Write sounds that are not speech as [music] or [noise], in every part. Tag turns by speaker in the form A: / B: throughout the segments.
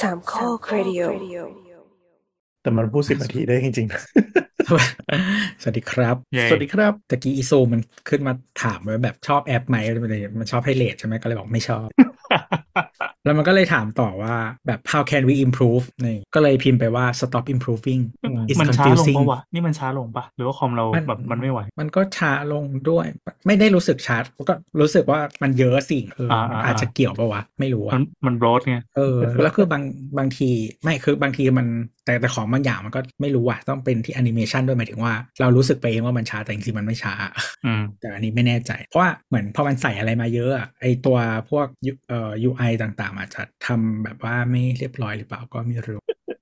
A: สามข้อครดิโอ
B: แต่มันพูดสิบนาทีได้จริงๆนะ
C: [laughs] สวัสดีครับ
D: เย้
B: สวัสดีครับ
C: ตะกี้อีซูมันขึ้นมาถามว่าแบบชอบแอปไหมมันเลยมันชอบให้เลทใช่ไหมก็เลยบอกไม่ช
D: [laughs]
C: อบ แล้วมันก็เลยถามต่อว่าแบบ how can we improve นี่ก็เลยพิมพ์ไปว่า stop improving
D: มัน
C: is
D: มันช้าลง
C: confusing
D: ปะวะนี่มันช้าลงปะหรือว่าคอมเราม
C: น
D: แบบมันไม่ไหว
C: มันก็ช้าลงด้วย ไม่ได้รู้สึกช้าก็รู้สึกว่ามันเยอะสิ่งเออ
D: อ่า
C: มัน
D: อ่า
C: อาจจะเกี่ยวปะวะ ไม่รู้อะ
D: มันมันบรอดไง
C: เออ แล้วคือบางบางทีไม่คือบางทีมันแต่แต่ของบางอย่างมันก็ไม่รู้อะต้องเป็นที่แอนิเมชันด้วยหมายถึงว่า เรารู้สึกไปเองว่ามันช้าแต่จริงๆมันไม่ช้า
D: อืม
C: แต่อันนี้ไม่แน่ใจ เพราะว่าเหมือนพอมันใส่อะไรมาเยอะอะไอตัวพวก U- เอ่อ UI ต่างๆ อาจจะทำแบบว่าไม่เรียบร้อยหรือเปล่าก็ไม่รู้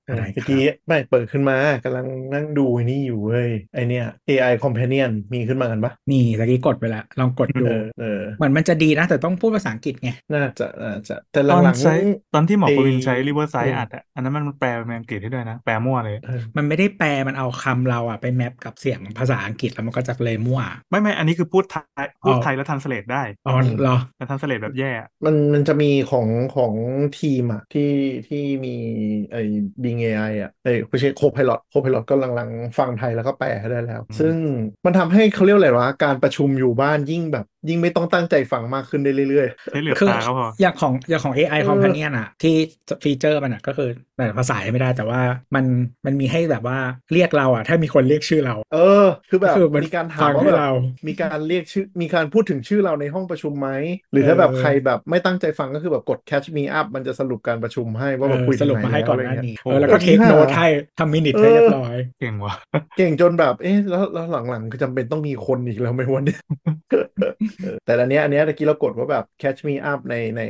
C: อะไรค
B: เมื่อ
C: รับ
B: กี้ไม่เปิดขึ้นมากำลังนั่งดูไอ้นี่อยู่เว้ยไอเนี่ย AI companion มีขึ้นมากันปะ
C: นี่ตะกี้กดไปแล้ว ลองกดดู
B: เออเออ
C: เหมือนมันจะดีนะ แต่ต้องพูดภาษาอังกฤษไง
B: น่าจะน่าจะแต่
D: ตอน
B: หลัง
D: ใช้ตอนที่หมอ
B: เ
D: ประวินใช้ริเวอร์ไซ
B: เอ
D: ด์
B: ออั
D: อัดอะอันนั้นมันแปลเป็นอังกฤษให้ด้วยนะ แปลมั่วเลย
B: เออ
C: มันไม่ได้แปลมันเอาคำเราอะไปแมปกับเสียงภาษาอังกฤษแล้วมันก็จะเลยมั่ว
D: ไม่ไม่อันนี้คือพูดไทยพูด
C: อ๋อ
D: ไทยแล้วทันสเลตได้
C: อ๋อเหรอ
D: แต่ทันสเลตแบบแย่อะ
B: มันมันจะมีของของทีมอะที่ที่มีไอ้ Bing AI อะไอ้ไม่ใช่โคพายロโคพายロก็ลังๆฟังไทยแล้วก็แปลให้ได้แล้ว ซึ่งมันทำให้เขาเรียกอะไรวะการประชุมอยู่บ้านยิ่งแบบ ยิ่งไม่ต้องตั้งใจฟังมากขึ้นได้เรื่อยๆ
D: ใช้เหลือบ
C: คือ
D: ตาก็พอ
C: อย่างของอย่างของ AI
B: เออ
C: Companion อะที่ฟีเจอร์มันอะก็คือแต่ภาษายังไม่ได้แต่ว่ามันมันมีให้แบบว่าเรียกเราอะถ้ามีคนเรียกชื่อเรา
B: เออ คือแบบ
C: คือมัน
B: มีการถา
C: ฟั
B: ม
C: ง
B: ว่า
C: ให้
B: แบบ
C: เรา
B: มีการเรียกชื่อ มีการพูดถึงชื่อเราในห้องประชุมไหม หรือถ้าแบบ
C: เออ
B: ใครแบบไม่ตั้งใจฟังก็คือแบบกด catch me up มันจะสรุปการประชุมให้ว่าแบบ
C: เออ
B: คุย
C: ส
B: ถึง
C: รุป
B: ไหน
C: มาให้
B: แล้ว
C: ก่อน
B: อะไร
C: หน้า
B: เงี้ย
C: นี้
D: โอ้โห
C: เออแล้วก็
B: เออ
C: เทคโนต
B: หา
C: ให้ทำมินิท
B: เออ
C: ให้เรียบร้อย
D: เก่งว่ะ
B: เก่งจนแบบเอ๊ะแล้วแล้วหลังๆคือจำเป็นต้องมีคนอีกแล้วไหม่วัน
C: [laughs]
B: นี้ แต่อันเนี้ยอันเนี้ยตะกี้เรากดว่าแบบ catch me up ในใน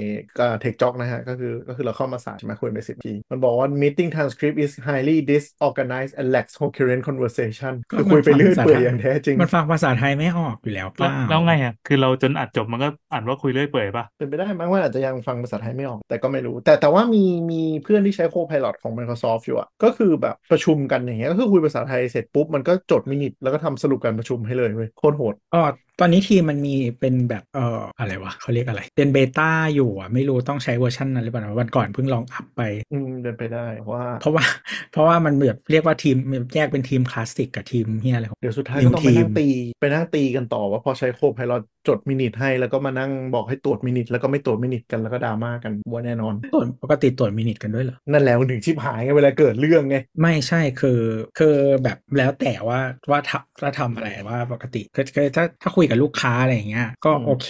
B: เทคจ็อกนะฮะ ก็คือก็คือเราเข้ามาสายใช่ไหมคุยไปสิบทีมันบอกว่า meeting transcript is highly disorganized and lacks coherent conversation
C: ก็
B: คือคุยไปเรื่อย
C: มันฟัง
B: เปื่อย
C: สาระ
B: อย่างแท้จริง
C: มันฟังภาษาไทยไม่ออกอยู่แล้วเป
D: แล้ว
C: ล่า
D: แล้วไงอะคือเราจนอัดจบมันก็อ่านว่าคุยเรื่อยเปื่อยปะ
B: เป็นไปได้มั้งว่าอาจจะยังฟังภาษาไทยไม่ออกแต่ก็ไม่รู้ แต่แต่ว่ามีมีเพื่อนที่ใช้ Copilot ของ Microsoft อยู่อะก็คือแบบประชุมกันอย่างเงี้ยก็คือคุยภาษาไทยเสร็จปุ๊บมันก็จดมินิแล้วก็ทำสรุปการประชุมให้เลยเว้ยโคตรโหด
C: อ๋อตอนนี้ทีมมันมีเป็นแบบเอ่ออะไรวะเขาเรียกอะไร เป็นเบต้าอยู่อะไม่รู้ต้องใช้เวอร์ชันนั้นหรือเปล่านะวันก่อนเพิ่งลองอัพไป
B: อืมเดินไปได้ว่า
C: เพราะว่าเพราะว่ามันแบบเรียกว่าทีมแยกเป็นทีมคลาสสิกกับทีมเฮียอะไรของ
B: เดี๋ยวสุดท้าย
C: นิว
B: ก็ต้องไปนั่
C: ที
B: ง
C: ม
B: ตีไปนั่งตีกันต่อว่าพอใช้โคพายเราจดมินิทให้แล้วก็มานั่งบอกให้ตรวจมินิทแล้วก็ไม่ตรวจมินิทกันแล้วก็ดราม่ากันบัวแน่นอน
C: ตรวจปกติตรวจมินิทกันด้วยเหรอ
B: นั่นแหละหนึ่งชิบหายไงเวลาเกิดเรื่องไง
C: ไม่ใช่คือคือแบบแล้วแต่ว่าว่าทำว่าทำอะไรว่าปกติคือคือถ้าถ้าคุยกับลูกค้าอะไรอย่างเงี้ยก็
B: อืม
C: โอเค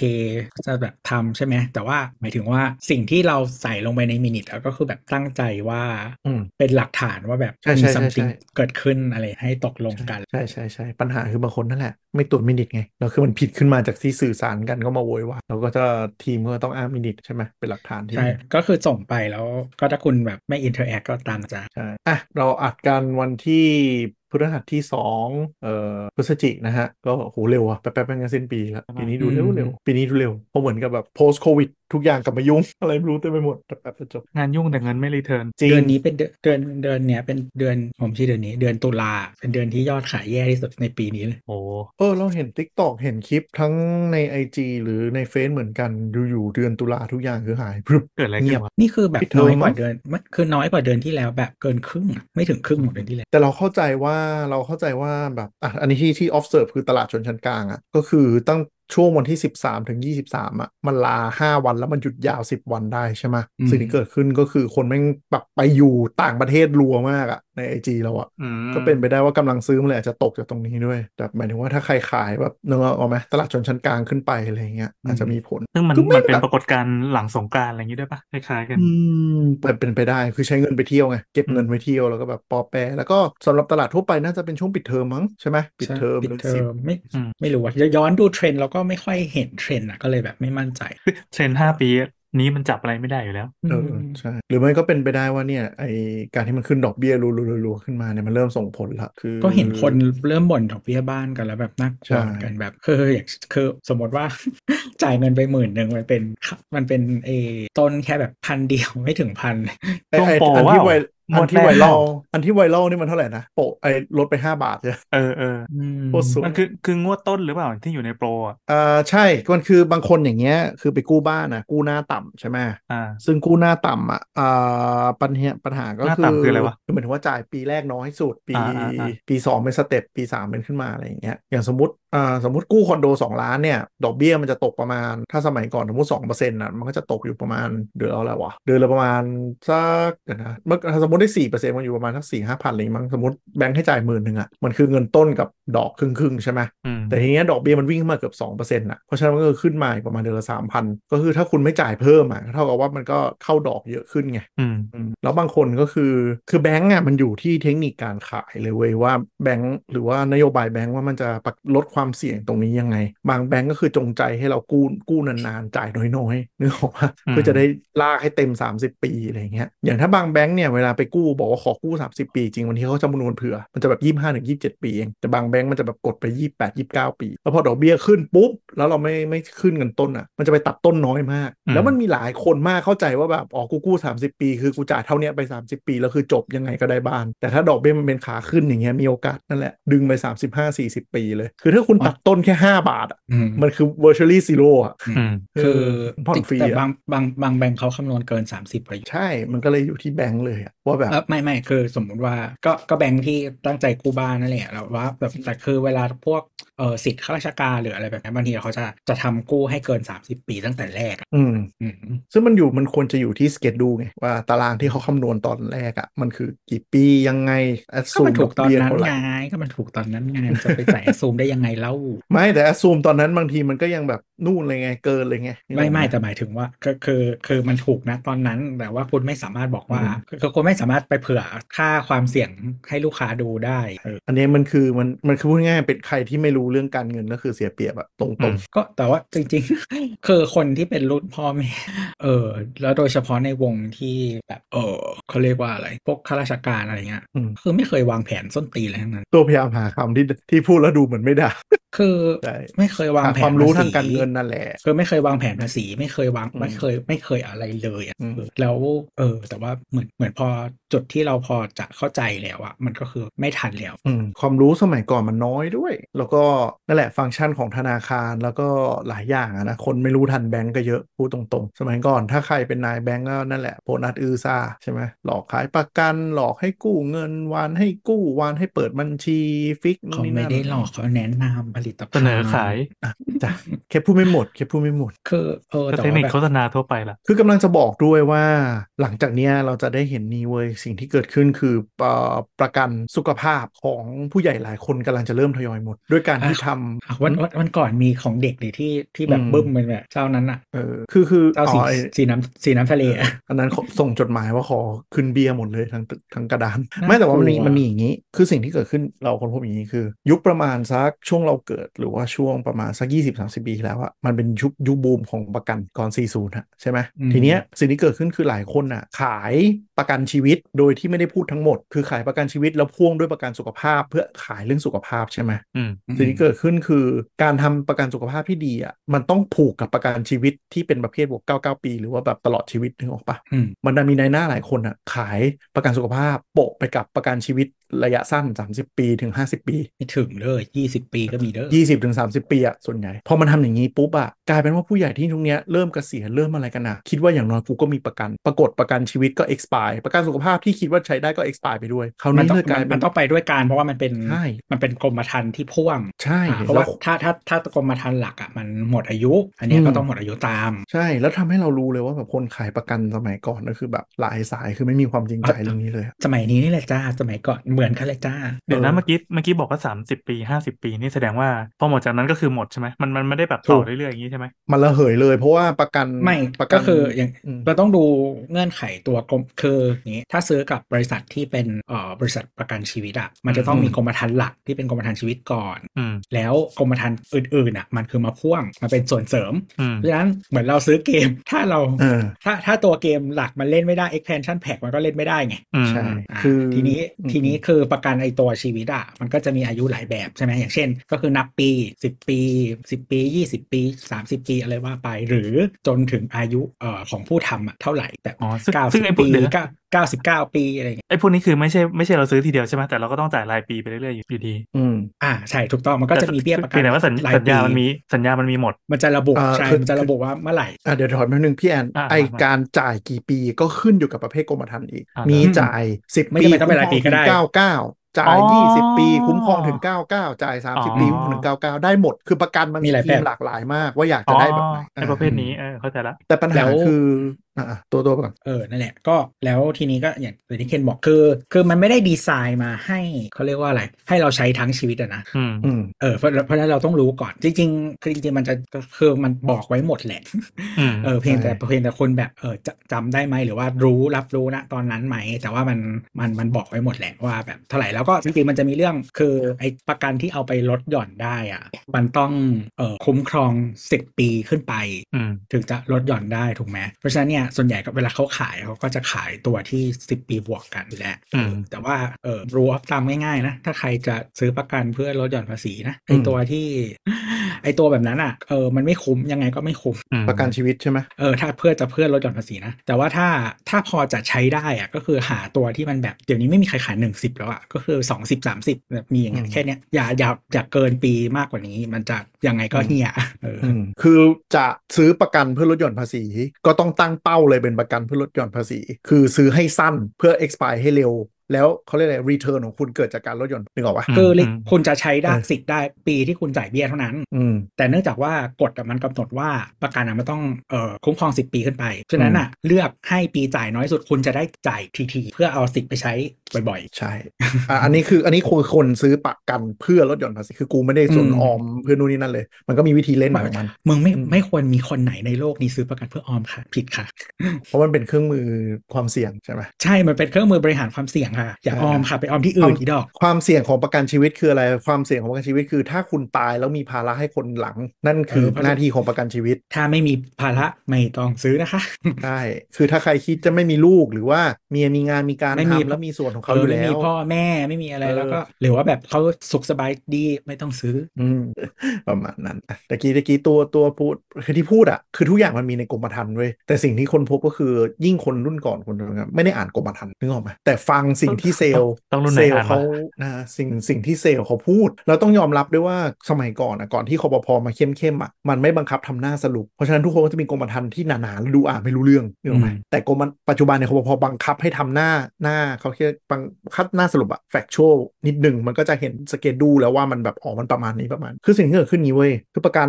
C: จะแบบทำใช่ไหมแต่ว่าหมายถึงว่าสิ่งที่เราใส่ลงไปในมินิแล้วก็คือแบบตั้งใจว่า
B: อืม
C: เป็นหลักฐานว่าแบบ
B: ใช่ใช่
C: มี
B: ใช่
C: something
B: ใช่
C: เกิดขึ้นอะไรให้ตกลงกัน
B: ใช่ใช่ใช่ปัญหาคือบางคนนั่นแหละ ไม่ตรวจมินิทไงแล้วคือมันผิดขึ้นมาจากที่สื่อสารกันก็มาโวยวายแล้วก็จะทีมก็ต้องอ้างมินิทใช่ไหมเป็นหลักฐานที่
C: ใช่
B: ดี
C: ก็คือส่งไปแล้วก็ถ้าคุณแบบไม่ interact ก็ตามนะจ้ะ
B: ใช่อ่ะเราอัดกันวันที่พฤหัสที่สองเอ่อพฤศจิกนะฮะก็โหเร็วอะแป๊บแป๊บๆงั้นสิ้นปีละปีนี้ดูเร็วเร็วๆปีนี้ดูเร็วเพราะเหมือนกับแบบ post covid ทุกอย่างกลับมายุ่ง [laughs] อะไรไม่รู้เต็มไปหมดแป๊บแป๊บๆจะจบ
D: งานยุ่งแต่เงินไม่รีเทิร์น
B: จริง
C: เดือนนี้เป็นเดือนเดือนเดือนเนี้ยเป็นเดือนผมชื่อเดือนนี้ เดือนตุลาเป็นเดือนที่ยอดขายแย่ที่สุดในปีนี้เลย
D: โอ้
B: เออเราเห็น Tik t o k เห็นคลิปทั้งใน IG หรือในเฟซเหมือนกันอยู่ๆเดือนตุลาทุกอย่างคือหาย [laughs] พรึบ
D: เกิดอะไร
B: เงี
D: ขึ้
B: ย
D: น
B: บ
D: วะ
C: นี่คือแบบ
B: ปิดเทอม
C: น้อยกว่า
B: มั้ง
C: เดือนไม่คือน้อยกว่าเดือนที่แล้วแบบเกินครึ่งอะไม่ถึงครึ่งของเดือนที่แล้ว
B: แต่เราเข้าใจว่าเราเข้าใจว่าแบบอ่ะอันนี้ที่ที่ observe คือตลาดชนชั้นกลางอ่ะก็คือตั้งช่วงวันที่ 13 ถึง 23 อ่ะ มันลา 5 วันแล้วมันหยุดยาว 10 วันได้ใช่ไหม
C: อืม
B: สิ่งที่เกิดขึ้นก็คือคนแม่งแบบไปอยู่ต่างประเทศรัวมากอ่ะ ในไอจีเราอ่ะ
D: อืม
B: ก็เป็นไปได้ว่ากำลังซื้อมันเลยอาจจะตกจากตรงนี้ด้วยแต่หมายถึงว่าถ้าใครขายแบบนึกออกไหมตลาดชนชั้นกลางขึ้นไปอะไรอย่างเงี้ยอาจจะมีผล
D: ซึ่งมัน
B: คือไม่
D: มันเป็น
B: แบบ
D: ปรากฏการณ์หลังสงกรานต์อะไรอย่างงี้ด้วยปะคล้ายๆกัน
B: อืมเป็นเป็นไปได้คือใช้เงินไปเที่ยวไง เก็บเงินไว้เที่ยวแล้วก็แบบปอแปรแล้วก็สำหรับตลาดทั่วไปน่าจะเป็นช่วงปิดเทอมมั้งใช่ไหมปิด
C: ใช่
B: เทอม
C: ปิดเทอ
B: สิบ
C: มไม่
D: อืม
C: ไม่รู้ว่าย้อนดูเทรนด์แล้วก็ไม่ค่อยเห็นเทรนด์อะก็เลยแบบไม่มั่นใจ
D: เทรนห้าปีนี้มันจับอะไรไม่ได้อยู่แล้ว
B: เออ
C: ม
B: ใช่ หรือไม่ก็เป็นไปได้ว่าเนี่ยไอการที่มันขึ้นดอกเบี้ยรัวๆๆๆขึ้นมาเนี่ยมันเริ่มส่งผลละคือ
C: ก็เห็นคนเริ่มบ่นดอกเบี้ยบ้านกันแล้วแบบน่ากลั
B: ใช่
C: วเหมือนกันแบบคืออย่างคือสมมติว่า [laughs] จ่ายเงินไปหมื่นหนึ่งมันเป็นมันเป็นเออต้นแค่แบบพันเดียวไม่ถึงพัน
B: ไอ้ไอ้
D: ช่วงโปร
B: อันที่
D: ว่าว
B: ไว
D: ง
B: อั
D: วด
B: นที่
D: แรก
B: ไวรัลอันที่ไวรัลนี่มันเท่าไหร่นะโปะไอ้ลดไปห้าบาทใช่ไหม
D: เออเออ
C: อืม
B: โคตรสุด
D: มันคือคืองวดต้นหรือเปล่าที่อยู่ในโปรอ่ะ
B: อ่าใช่มันคือบางคนอย่างเงี้ยคือไปกู้บ้านนะกู้หน้าต่ำใช่ไหม
D: อ่า
B: ซึ่งกู้หน้าต่ำอ่ะอ่าปัญหาปัญหาก็
D: หน้า
B: คือ
D: ต่ำคืออะไรวะ
B: เหมือนว่าจ่ายปีแรกน้อยสุดปี
D: อ่าอ่าอ่า
B: ปีสองเป็นสเต็ปปีสามเป็นขึ้นมาอะไรอย่างเงี้ยอย่างสมมติอ่าสมมติกู้คอนโดสองล้านเนี่ย ดอกเบี้ยมันจะตกประมาณถ้าสมัยก่อนสมมติสองเปอร์เซ็นต์่ะมันก็จะตกอยู่ประมาณเดือนละอะไรวะเดือนละประมาณสักเดี๋ยวนะเมื่อถ้าสมมติได้สี่เปอร์เซ็นต์มันอยู่ประมาณสักสี่ห้าพันอะไรอย่างงี้มั้งสมมติแบงค์ให้จ่ายหมื่นหนึ่งอ่ะมันคือเงินต้นกับดอกครึ่งครึ่งๆใช่ไหม
D: อืม
B: แต่ทีเนี้ยดอกเบี้ยมันวิ่งขึ้นมาเกือบ2%อน่ะ เพราะฉะนั้นมันก็ขึ้นมาอีกประมาณเดือนละ 3,000 ก็คือถ้าคุณไม่จ่ายเพิ่มอ่ะเท่ากับว่ามันก็เข้าดอกเยอะขึ้นไง
D: อืม
B: แล้วบางคนก็คือคือแบงก์อ่ะมันอยู่ที่เทคนิคการขายเลยเว้ยว่าแบงก์หรือว่านโยบายแบงก์ว่ามันจะปักลดความเสี่ยงตรงนี้ยังไง บางแบงก์ก็คือจงใจให้เรากู้กู้นานๆ จ่ายน้อยๆนึกออกปะ
D: อืม
B: เพื่อจะได้ลากให้เต็ม 30 ปีอะไรอย่างเงี้ยอย่างถ้าบางแบงก์เนี่ยเวลาไปกู้บอกว่าขอกู้ 30 ปีจริงวันที่เขาจะคำนวณเผื่อมันจะแบบ 25ถึง27 ปีเองแต่บางแบงก์มันจะแบบกดไป 28 29 ปีแล้วพอดอกเบี้ยขึ้นปุ๊บแล้วเราไม่ไม่ขึ้นเงินต้นอ่ะมันจะไปตัดต้นน้อยมาก
D: อืม
B: แล้วมันมีหลายคนมากเข้าใจว่าแบบอ๋อกูกู้ 30 ปี คือกูจ่ายเท่าเนี้ยไป 30 ปี แล้วคือจบยังไงก็ได้บ้าน แต่ถ้าดอกเบี้ยมันเป็นขาขึ้นอย่างเงี้ยมีโอกาสนั่นแหละ ดึงไป 35 40 ปีเลย คือถ้าคุณตัดต้นแค่ 5 บาทอะ
C: อืม
B: มันคือ virtually zero อ่ะ
D: อืม
C: คือ
B: ผ่อนฟรีอะ
C: แต่บางบางบางแบงค์เขาคำนวณเกิน 30ประโยชน์
B: ใช่มันก็เลยอยู่ที่แบงก์เลยอะว่าแบบ
C: เออไม่ไม่คือสมมุติว่าก็ก็แบงค์ที่ตั้งใจกู้บ้านนั่นแหละแล้วว่าแบบแต่คือเวลาพวกเออสิทธิ์ข้าราชการหรืออะไรแบบนี้บางทีเขาจะจะทำกู้ให้เกิน 30 ปีตั้งแต่แรกอะ
B: อืม
C: อืม
B: ซึ่งมันอยู่มันควรจะอยู่ที่สเกจดูไงว่าตารางที่เขาคำนวณตอนแรกอะมันคือกี่ปียังไงแอด
C: ก็
B: ซู
C: มัน
B: มด
C: ถู
B: อก ก
C: ตอน
B: เบี้ย
C: นั้น
B: เท่าไหร่
C: ไงก็มันถูกตอนนั้นไงมันจะไปจ่ายซูมได้ยังไงเล่า
B: ไม่แต่แอดซูมตอนนั้นบางทีมันก็ยังแบบนู่นเลยไงเกินเลยไงนึกอ
C: ไม่
B: อกห
C: ไม่แต่หมายถึงว่าก็คือคือมันถูกนะตอนนั้น แต่ว่าคุณไม่สามารถบอกว่า
B: อืม
C: คือคือคุณไม่สามารถไปเผื่อค่าความเสี่ยงให้ลูกค้าดูได้เออ
B: อันนี้มันคือมันมันคือพูดง่ายๆเป็นใครที่ไม่รู้เรื่องการเงินก็คือเสียเปรียบอะต
D: อื
B: รง
D: ม
C: ก็แต่ว่าจริงๆ [laughs] คือคนที่เป็นรุ่นพ่อแม่ เออ แล้วโดยเฉพาะในวงที่แบบเออเขาเรียกว่าอะไร พวกข้าราชการอะไรเงี้ย
B: ๆอืม
C: คือไม่เคยวางแผนส้นตีนอะไรทั้งนั้น
B: ตัวพยายามหาคำที่ที่พูดแล้วดูเหมือนไม่ได้
C: คือไม่เคยวาง
B: หา
C: แผน
B: ความรู้ทาง
C: ภษี
B: การเงินนั่นแหละ
C: คือไม่เคยวางแผนภาษี ไม่เคยวาง
B: อืม
C: ไม่เคยไม่เคยอะไรเลยอะ
B: อืม
C: แล้วเออ แต่ว่าเหมือนเหมือนพอจุดที่เราพอจะเข้าใจแล้วอะมันก็คือไม่ทันแล้ว
B: อืมความรู้สมัยก่อนมันน้อยด้วย แล้วก็นั่นแหละฟังก์ชันของธนาคารแล้วก็หลายอย่างอะนะคนไม่รู้ทันแบงก์ก็เยอะพูดตรงๆ สมัยก่อนถ้าใครเป็นนายแบงก์ก็นั่นแหละโพนัสอือซาใช่ไหมหลอกขายประกันหลอกให้กู้เงินวานให้กู้วานให้เปิดบัญชีฟิกนู่
C: เขา
B: นนี่
C: ไม่
B: นั่น
C: ได้หลอกเขาแนะนำผลิตภัณฑ์
D: เสนอขาย
B: จ้ะแค่พูดไม่หมดแค่พูดไม่หมด
C: คือเออ
D: ก็
C: แต่
D: เทค
C: ว่า
D: นิค
C: แบบ
D: โฆษณาทั่วไปล่ะ
B: คือกำลังจะบอกด้วยว่าหลังจากเนี้ยเราจะได้เห็นนี่เว้ยสิ่งที่เกิดขึ้นคือเอ่อประกันสุขภาพของผู้ใหญ่หลายคนกำลังจะเริ่มทยอยหมด ด้วยการที่
C: อ่ะ
B: ทำ
C: อ่ะวันวันวันก่อนมีของเด็กเลยที่ที่แบบ
B: อืม
C: บึ้มเป็นแบบเจ้านั้นอ่ะ
B: เออคือคือ
C: เจ้าสี
B: อ๋อไอ้
C: สีน้ำสีน้ำทะเลอ่ะ
B: อันนั้นเขาส่งจดหมายว่าขอขึ้นเบียร์หมดเลยทั้งตึกทั้งกระดาน [laughs]
C: น่า
B: ไม่แต่ว่ามันมี
C: กลัว
B: มันมีอย่างนี้ คือสิ่งที่เกิดขึ้นเราคนพบอย่างนี้คือ ยุคประมาณสักช่วงเราเกิดหรือว่าช่วงประมาณสัก 20 30 ปีที่แล้วอะมันเป็นยุคยุคบูมของประกันก่อน 40อะใช่ไหม
C: อืม
B: ทีเนี้ยสิ่งที่เกิดขึ้นคือหลายคนอะขายประกันชีวิตโดยที่ไม่ได้พูดทั้งหมด คือขายประกันชีวิตแล้วพ่วงด้วยประกันสุขภาพ เพื่อขายเรื่องสุขภาพใช่ไหม
D: อืม
B: สิ่งที่เกิดขึ้นคือการทำประกันสุขภาพที่ดีอ่ะมันต้องผูกกับประกันชีวิตที่เป็นประเภทบวก99 ปี หรือว่าแบบตลอดชีวิตนึกออกปะ
C: อืม
B: มันดันมีนายหน้าหลายคนอ่ะขายประกันสุขภาพโปะไปกับประกันชีวิตระยะสั้น 30 ปีถึง 50 ปี
C: ไม่ถึงเลยยี่สิบปีก็มีเด้อ
B: 20ถึง30 ปีอ่ะส่วนใหญ่ พอมันทำอย่างนี้ปุ๊บอ่ะกลายเป็นว่าผู้ใหญ่ที่ทุกเนี้ยเริ่มเกษียณเริ่มอะไรกันนะคิดว่าอย่างน้อยกูก็มีประกัน ปรากฏประกันชีวิตก็ expire ประกันสุขภาพที่คิดว่าใช้ได้ก็ expire ไปด้วยคราว
C: มัน
B: นี้
C: ต้อง
B: เลยก
C: มั
B: ลาย
C: น
B: เป็
C: มัน นต้องไปด้วยกันเพราะว่ามันเป็น
B: ใช่
C: มันเป็นกรมธรรม์ที่พ่วง
B: ใช่
C: อ่ะเพราะ
B: แล้
C: ว่าว ถ้าถ้าถ้ากรมธรรม์หลักอ่ะมันหมดอายุ อันเนี้ย
B: อืม
C: ก็ต้องหมดอายุตาม
B: ใช่ แล้วทำให้เรารู้เลยว่าแบบคนขายประกันสมัยก่อนก็คือแบบหลายสายคือไม่มีความจริงใจเรื่องนี้เลยอะ
C: สมัยนี้นี่แหละจ้าสมัยก่อนเหมือนกันเลยจ้า
D: เดี๋ยว
B: เอ
D: นะ
B: อ
D: เมื่อกี้เมื่อกี้บอกว่าสามสิบปีห้าสิบปีนี่แสดงว่าพอหมดจากนั้นก็คือหมดใช่ไหมมันมันไม่ได้แบบ
B: ถู
D: ต่อก เรื่อยๆอย่างนี้ใช่ไหม
B: มันระเหยเลยเพราะว่าประกัน
C: ไม่
B: ประ
C: ก็
B: น
C: คืออย่าง
B: ม
C: เราต้องดูเงื่อนไขตัวกรมคืออย่างนี้ถ้าซื้อกับบริษัทที่เป็นเอ่อบริษัทประกันชีวิตอ่ะมันจะต้อง
B: อืม
C: มีกรมธรรม์หลักที่เป็นกรมธรรม์ชีวิตก่อน
D: อืม
C: แล้วกรมธรรม์อื่นๆอ่ะมันคือมาพ่วงมาเป็นส่วนเสริม
D: อืม
C: เพราะฉะนั้นเหมือนเราซื้อเกม [laughs] ถ้าเรา
B: เออ
C: ถ้าถ้าตัวเกมหลักมันเล่นไม่ได้ expansion pack มันก็เล่นไม่ได้ไง
D: อืม
B: ใช่
D: อืม
C: อ่า
B: คือ
C: ทีนี้
B: อืม
C: ทีนี้คือประกันไอตัวชีวิตอ่ะมันก็จะมีอายุหลายแบบใช่ไหมอย่างเช่น ก็คือนับปี 10 ปี 10 ปี 20 ปี 30 ปีอะไรว่าไป หรือจนถึงอายุเอ่อของผู้ทำอ่ะเท่าไหร่แบบ
D: อ๋อซึ่งซึ่งไอ้
C: 90
D: พว
C: ปี
D: กเดี๋ยวนะ
C: ก็ 99 ปีอะไรอย่างเงี้ย
D: ไอ้พวกนี้คือไม่ใช่ไม่ใช่เราซื้อทีเดียวใช่ไหมแต่เราก็ต้องจ่ายรายปีไปเรื่อยๆอยู่อยู่ดี
B: อืม
C: อ่าใช่ถูกต้องมันก็จะมีเบี้ยประกั
D: เพียงแต่ว่าสัญ
C: รย
D: สัญญา
C: ปี
D: มันมีสัญญามันมีหมด
C: มันจะระบุ
B: อ่า
C: ใช่
B: คือ
C: มันจะระบุว่าเมื่อไหร่
B: อ่ะเดี๋ยวถอนแป๊บนึงพี่แอน
D: อ่า
B: ไอ
D: ครับ
B: การจ่ายกี่ปีก็ขึ้นอยู่กับประเภทกรมธรรม์อีก
D: อ่ามี
B: มีจ่ายสิบ
C: ไม่
B: ปี
C: จำเป็นต้องเป็นรายปีก็ได้
B: เก้าเก้าจ่า
D: อ๋
B: ย
D: อ
B: ยี่สิบปีคุ้มครองถึงเก้าเก้าจ่ายสามสิบปี
D: อ๋อ
B: คุ้มครองถึงเก้าเก้าได้หมด คือประกันมัน
C: มีหลาย
B: สกรี
C: แบบ
B: หลากหลายมากว่าอยากจะได้แบบไหน
D: อ๋อไอ้ประเภทนี้เออเข้าใจละ
B: แต่ปัญ
C: แล้
B: หาว คืออ่ะตัวตัวๆก่อน
C: เออ นั่นแหละ ก็แล้วทีนี้ก็อย่างที่เคนบอกคือคือมันไม่ได้ดีไซน์มาให้เขาเรียกว่าอะไร ให้เราใช้ทั้งชีวิตอะนะ
D: อืม
B: อืม
C: เออเพราะเพราะฉะนั้นเราต้องรู้ก่อน จริงๆคือจริงๆมันจะคือมันบอกไว้หมดแหละ
D: อืม
C: เออเพียงแต่
B: ใช่
C: เพียงแต่คนแบบเออจะจำได้ไหมหรือว่ารู้รับรู้นะตอนนั้นไหม แต่ว่ามันมันมันบอกไว้หมดแหละว่าแบบเท่าไหร่แล้วก็จริงๆมันจะมีเรื่องคือไอ้ประกันที่เอาไปลดหย่อนได้อะมันต้องเออคุ้มครอง 10 ปีขึ้นไป
D: อืม
C: ถึงจะลดหย่อนได้ถูกไหมเพราะฉะนั้นเนี่ยส่วนใหญ่กับเวลาเขาขายเขาก็จะขายตัวที่ 10 ปีบวกกันอยู่แล้ว
D: อืม
C: แต่ว่าเออรู้ตามง่ายๆนะ ถ้าใครจะซื้อประกันเพื่อลดหย่อนภาษีนะไอ
B: อืม
C: ตัวที่ [laughs] ไอตัวแบบนั้นอ่ะเออมันไม่คุ้มยังไงก็ไม่คุ้ม
D: อืม
B: ประกันชีวิตใช่ไหม
C: เออถ้าเพื่อจะเพื่อลดหย่อนภาษีนะ แต่ว่าถ้าถ้าพอจะใช้ได้อะก็คือหาตัวที่มันแบบเดี๋ยวนี้ไม่มีใครขายหนึ่งสิบแล้วอะก็คือสองสิบสามสิบแบบมีอย่างเงี้ยแค่เนี้ยอย่าอย่าอย่าเกินปีมากกว่านี้ มันจะยังไงก็เฮียเออ
B: อืมคือจะซื้อประกันเพื่อลดหย่อนภาษี ก็ต้องตั้งเป้าเลยเป็นประกันเพื่อลดหย่อนภาษี คือซื้อให้สั้นเพื่อ expire ให้เร็ว แล้วเขาเรียกอะไรรีเทิร์นของคุณเกิดจากการลดหย่อนนึกออกปะ
C: คือ
D: ม
C: คุณจะใช้ได้
B: เออ
C: สิทธิ์ได้ปีที่คุณจ่ายเบี้ยเท่านั้น
B: อืม
C: แต่เนื่องจากว่ากฎอะมันกำหนดว่าประกันอะมันต้องเอ่อคุ้มครอง 10 ปีขึ้นไป ฉะนั้นอ่ะเลือกให้ปีจ่ายน้อยสุดคุณจะได้จ่ายทีๆเพื่อเอาสิทธิ์ไปใช้บ่อย
B: ใช่ อ่ะอันนี้คืออันนี้คือคนซื้อประกันเพื่อลดหย่อนภาษี คือกูไม่ได้สน
C: อืม
B: ออมเพื่อนู่นนี่นั่นเลย มันก็มีวิธีเล่นของมัน
C: ๆมึงไม่
B: อืม
C: ไม่ควรมีคนไหนในโลกนี้ซื้อประกันเพื่อออมค่ะ ผิดค่ะ
B: เพราะมันเป็นเครื่องมือความเสี่ยงใช่ไหม
C: ใช่ มันเป็นเครื่องมือบริหารความเสี่ยงค่ะ อย่า
B: ใช่
C: ออมค่ะ ไปออมที่อื่นอีดอก
B: ความเสี่ยงของประกันชีวิตคืออะไร ความเสี่ยงของประกันชีวิตคือ ถ้าคุณตายแล้วมีภาระให้คนหลัง นั่นคือ
C: เออเพราะ
B: หน้าที่ของประกันชีวิต
C: ถ้าไม่มีภาระไม่ต้องซื้อนะคะ
B: ใช่ คือถ้าใครคิดจะไม่มีลูกหรือว่าเมียมีงานมีการ
C: ไม่มี
B: ทำแล้วมีส่วนของเขาอยู่
C: ไม่
B: แล้
C: มี
B: ว
C: พ่อแม่ไม่มีอะไร
B: เออ
C: แล้วก็ หรือว่าแบบเขาสุขสบายดีไม่ต้องซื้อ
B: อืม ประมาณนั้นอ่ะตะกี้ตะกี้ตัวตัวพูดคือที่พูดอ่ะ คือทุกอย่างมันมีในกรมธรรม์เว้ยแต่สิ่งที่คนพบก็คือยิ่งคนรุ่นก่อนคนรุ่นครับไม่ได้อ่านกรมธรรม์นึกออกไหมแต่ฟังสิ่งที่เซลล์
D: ต้องรุ่นไหน
B: เซลล์
D: อ่านวะ
B: เขานะสิ่งสิ่งที่เซลล์เขาพูด เราต้องยอมรับด้วยว่าสมัยก่อนอ่ะก่อนที่คอปพอมาเข้มเข้มๆอ่ะมันไม่บังคับทำหน้าสรุป เพราะฉะนั้นทุกคนก็จะมีกรมธรรม์ที่หนาๆแล้วดูอ่านไม่รู้เรื่องนึกออกไหม
C: อืม
B: แต่กรมปัจจุบันเนี่ยคอปพอบังคับให้ทำหน้าหน้าเขาเรียกบังคับหน้าสรุปอะ factual นิดหนึ่งมันก็จะเห็นสเกจดูแล้วว่ามันแบบอ๋อมันประมาณนี้ประมาณ คือสิ่งที่เกิดขึ้นนี้เว้ยคือประกัน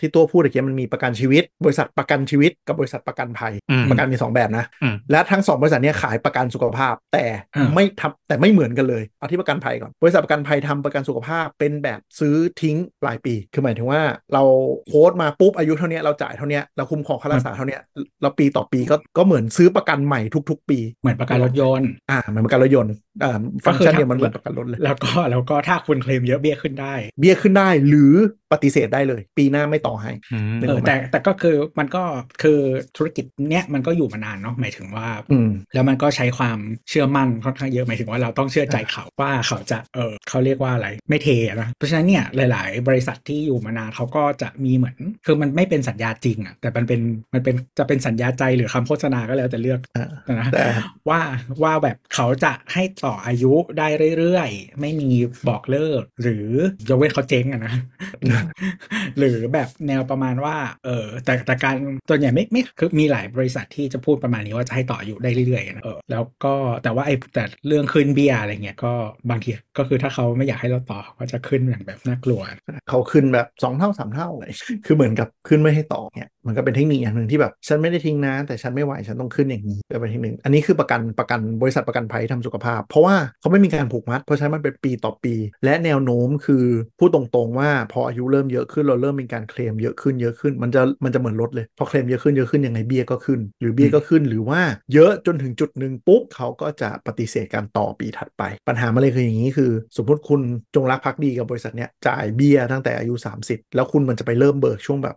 B: ที่ตัวพูดตะกี้มันมีประกันชีวิต บริษัทประกันชีวิตกับบริษัทประกันภัย
D: อืม
B: ประกันมีสองแบบนะ
D: อืม
B: และทั้งสองบริษัทเนี่ยขายประกันสุขภาพ แต่
C: อ่า
B: ไม่ทำแต่ไม่เหมือนกันเลยเอาที่ประกันภัยก่อน บริษัทประกันภัยทำประกันสุขภาพเป็นแบบซื้อทิ้งรายปี คือหมายถึงว่าเราโค้ดมาปุ๊บอายุเท่าเนี้ยเราจ่ายเท่าเนี้ยเราคุ้มครองค่ารักษาเท่าเนี้ยเราปีต่อปีก็ก็เหมือนซื้อประกันใหม่ทุก ๆ ปี
C: เหมือนประกันรถยนต์
B: อ่าเหมือนประกันรถยนต์อ่าฟังก์ชันเนี่ยมันเหมือนประกันรถเลย
C: แล้วก็ [laughs] แล้วก็ถ้าคุณเคลมเยอะเบี้ยขึ้นได้
B: เบี้ยขึ้นได้หรือปฏิเสธได้เลย ปีหน้าไม่ต่อให้
D: อืม
B: นึก
C: เอ
B: อ
C: อ
B: อกไหม
C: แต่แต่ก็คือมันก็คือธุรกิจเนี้ยมันก็อยู่มานานเนาะหมายถึงว่า
B: อืม
C: แล้วมันก็ใช้ความเชื่อมั่นค่อนข้างเยอะหมายถึงว่าเราต้องเชื่อใจเขาว่าเขาจะเออเขาเรียกว่าอะไรไม่เทอะนะเพราะฉะนั้นเนี่ยหลาย ๆ บริษัทที่อยู่มานานเขาก็จะมีเหมือน คือมันไม่เป็นสัญญาจริงอะแต่มันเป็นมันเป็นจะเป็นสัญญาใจหรือคำโฆษณาก็แล้วแต่เลือก
B: อ่า
C: นะ
B: แต่
C: ว่าว่าแบบเขาจะให้ต่ออายุได้เรื่อย ๆ ไม่มีบอกเลิก หรือยกเว้นเขาเจ๊ง
B: [laughs]
C: อะนะ หรือแบบแนวประมาณว่า เออแต่แต่การตัวนใหญ่ไม่ไม่คือมีหลายบริษัทที่จะพูดประมาณนี้ว่าจะให้ต่ออายุได้เรื่อยๆนะเออแล้วก็แต่ว่าไอ้แต่เรื่องขึ้นเบียร์อะไรเงี้ยก็บางทีก็คือถ้าเขาไม่อยากให้เราต่อเขาก็จะขึ้นอย่างแบบน่ากลัว
B: เขาขึ้นแบบสองเท่าสามเท่าเลย [laughs] คือเหมือนกับขึ้นไม่ให้ต่อเนี่ยมันก็เป็นเทคนิคอย่างหนึ่งที่แบบ ฉันไม่ได้ทิ้งนะ แต่ฉันไม่ไหวฉันต้องขึ้นอย่างนี้ก็เป็นเทคนิคอันนี้คือประกันประกันบริษัทประกันภัยทำสุขภาพ เพราะว่าเขาไม่มีการผูกมัด เพราะฉะนั้นมันเป็นปีต่อปี และแนวโน้มคือพูดตรงๆว่าพออายุเริ่มเยอะขึ้นเราเริ่มมีการเคลมเยอะขึ้นเยอะขึ้นมันจะมันจะเหมือนลดเลยพอเคลมเยอะขึ้นเยอะขึ้นยังไงเบี้ยก็ขึ้น หรือเบี้ยก็ขึ้นหรือว่าเยอะจนถึงจุดหนึ่งปุ๊บเขาก็จะปฏิเสธการต่อปีถัดไป ปัญหามาเลยคืออย่างนี้คือ สมมติคุณจงรักภักดีกับบริษัทเนี้ยจ่ายเบี้ยตั้งแต่อายุ 30 แล้วคุณมันจะไปเริ่มเบิกช่วงแบบ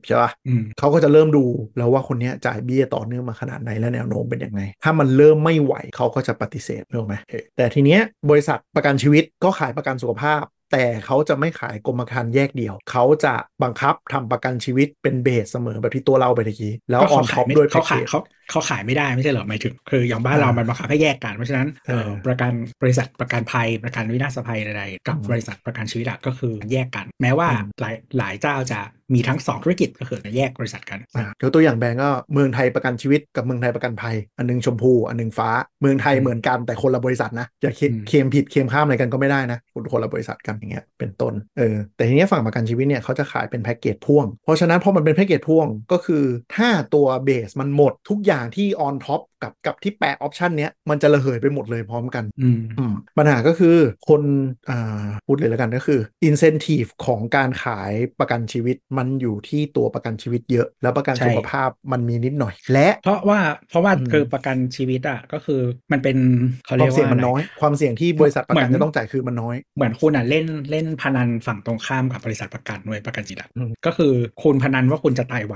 B: 60 70 ใช่ปะ
C: อืม
B: เขาก็จะเริ่มดูแล้วว่าคนเนี้ยจ่ายเบี้ยต่อเนื่องมาขนาดไหนและแนวโน้มเป็นยังไง ถ้ามันเริ่มไม่ไหวเขาก็จะปฏิเสธถูกไหมเออแต่ทีเนี้ยบริษัทประกันชีวิตก็ขายประกันสุขภาพ แต่เขาจะไม่ขายกรมธรรม์แยกเดียว เขาจะบังคับทำประกันชีวิตเป็นเบสเสมอแบบที่ตัวเราไปตะกี้ แล้ว
C: ก็
B: ออ
C: เขา
B: นท็
C: ขา
B: อย ป
C: ไม่
B: ด้วย
C: เขา
B: แพ็
C: ขาย
B: กจ
C: เขาเขาขายไม่ได้ไม่ใช่เหรอหมายถึง คืออย่างบ้านเรา
B: อ่ามั
C: มันบังคับให้แยกกันเพราะฉะนั้นเอ่อ
B: เออ
C: ประกันบริษัทประกันภัยประกันวินาศภัยใดๆกับ
B: อืม
C: บริษัทประกันชีวิตอะก็คือแยกกัน แม้ว่า
B: อืม
C: หลายหลายเจ้าจะมีทั้งสองธุรกิจก็คือแยกบริษัทกัน
B: อ่ะยกตัวอย่างแบงก์ก็เมืองไทยประกันชีวิตกับเมืองไทยประกันภัย อันหนึงชมพูอันหนึงฟ้า เมืองไทย
C: อืม
B: เหมือนกันแต่คนละบริษัทนะอย่าเค
C: อืม
B: เคลมผิดเคลมข้ามอะไรกันก็ไม่ได้นะคนคนละบริษัทกันอย่างเงี้ยเป็นต้นเออแต่ทีเนี้ยฝั่งประกันชีวิตเนี่ยเขาจะขายเป็นแพ็กเกจพ่วง เพราะฉะนั้นพอมันเป็นแพ็กเกจพ่วงก็คือถ้าตัวเบสมันหมดทุกอย่างที่ออนท็อปกับกับที่แปะออปชันเนี้ยมันจะระเหยไปหมดเลยพร้อมกัน
C: อืม
B: อืมปัญหาก็คือคนอ่าพูดเลยแล้วกันก็คือ incentive ของการขายประกันชีวิตมันอยู่ที่ตัวประกันชีวิตเยอะ แล้วประกัน
C: ใช่
B: สุขภาพมันมีนิดหน่อย และ
C: เพราะว่าเพราะว่า
B: อืม
C: คือประกันชีวิตอะก็คือมันเป็นเขา
B: ค
C: เรี
B: วาย ม
C: ก
B: เสี่ยง
C: ว่า
B: มัน
C: อะไร
B: น้อย ความเสี่ยงที่บริษัทประกัน
C: เหมือน
B: จะต้องจ่ายคือมันน้อย
C: เหมือนคุณอ่ะเล่นเล่นพนันฝั่งตรงข้ามกับบริษัทประกันด้วยประกันจิตอะ
B: อืม
C: ก็คือคุณพนันว่าคุณจะตายไว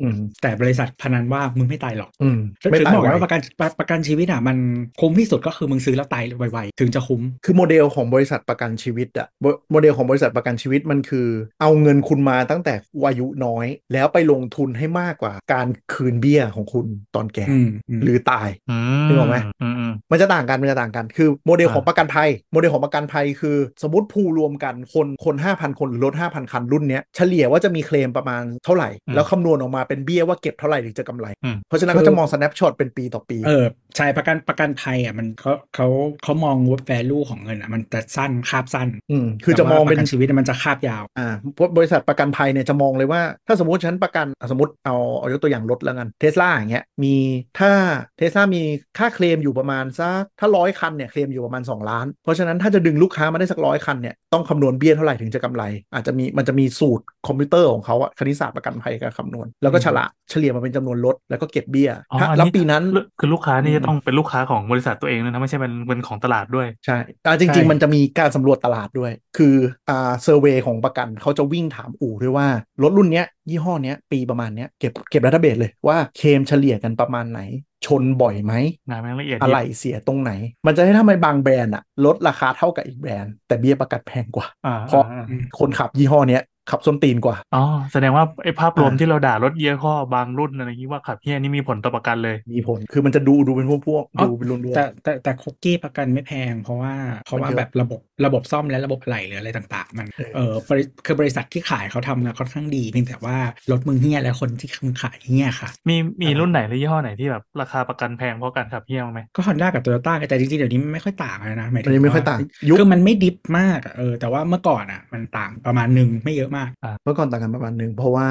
B: อืม
C: แต่บริษัทพนันว่ามึงไม่ตายหรอก
B: อืมไม่
C: ถึง
B: ตาย
C: บอก
B: ไว
C: ไงว่าประกันประประกันชีวิตอ่ะมันคุ้มที่สุดก็คือมึงซื้อแล้วตายไวๆถึงจะคุ้ม
B: คือโมเดลของบริษัทประกันชีวิตอะโมโมเดลของบริษัทประกันชีวิตมันคือ เอาเงินคุณมาตั้งแต่อายุน้อย แล้วไปลงทุนให้มากกว่าการคืนเบี้ยของคุณตอนแก่
C: อืมอืม
B: หรือตาย
D: อื
B: นึกออกไหม
D: อืมอืม
B: มันจะต่างกัน มันจะต่างกัน คือโมเดล
D: อ่า
B: ของประกันภัย โมเดลของประกันภัยคือ สมมติภูรวมกันคนคน 5,000 คนหรือรถ5,000 คันรุ่นเนี้ยเฉลี่ยว่าจะมีเคลมประมาณเท่าไหร่
D: อืม
B: แล้วคำนวณออกมาเป็นเบี้ยว่าเก็บเท่าไหร่ถึงจะกำไร
D: อืม
B: เพราะฉะนั้น
C: คือ
B: เขาจะมอง snapshot เป็นปีต่อปี
C: เออใช่ประกันประกันภัยอ่ะมันเขาเขาเขามองว่า value ของเงินอ่ะมันจะสั้นคาบสั้น
B: อืมคือจะม
C: แต่
B: อ
C: ว่า
B: ง
C: ป
B: เป็น
C: ระกันชีวิตมันจะคาบยาว
B: อ่าพวกบริษัทประกันภัยเนี่ยจะมองเลยว่า ถ้าสมมติฉันประกันอ่ะสมมติเอาเอายกตัวอย่างรถแล้วกันเทสลาอย่างเงี้ยมีถ้าเทสลามีค่าเคลมอยู่ประมาณสักถ้าร้อยคันเนี่ยเคลมอยู่ประมาณ 2 ล้าน เพราะฉะนั้นถ้าจะดึงลูกค้ามาได้สักร้อยคันเนี่ยต้องคำนวณเบี้ยเท่าไหร่ถึงจะกำไร อาจจะมีมันจะมีสูตรคอมพิวเตอร์ของเขาอะคณิตศาสตร์ประกันภัยการคำนวณ แล้วก็
C: อืม
B: ฉลากเฉลี่ยมาเป็นจำนวนรถแล้วก็เก็บเบี้ย
D: อ๋อ
B: ถ้า
D: อัน
B: แล้ว
D: นี้
B: ปีนั้น
D: คือลูกค้านี่
B: อืม
D: จะต้องเป็นลูกค้าของบริษัทตัวเองด้วยนะไม่ใช่เป็นเป็นของตลาดด้วย
B: ใช่แต่จริง
C: ใช่
B: ๆ มันจะมีการสำรวจตลาดด้วย คืออ่าเซอร์เวยของประกันเขาจะวิ่งถามอู่ด้วยว่า รถรุ่นเนี้ย ยี่ห้อเนี้ย ปีประมาณเนี้ย เก็บเก็บดัตเตอร์เบสเลยว่าเคลมเฉลี่ยกันประมาณไหน ชนบ่อยไหม
D: งานแม่งละเอียด
B: อะ
D: ยิบ
B: ไหล่เสียตรงไหน มันจะให้ทำไมบางแบรนด์อะลดราคาเท่ากับอีกแบรนด์ แต่เบี้ยประกันแพงกว่า
D: อ่า
B: เพราะ
D: อ่า
C: อืม
B: คนขับยี่ห้อเนี้ยขับส้นตีนกว่า
D: อ๋อแสดงว่าไอ้ภาพรวม
B: อ่า
D: ที่เราด่ารถเยี่ห้อบางรุ่นอะไรอย่างนี้ว่าขับเฮี้ยนี่มีผลต่อประกันเลย
B: มีผลคือมันจะดูดูเป็นพวกพวกๆดูเป็นรวม
C: แต่แต่แต่คุกกี้ประกันไม่แพง เพราะว่าเพราะว่า
B: มันเยอะ
C: แบบระบบระบบซ่อมและระบบอะไหล่หรืออะไรต่าง ๆ มัน
B: เออ
C: เออบริคือบริษัทที่ขายเขาทำนะค่อนข้างดีเพียงแต่ว่ารถมึงเฮี้ยและคนที่มึงขายเฮี้ยค่ะ
D: มีมี
B: อ่ารุ่
D: รุ่นไหนหรือยี่ห้อไหนที่แบบราคาประกันแพงเพราะการขับเฮี้ยบ้างไหม
C: ก็ Honda กับ Toyota แต่จริงๆ เดี๋ยวนี้มันไม่ค่อยต่างแล้วนะหมาย
B: ๆ
C: ถึ
B: มันยังไม่
C: ว่
B: ค่อยต่างยุ
C: ยุ
B: ค
C: คือมันไม่ดิฟมากอะเออแต่ว่าเมื่อก่อนอ่ะมันต่างประมาณหนึ่งไม่เยอะมาก
B: เมื่อก่อนต่างกันประมาณหนึ่งเพราะว่า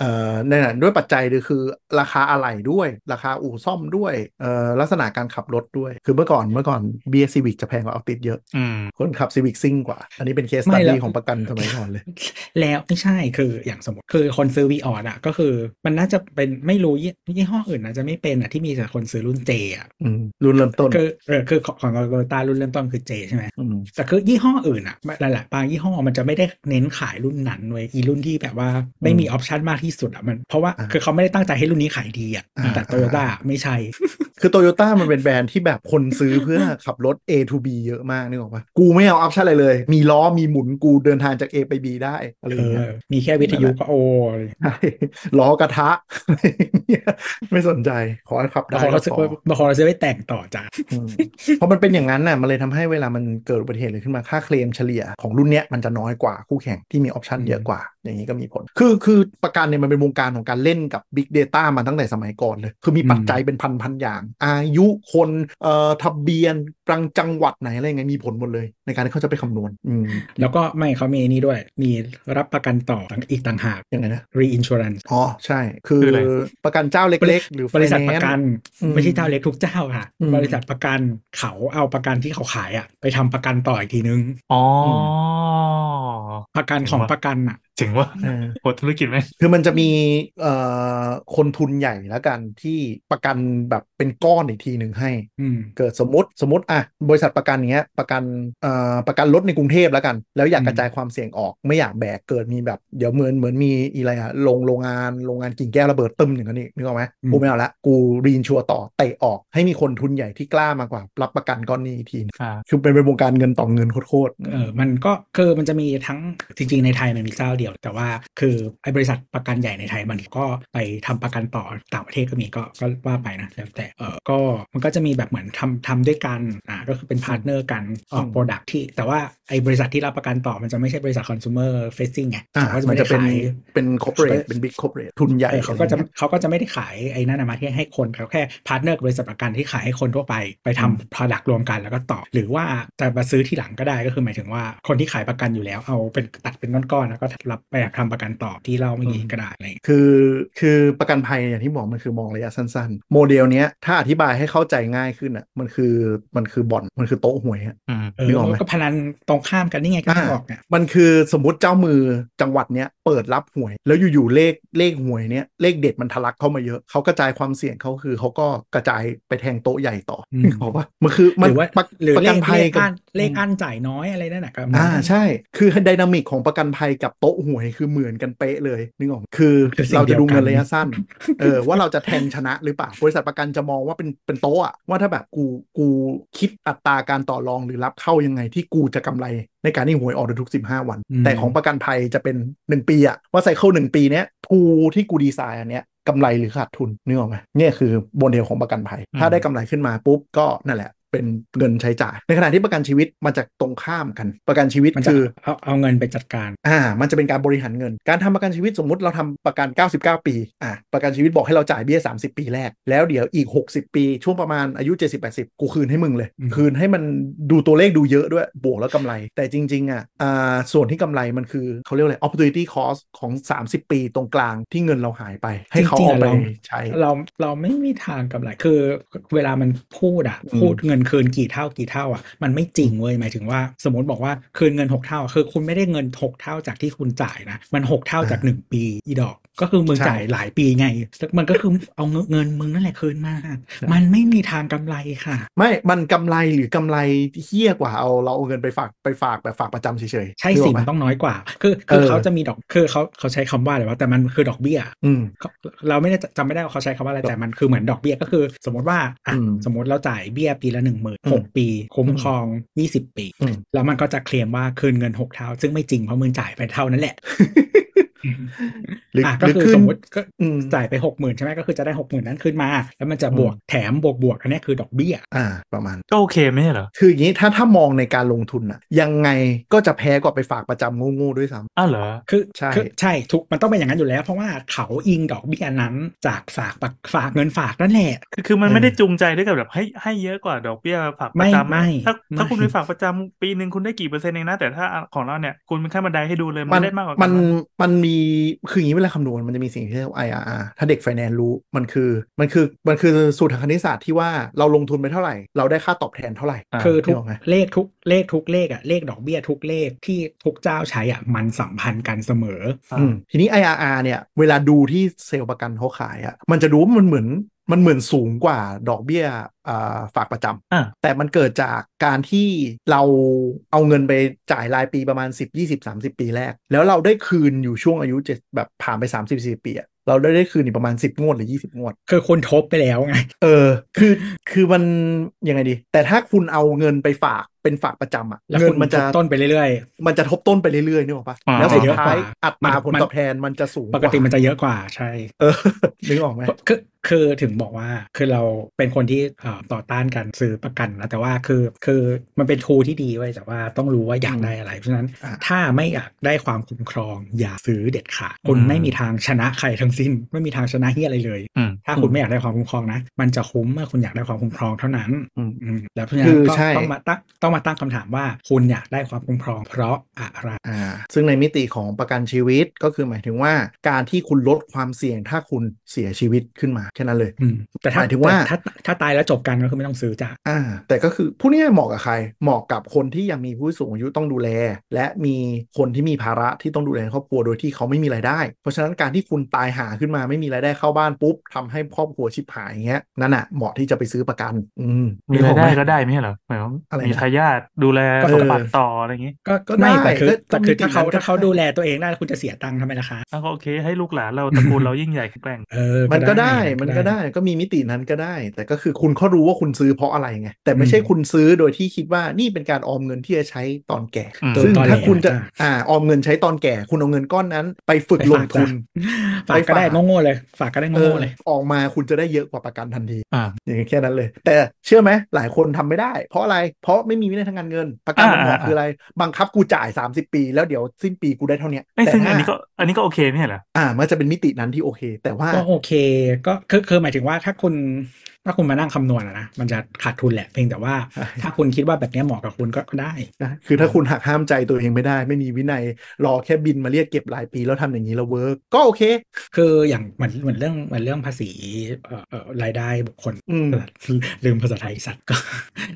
B: เอ่อในนั้นด้วยปัจจัยเลยคือราคาอะไหล่ด้วย ราคาอู่ซ่อมด้วยเอ่อลักษณะการขับรถด้วย คือเมื่อก่อนเมื่อก่อนเบียร์ซีวิกจะแพงกว่าเอาติดเยอะ
D: อืม
B: คนขับซีวิกซิ่งกว่า อันนี้เป็นเคส
C: ไม่
B: ตัด
C: แล้ว
B: ดี้ของประกันสมัยก่อน
C: [laughs]
B: เลย
C: แล้วไม่ใช่คืออย่างสมมติคือคนซื้อวีออดอ่ะก็คือมันน่าจะเป็นไม่รู้ยี่ยี่ห้ออื่นนะจะไม่เป็นอ่ะที่มีแต่คนซื้อรุ่นเจอ่ะ
B: อืมรุ่นเริ่มต้น
C: คือเออคือของของโตโยต้ารุ่นเริ่มต้นคือเจใช่ไหม
B: อืม
C: แต่คือยี่ห้ออื่นอ่ะหลายๆบางยี่ห้อมันจะไม่ได้เน้นขายรุ่นนั้นเว้ยอีรุ่นที่แบบว่าไม่มีออปชันมากที่สุดอ่ะมันเพราะว่าคือเขาไม่ได้ตั้งใจให้รุ่นนี้ขายดีอ่ะแต่โตโยต้าไม่ใช่
B: คือโตโยต้ามันเป็นแบรนด์ที่แบบคนซื้อเพื่อขับรถ A to B เยอะมากนึกออกปะกูไม่เอาออปชั่นอะไรเลย มีล้อมีหมุนกูเดินทางจาก A ไป B ได้อะไรอ
C: เอย่าง
B: เงี้ย
C: อ มีแค่วิทยุก็โอเลย
B: ใช่ [laughs] ล้อกระทะอะไรอย่างเงี้ยไม่สนใจ ขอให้ขับบ
C: าง
B: ได้
C: คน
B: ก็
C: เขาซื้อ
B: พอ
C: ไปบางคนเขาซื้อไปแต่งต่อจ้ะ
B: อืมเพราะมันเป็นอย่างนั้นน่ะมันเลยทำให้เวลามันเกิดอุบัติเหตุอะไรขึ้นมาค่าเคลมเฉลี่ยของรุ่นเนี้ยมันจะน้อยกว่าคู่แข่งที่มีออปชันเยอะกว่า อย่างนี้ก็มีผล คือคือประกันเนี่ยมันเป็นวงการของการเล่นกับ Big Data มาตั้งแต่สมัยก่อนเลย คือมีปัจจัยเป็นพันพันๆอย่าง อายุคนเอ่อทะเบียนจังจังหวัดไหนอะไรยังไงมีผลหมดเลย ในการที่เขาจะไปคำนวณอืม
C: แล้วก็ไม่เขามีนี่ด้วย มีรับประกันต่ออีกต่างหาก
B: ยังไงนะ
C: reinsurance
B: อ๋อใช่ คือ
D: คืออะไร
B: ประกันเจ้าเล็ก ๆ หรือ
C: บริษัทป
B: finance
C: ระกัน
B: อืม
C: ไม่ใช่เจ้าเล็กทุกเจ้าค่ะ
B: อืม
C: บริษัทประกันเขาเอาประกันที่เขาขายอ่ะ ไปทำประกันต่ออีกทีนึง
D: อ๋อ
B: อื
C: ประกันของ
D: เห็นปะ
C: ประกันอ่ะ
D: เจ๋งว่า
B: เออ
D: หัวธุรกิจไหม
B: คือมันจะมีเอ่อคนทุนใหญ่แล้วกันที่ประกันแบบเป็นก้อนอีกทีหนึ่งให้
C: อืม
B: เกิดสมมติสมมติอ่ะบริษัทประกันเนี้ยประกันเอ่อประกันรถในกรุงเทพแล้วกัน แล้วอยาก
C: อืม
B: กระจายความเสี่ยงออกไม่อยากแบกเกิดมีแบบเดี๋ยวเหมือนเหมือนมีอะไรอะโรงโรงงานโรงงานกิ่งแก้วระเบิดตึมอย่างนี้นนี่นึกออกไหมกูไม่เอาละกูรีนชัวร์ต่อเตะออกให้มีคนทุนใหญ่ที่กล้ามากกว่ารับประกันก้อนนี้อีกทีหนึ่ง
D: อ่า
B: คือเป็นเป็นวงการเงินต่อเงินโคตรๆ
C: เออมันก็คือมันจะมีทั้งจริงๆในไทยมันมีเจ้าเดียว แต่ว่าคือไอ้บริษัทประกันใหญ่ในไทยมันก็ไปทำประกันต่อต่างประเทศก็มีก็ก็ว่าไปนะแล้วแต่เออก็มันก็จะมีแบบเหมือนทำทำด้วยกันอ่าก็คือเป็นพาร์ทเนอร์กันออก
B: อืม
C: โปรดักที่ แต่ว่าไอ้บริษัทที่รับประกันต่อมันจะไม่ใช่บริษัทคอน sumer facing ไง
B: ะ
C: เขาก็จะ
B: มัน
C: ไม่ได้
B: จะเป็น
C: ขาย
B: เป็นคอร์เปอเรทเป็นบิ๊กคอร์เปอเรททุนใหญ่
C: เออเขาก็จะ
B: อไรอย่งงี้ย
C: เขาก็จะไม่ได้ขายไอ้นั่นนะมาที่ให้คนเขาแค่พาร์ทเนอร์กับบริษัทประกันที่ขายให้คนทั่วไปไป
B: อืม
C: ทำ product รวมกันแล้วก็ต่อ หรือว่าจะมาซื้อที่หลังก็ได้ก็คือหมายถึงว่าคนที่ขายประกันอยู่แล้วเอาเป็นตัดเป็นก้อนๆแล้วก็รับไปทำประกันต่อที่เล่าเมื่อกี้ก็ได้อะไรอย่างเงี้ย
B: คือคือประกันภัยอย่างที่บอกมันคือมองระยะสั้นๆ โมเดลเนี้ยถ้าอธิบายให้เข้าใจง่ายขึ้นอ่ะมันคือมันคือบ่อนมันคือโต๊ะหวยอะ
D: อืม
C: เอ
B: นึ
C: อก
B: ออกไหม
C: ก็พนันตรงข้ามกันนี่ไงก็ไม่ออกเนี่ย
B: มันคือสมมติเจ้ามือจังหวัดเนี้ยเปิดรับหวย แล้วอยู่ๆเลขเลขหวยเนี้ยเลขเด็ดมันทะลักเข้ามาเยอะเขากระจายความเสี่ยงเขาคือเขาก็กระจายไปแทงโต๊ะใหญ่ต่อ
C: อืม
B: บอกว่ามันคือ
C: ห
B: มัน
C: รือว่า
B: ประ
C: หรือ
B: ประ
C: เล
B: กัน
C: ข
B: ภัย
C: เลข
B: กับ
C: อันเลขอันจ่ายน้อยอะไรนั่นน่ะก็เหมืน
B: อ่า
C: กัน
B: ใช่ คือไดนามิกของประกันภัยกับโต๊ะหวยคือเหมือนกันเป๊ะเลยนึกออกไหมคือ
C: คือสิ่ง
B: เราจะดู
C: เดียวกั
B: เงิ
C: น
B: นระยะ
C: [laughs]
B: สั้น เออว่าเราจะแทงชนะหรือเปล่าบริษัทประกันจะมองว่าเป็นเป็นโต๊ะอะว่าถ้าแบบกูกูคิดอัตราการต่อรองหรือรับเข้ายังไงที่กูจะกำไรในการที่หวยออกทุกๆ15 วัน
C: อืม
B: แต่ของประกันภัยจะเป็น 1 ปีอะว่าไซเคิลหนึ่งปีเนี้ยทูที่กูดีไซน์อันเนี้ยกำไรหรือขาดทุนนึกออกไหมเนี่ยคือโมเดลของประกันภัย
D: อืม
B: ถ้าได้กำไรขึ้นมาปุ๊บก็นั่นแหละ เป็นเงินใช้จ่าย ในขณะที่ประกันชีวิตมันจะตรงข้ามกัน ประกันชีวิต
C: มันจะ
B: คือ
C: เอาเอาเงินไปจัดการ
B: อ่า มันจะเป็นการบริหารเงิน การทำประกันชีวิตสมมุติเราทำประกัน 99 ปีอ่าประกันชีวิตบอกให้เราจ่ายเบี้ย 30 ปีแรก แล้วเดี๋ยวอีก 60 ปีช่วงประมาณอายุ 70 80 กูคืนให้มึงเลย
C: อืม
B: คืนให้มันดูตัวเลขดูเยอะด้วยบวกแล้วกำไร แต่จริง ๆ อ่ะอ่าส่วนที่กำไรมันคือเขาเรียกอะไร opportunity cost ของ 30 ปีตรงกลางที่เงินเราหายไป ให้เขาเอาไปใช้
C: เราเราไม่มีทางกำไรคือเวลามันพูดอะ
B: อืม
C: พูดเงินคืนกี่เท่ากี่เท่าอะมันไม่จริงเว้ยหมายถึงว่า สมมติบอกว่าคืนเงิน 6 เท่า คือคุณไม่ได้เงิน 6 เท่าจากที่คุณจ่ายนะ มัน 6 เท่าจาก 1 ปีอีดอก ก็คือมึง
B: ใช่
C: จ่ายหลายปีไงมันก็คือเอาเงินเงินมึงนั่นแหละคืนมา
B: ใช่
C: มันไม่มีทางกำไรค่ะ
B: ไม่ มันกำไรหรือกำไรเฮี้ยกว่าเอาเราเอาเงินไปฝากไปฝากแบบฝากประจำเฉยๆ
C: ใช่
B: นึกอ
C: สิ
B: อกไหม
C: มันต้องน้อยกว่า คือคือ
B: เออ
C: เขาจะมีดอกคือเขาเขาใช้คำว่าอะไรวะแต่มันคือดอกเบี้ย
B: อืม
C: เราไม่ได้จำไม่ได้ว่าเขาใช้คำว่าอะไรแต่มันคือเหมือนดอกเบี้ยก็คือ สมมติว่าอ่ะ
B: อืม
C: สมมติเราจ่ายเบี้ยปีละหนึ่งหมื่นหกปี คุ้มครอง 20 ปี
B: อืม
C: แล้วมันก็จะเคลมว่าคืนเงิน 6 เท่า ซึ่งไม่จริงเพราะมึงจ่ายไปเท่านั้นแหละ
B: หรือ
C: อ่ะ
B: ห
C: ก็
B: รือ
C: คื
B: ขึ้
C: อ
B: น
C: สมมติก็
B: อืม
C: จ่ายไป 6 0,000 ใช่ไหมก็คือจะได้ 6 0,000 นั้นขึ้นมา แล้วมันจะบวกแถมบวกบวกอันเนี้ยคือดอกเบี้ย
B: อ่า ประมาณ
D: ก็โอเคไม่ใช่เหรอ
B: คืออย่างนี้ถ้าถ้ามองในการลงทุนอะยังไงก็จะแพ้กว่าไปฝากประจำโงูๆด้วยซ้
D: อ้าวเหรอ
C: คือ
B: ใช่
C: คือใช่ทุกมันต้องเป็นอย่างนั้นอยู่แล้ว เพราะว่าเขาอิงดอกเบี้ยนั้นจากฝากปากฝากเงินฝากนั่นแหละ
D: คือคือมันไม่ได้จูงใจด้วยกับแบบให้ให้เยอะกว่าดอกเบี้ยฝากประจำอะ
C: ไม่ไม่
D: ถ้าถ้า
C: ไม่
D: คุณไปฝากประจำปีหนึ่งคุณได้กี่เปอร์เซ็นต์เองนะ แต่ถ้าของเราเนี่ยคุณเป็นขั้นบันไดให้ดูเลย
B: ำ
D: มันได้มากกว่ากั
B: มัน
D: นนะ
B: มันมีคืออย่างนี้เวลาคำนวณมันจะมีสิ่งที่เรียกว่า IRR ถ้าเด็กไฟแนนซ์รู้มันคือมันคือมันคือสูตรทางคณิตศาสตร์ที่ว่าเราลงทุนไปเท่าไหร่ เราได้ค่าตอบแทนเท่าไหร่
D: า
C: คือทุ
B: นึก
C: ก
B: ออกไหม
C: เลขทุกเลขทุกเลขอะเลขดอกเบี้ยทุกเลขที่ทุกเจ้าใช้อะมันสัมพันธ์กันเสมอ
D: อ่า
B: อืมทีนี้ IRR เนี่ย เวลาดูที่เซลล์ประกันเขาขายอะ่ะ มันจะดูว่ามันเหมือนมันเหมือนสูงกว่าดอกเบี้ยอ่าฝากประจ
D: อ่า
B: ำแต่มันเกิดจากการที่เราเอาเงินไปจ่ายรายปีประมาณ 10 20 30 ปีแรก แล้วเราได้คืนอยู่ช่วงอายุเจ็ดแบบผ่านไป 30 40 ปีอะเราได้ได้คืนอีกประมาณ 10 งวดหรือ 20 งวด
C: คือคุณทบไปแล้วไง
B: เออ คือคือมันยังไงดี แต่ถ้าคุณเอาเงินไปฝากเป็นฝากประจำอะ
C: แล้ว
B: เงิ
C: คุ
B: น
C: ณ
B: มันจะ
C: ทบต้นไปเรื่อย
B: มันจะทบต้นไปเรื่อยๆนึกออกปะ
D: อ่า
B: แล้วสุดท้าย
C: เยอะกว่า
B: อัตราผล
C: มัน
B: ตอบแทนมันจะสูง
C: ๆ ปกติมันจะเยอะกว่าใช่
B: เอ [laughs] อ นึกออกไหม
C: คือคือถึงบอกว่าคือเราเป็นคนที่เอ่อต่อต้านการซื้อประกันนะแต่ว่าคือคือมันเป็นทูที่ดีไว้ยแต่ว่าต้องรู้ว่าอยากได้อะไร เพราะฉะนั้น
B: อ่า
C: ถ้าไม่อยากได้ความคุ้มครอง อย่าซื้อเด็ดขาดคุณ
D: อืม
C: ไม่มีทางชนะใครทั้งสิ้น ไม่มีทางชนะเฮียอะไรเลย
D: อืม
C: ถ้าคุณไม่อยากได้ความคุ้มครองนะ มันจะคุ้มเมื่อคุณอยากได้ความคุ้มครองเท่านั้น
B: อืม
C: อืมแล้วเพราะฉะ
B: คื
C: นั้น
B: อ
C: ก็
B: ใช่
C: ต้องมาตั้งต้อง ต้องมาตั้งคำถามว่าคุณอยากได้ความคุ้มครอง เพราะอะไร
B: อ่าซึ่งในมิติของประกันชีวิตก็คือหมายถึงว่าการที่คุณลดความเสี่ยงถ้าคุณเสียชีวิตขึ้นมาแค่นั้นเลย
C: อืมแต่ถ้า
B: หมายถึงว่า
C: แต่ถ้าถ้าตายแล้วจบกันก็คือไม่ต้องซื้อจ้ะ
B: อ่าแต่ก็คือผู้นี้เหมาะกับใคร เหมาะกับคนที่ยังมีผู้สูงอายุต้องดูแล และมีคนที่มีภาระที่ต้องดูแลครอบครัวโดยที่เขาไม่มีรายได้ เพราะฉะนั้นการที่คุณตายหาขึ้นมาไม่มีรายได้เข้าบ้านปุ๊บทำให้ครอบครัวชิบหายอย่างเงี้ยนั่นอ่ะเหมาะที่จะไปซื้อประกัน อืม
D: มีราย
B: นึ
D: ได้
B: ออห
D: ก็ได้ไม่ใช่เหรอหมายความ
B: อะไรนะ
D: มีทายาทดูแล
B: เออ
D: สมบัติต่ออะไรอย่างงี้
C: ก็ก็ไม่
B: ได้
C: แต่คือ
B: ก็
C: แต่คือ
B: ก็มี
C: ถ้าเขา
B: ติดนั้นก็
C: ถ้าเขาดูแลตัวเองได้คุณจะเสียตังค์ทำไมล่ะคะ
D: แล้วก็โอเค ให้ลูกหลานเราตระกูลเรายิ่งใหญ่แข็งแกร่ง
C: เออ
B: มันก็ได้ มันก็ได้ ก็มีมิตินั้นก็ได้ แต่ก็คือคุณเขารู้ว่าคุณซื้อเพราะอะไรไง แต่ไม่ใช่คุณซื้อโดยที่คิดว่านี่เป็นการออมเงินที่จะใช้ตอนแก่
D: อืม
B: ซึ่ง
C: ตอน
B: ถ้า
C: แหล
B: คุณจะ
C: น
B: อ่า ออมเงินใช้ตอนแก่ คุณเอาเงินก้อนนั้น ไปฝึก
C: ไป
B: ล
C: ฝาง ก
B: ทุน
C: ฝาก
B: ไป
C: ก็
B: ฝาก
C: ได้โง่ๆเลย ฝากก็ได้
B: เออ
C: โง่ๆเลย
B: ออกมาคุณจะได้เยอะกว่าประกันทันที
D: อ่า
B: อย่างแค่นั้นเลย แต่เชื่อไหมหลายคนทำไม่ได้ เพราะอะไร เพราะไม่มีวินัยทางการเงิน ประกันมั
D: อ่า
B: นเหมาะ
D: อ่า
B: คืออะไร บังคับกูจ่าย 30 ปี แล้วเดี๋ยวสิ้นปีกูได้เท่าเนี้ย
D: ไอ้ย
B: แต่
D: ซึ่ง
B: ถ้า
D: อันนี้ก็อันนี้ก็โอเคไม่ใช่เหรอ
B: อ่า มันจะเป็นมิตินั้นที่โอเค แต่ว่า
C: ก็โอเคก็คือคือหมายถึงว่าถ้าคุณถ้าคุณมานั่งคำนวณอะนะมันจะขาดทุนแหละเพียงแต่ว่า
B: ใช่
C: ถ้าคุณคิดว่าแบบเนี้ยเหมาะกับคุณก็ก็ได้
B: นะคือถ้าคุณหักห้ามใจตัวเองไม่ได้ ไม่มีวินัย รอแค่บินมาเรียกเก็บรายปีแล้วทำอย่างนี้แล้วเวิร์กก็โอเค
C: คืออย่างเหมือนเหมือนเรื่องเหมือนเรื่องภาษีเอ่อเอ่อรายได้บุคคล
B: อืม
C: [laughs] ลืมภาษาไทยสัตว์ก็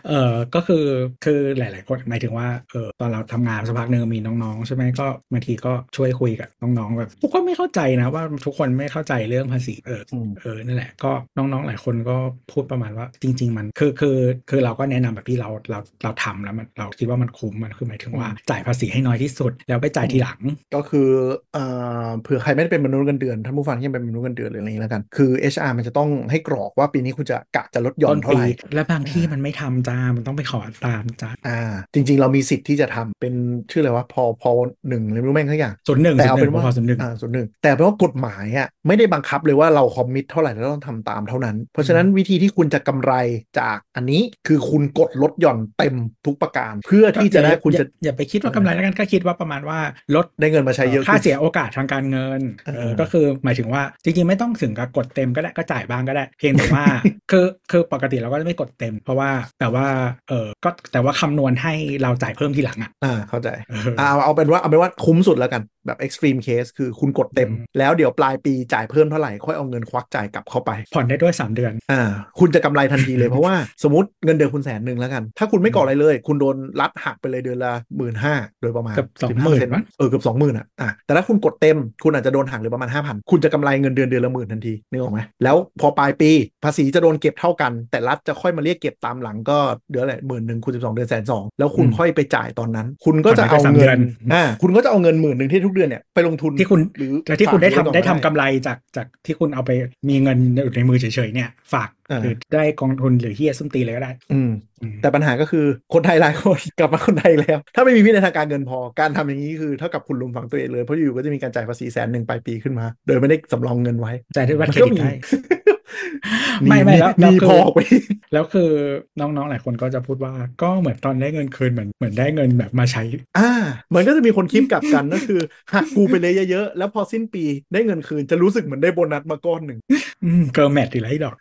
C: เออก็คือคือหลาย ๆ คนหมายถึงว่าเออตอนเราทำงานสักพักหนึ่งมีน้อง ๆ ใช่ไหมก็บางทีก็ช่วยคุยกับน้อง ๆ แบบทุกคนไม่เข้าใจนะว่าทุกคนไม่เข้าใจเรื่องภาษีเออ
B: อืม
C: เออนั่นแหละก็น้องๆ หลายคนก็พูดประมาณว่าจริง ๆ มันคือคือคือเราก็แนะนำแบบที่เราเราเราทำแล้วมันเราคิดว่ามันคุ้มมันคือหมายถึงว่า
B: อืม
C: จ่ายภาษีให้น้อยที่สุด แล้วไปจ่ายทีหลัง
B: ก็คืออ่าเผื่อใครไม่ได้เป็นมนุษย์เงินเดือนท่านผู้ฟังที่ยังเป็นมนุษย์เงินเดือนหรืออะไรอย่างนี้แล้วกัน คือ HR มันจะต้องให้กรอกว่าปีนี้คุณจะกะจะลดหย่อ
C: ต้
B: น
C: น
B: เท่า
C: ปี
B: ไหร่
C: และบางที่มันไม่ทำจ้ามันต้องไปขอตามจ้า
B: อ่า จริง ๆ เรามีสิทธิ์ที่จะทำเป็นชื่ออะไรวะพอพอหนึ่งเลยไม่รู้แม่งทั้งอย่าง
C: ส่วนหนึ่ง
B: แต่เอา
C: ส่วนห
B: เป็
C: นึ่
B: น
C: ง
B: ว่า
C: พอส่วนหนึ่ง
B: อ่าส่วนหนึ่งแต่เป็นว่ากฎหมายอ่ะไม่ได้บังคับเลยว่าเราคอมมิตเท่าไหร่แล้วต้องทำตามเท่านั้น เพราะฉะนั้นวิธีที่คุณจะกำไรจากอันนี้คือคุณกดลดหย่อนเต็มทุกประการ เพื่อที่จะได้คุณจะ
C: อย่าอย่าไปคิดว่ากำไรแล้วกันก็คิดว่าประมาณว่าลด
B: ได้เงินมาใช้เยอะขึ้น
C: ค่าเสียโอกาสทางการเงิน
B: เออ
C: เออก็คือหมายถึงว่าจริงๆไม่ต้องถึงกับกดเต็มก็ได้ก็จ่ายบ้างก็ได้ เพียงแต่
B: [laughs]
C: ว่า คือคือปกติเราก็จะไม่กดเต็ม เพราะว่าแต่ว่าเออก็แต่ว่าคำนวณให้เราจ่ายเพิ่มทีหลังอ่ะ
B: อ่าเข้าใจ
C: เออ
B: อ่าเอาเอาเป็นว่าเอาเป็นว่าคุ้มสุดแล้วกันแบบ extreme case คือคุณกดเต็ม
C: อืม
B: แล้วเดี๋ยวปลายปีจ่ายเพิ่มเท่าไหร่ค่อยเอาเงินควักจ่ายกลับเข้าไป
C: ผ่อนได้ด้วย 3 เดือน
B: อ่าคุณจะกำไรทันทีเลย เพราะว่าสมมติเงินเดือนคุณแสนหนึ่งแล้วกัน ถ้าคุณไม่ก่ออะไรเลย คุณโดนรัดหักไปเลยเดือนละหมื่นห้าโดยประมาณ
C: เกือบ20,000
B: 15%
C: มั้ง
B: เออเกือบสองหมื่นอ่ะอ่ะแต่ถ้าคุณกดเต็มคุณอาจจะโดนหักเหลยประมาณห้าพันคุณจะกำไรเงินเดือนเดือนละหมื่นทันทีนึกออกไหมแล้วพอปลายปีภาษีจะโดนเก็บเท่ากัน แต่รัฐจะค่อยมาเรียกเก็บตามหลังก็เดือนละหมื่นหนึ่งคูณสิบสองเดือนแสนสองแล้วคุณค่อยไปจ่ายตอนนั้น คุณก็จะเอาเงินอ่าคุณก็จะเอาเงินหมื่นหนึ่งที่ทุกเดือนเนี่ยไปลงทุน
C: ที่คุณ
B: หรือ
C: แต่ที่คุณได้
B: ฝา
C: ทำ
B: กว้ก่อน
C: ได้ทำ
B: ก็
C: กำไรจากจากที่คุณเอาไปมีเงินอยู่ในมือเฉยๆเนี่ยฝาก
B: อ่า
C: หรือได้กองทุนหรือเฮียส้มตีเลยก็ได้
B: อืม
C: อืม
B: แต่ปัญหาก็คือคนไทยหลายคน [laughs] กลับมาคนไทยแล้ว ถ้าไม่มีวินัยทางการเงินพอการทำอย่างนี้คือเท่ากับคุณลุมฝังตัวเองเลย เพราะอยู่ๆก็จะมีการจ่ายภาษีแสนหนึ่งปลายปีขึ้นมา โดยไม่ได้สำรองเงินไว้
C: จ่ายด้วยบัตร
B: มัน
C: เคร
B: ก็
C: ดิต
B: มี
C: ได้ [laughs] ไม่ไม่แล้วแล้ว
B: มี
C: คื
B: พอไป [laughs]
C: แล้วคือน้องๆหลายคนก็จะพูดว่าก็เหมือนตอนได้เงินคืนเหมือนเหมือนได้เงินแบบมาใช้
B: อ่า มันก็จะมีคนคิดกลับกันก็คือหักกูไปเลยเยอะๆแล้วพอสิ้นปีได้เงินคืนจะรู้สึกเหมือนได้โบนัสมาก้อนหนึ่ง
C: อืมเกิร์ลแมทอีกแล้วอีดอก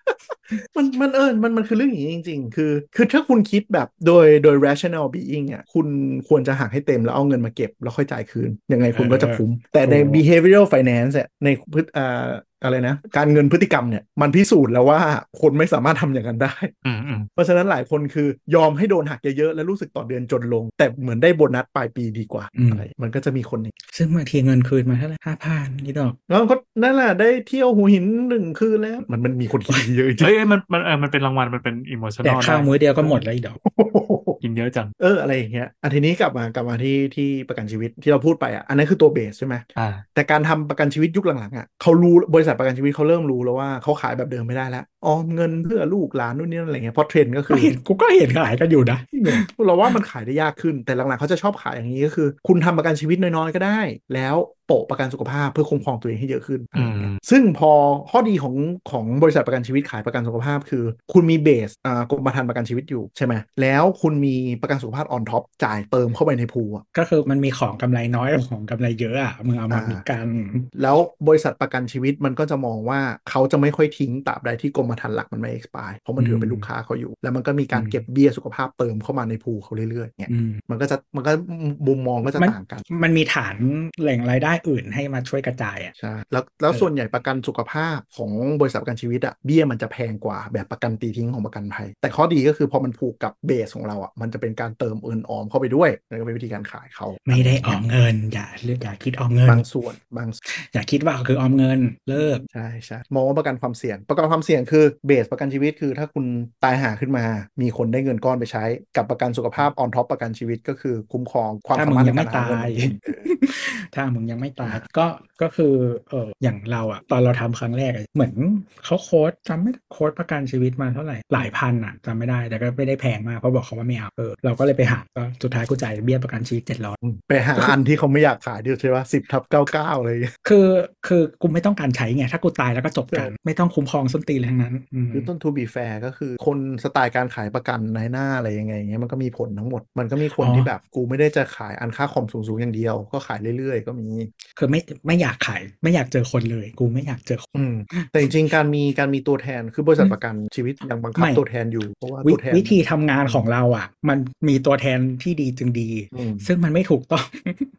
B: มันมันเออมันมันคือเรื่องอย่างนี้จริง ๆ คือ คือถ้าคุณคิดแบบโดยโดย rational being อ่ะคุณควรจะหักให้เต็มแล้วเอาเงินมาเก็บ แล้วค่อยจ่ายคืน ยังไงคุณก็จะคุ้ม แต่ใน
C: ถูก
B: behavioral finance เนี่ยในพฤติอ่าอะไรนะ การเงินพฤติกรรมเนี่ย มันพิสูจน์แล้วว่าคนไม่สามารถทำอย่างนั้นได้ [laughs]
D: อืมอืม
B: เพราะฉะนั้นหลายคนคือยอมให้โดนหักเยอะๆ แล้วรู้สึกต่อเดือนจนลง แต่เหมือนได้โบนัสปลายปีดีกว่า
C: อืม
B: อะไรมันก็จะมีคนอย่างนี้
C: ซึ่งบางทีเงินคืนมาเท่าไหร่ห้าพันอีดอก
B: แล้วก็นั่นแหละได้เที่ยวหูหินหนึ่งคืนแล้วมันมันมีคนคิดเยอะจริง
D: เอ้ยเอ้ยมันมันเออมันเป็นรางวัลมันเป็นอิมมชั่น
C: แต่
D: อล
C: ข้าวมื้อเดียวก็หมดแล้วอีดอก
D: กินเยอะจัง
B: เอออะไรอย่างเงี้ยอันทีนี้กลับมากลับมาที่ที่ประกันชีวิตที่เราพูดไปอ่ะอันนั้นคือตัวเบสใช่ไหม
D: อ่า
B: แต่การทำประกันชีวิตยุคหลังๆอ่ะเขารู้บริษัทประกันชีวิตเขาเริ่มรู้แล้วว่าเขาขายแบบเดิมไม่ได้แล้วออมเงินเพื่อลูกหลานนู่นนี่นั่นอะไรเงี้ยเพราะเทรนด์ก็คื
C: [laughs] ก็
B: อ
C: เห็นกูก็เห็นขายกันอยู่นะ
B: เราว่ามันขายได้ยากขึ้นแต่หลังๆเขาจะชอบขายอย่างนี้ก็คือ คุณทำประกันชีวิตน้อยๆก็ได้ แล้วโปะประกันสุขภาพเพื่อคุ้มครองตัวเองให้เยอะขึ้นอะไรอย่างเงี้ย
D: อืม
B: ซึ่งพอข้อดีของของบริษัทประกันชีวิตขายประกันสุขภาพ คือ คุณมีเบสอ่ากรมธรรม์ประกันชีวิตอยู่ใช่ไหมแล้วคุณมีประกันสุขภาพออนท็อปจ่ายเติมเข้าไปในพูลอะ
C: ก็คือมันมีของกำไรน้อยกับของกำไรเยอะอ่ะมึงเอามา
B: อ่ามิ
C: มิกกัน
B: แล้วบริษัทประกันชีวิตมันก็จะมองว่าเขาจะไม่ค่อยทิ้งตราบใดที่กรม มาทันหลักมันไม่ expire เพราะมันถือเป็น
C: อืม
B: ลูกค้าเขาอยู่ แล้วมันก็มีการ
C: อืม
B: เก็บเบี้ยสุขภาพเติมเข้ามาในพูลเขาเรื่อยๆเนี่ย
C: อืม
B: มันก็จะมันก็มุมมองก็จะ
C: มัน
B: ต่างกัน
C: มันมีฐานแหล่งรายได้อื่นให้มาช่วยกระจายอ่ะ
B: ใช่แล้วแล้ว
C: เออ
B: ส่วนใหญ่ประกันสุขภาพของบริษัทประกันชีวิตอะเบี้ยมันจะแพงกว่าแบบประกันตีทิ้งของประกันภัย แต่ข้อดีก็คือพอมันผูกกับเบสของเราอะมันจะเป็นการเติมเอินออมเข้าไปด้วยนั่นก็เป็นวิธีการขายเขา
C: ไม่ได้ออมเงิน อย่าเลือกอย่าคิดออมเงิน
B: บางส่วนบางส่วน
C: อย่าคิดว่าคือออมเงินเลิก
B: ใช่ใช่มองว่าประกันความเสี่ยง ประกันความเสี่ยงคือเบสประกันชีวิตคือถ้าคุณตายหาขึ้นมา มีคนได้เงินก้อนไปใช้ กับประกันสุขภาพออนท็อปประกันชีวิตก็คือคุ้มครองความ
C: ถ้า
B: สา
C: มึง
B: มารถ
C: ยัง
B: ใน
C: ไม่
B: การหา
C: ตา
B: เงินข
C: ย
B: องคุณ
C: ถ้ามึงยัง [laughs] ไม่ตาย ก็ก็คือเอออย่างเราอะตอนเราทำครั้งแรกอะเหมือนเขาโค้ดจำไม่ได้โค้ดประกันชีวิตมาเท่าไหร่หลายพันอะจำไม่ได้แต่ก็ไม่ได้แพงมากเพราะบอกเขาว่าไม่เอาเออเราก็เลยไปหาก็สุดท้ายกูจ่ายเบี้ยประกันชีวิตเจ็ดร้อย
B: ไปหาอันที่เขาไม่อยากขายดีกว่าใช่ปะสิบทับเก้าเก้าเลย
C: คือคือกูไม่ต้องการใช้ไงถ้ากูตายแล้วก็จบกัน
B: ใช่
C: ไม่ต้องคุ้มครองส้นตีนเลยทั้งนั้นอืม
B: คือต้นทูบีแฟร์ก็คือคนสไตล์การขายประกันนายหน้าอะไรยังไงเงี้ยมันก็มีผลทั้งหมด มันก็มีคน
C: อ๋อ
B: ที่แบบกูไม่ได้จะขายอันค่าคอมสูงๆอย่างเดียว ก็ขายเรื่อยๆ ก็มี
C: คือไม่ไม่อยากขายไม่อยากเจอคนเลย กูไม่อยากเจอคน
B: อืม แต่จริงๆ การมีการมีตัวแทนคือบริษัทประกันชีวิตยังบังคับ
C: ไม่
B: ตัวแทนอยู่ เพราะว่า
C: วิ
B: ตัวแทน
C: วิธีทำงานของเราอ่ะ มันมีตัวแทนที่ดีจึงดี
B: อืม
C: ซึ่งมันไม่ถูกต้อง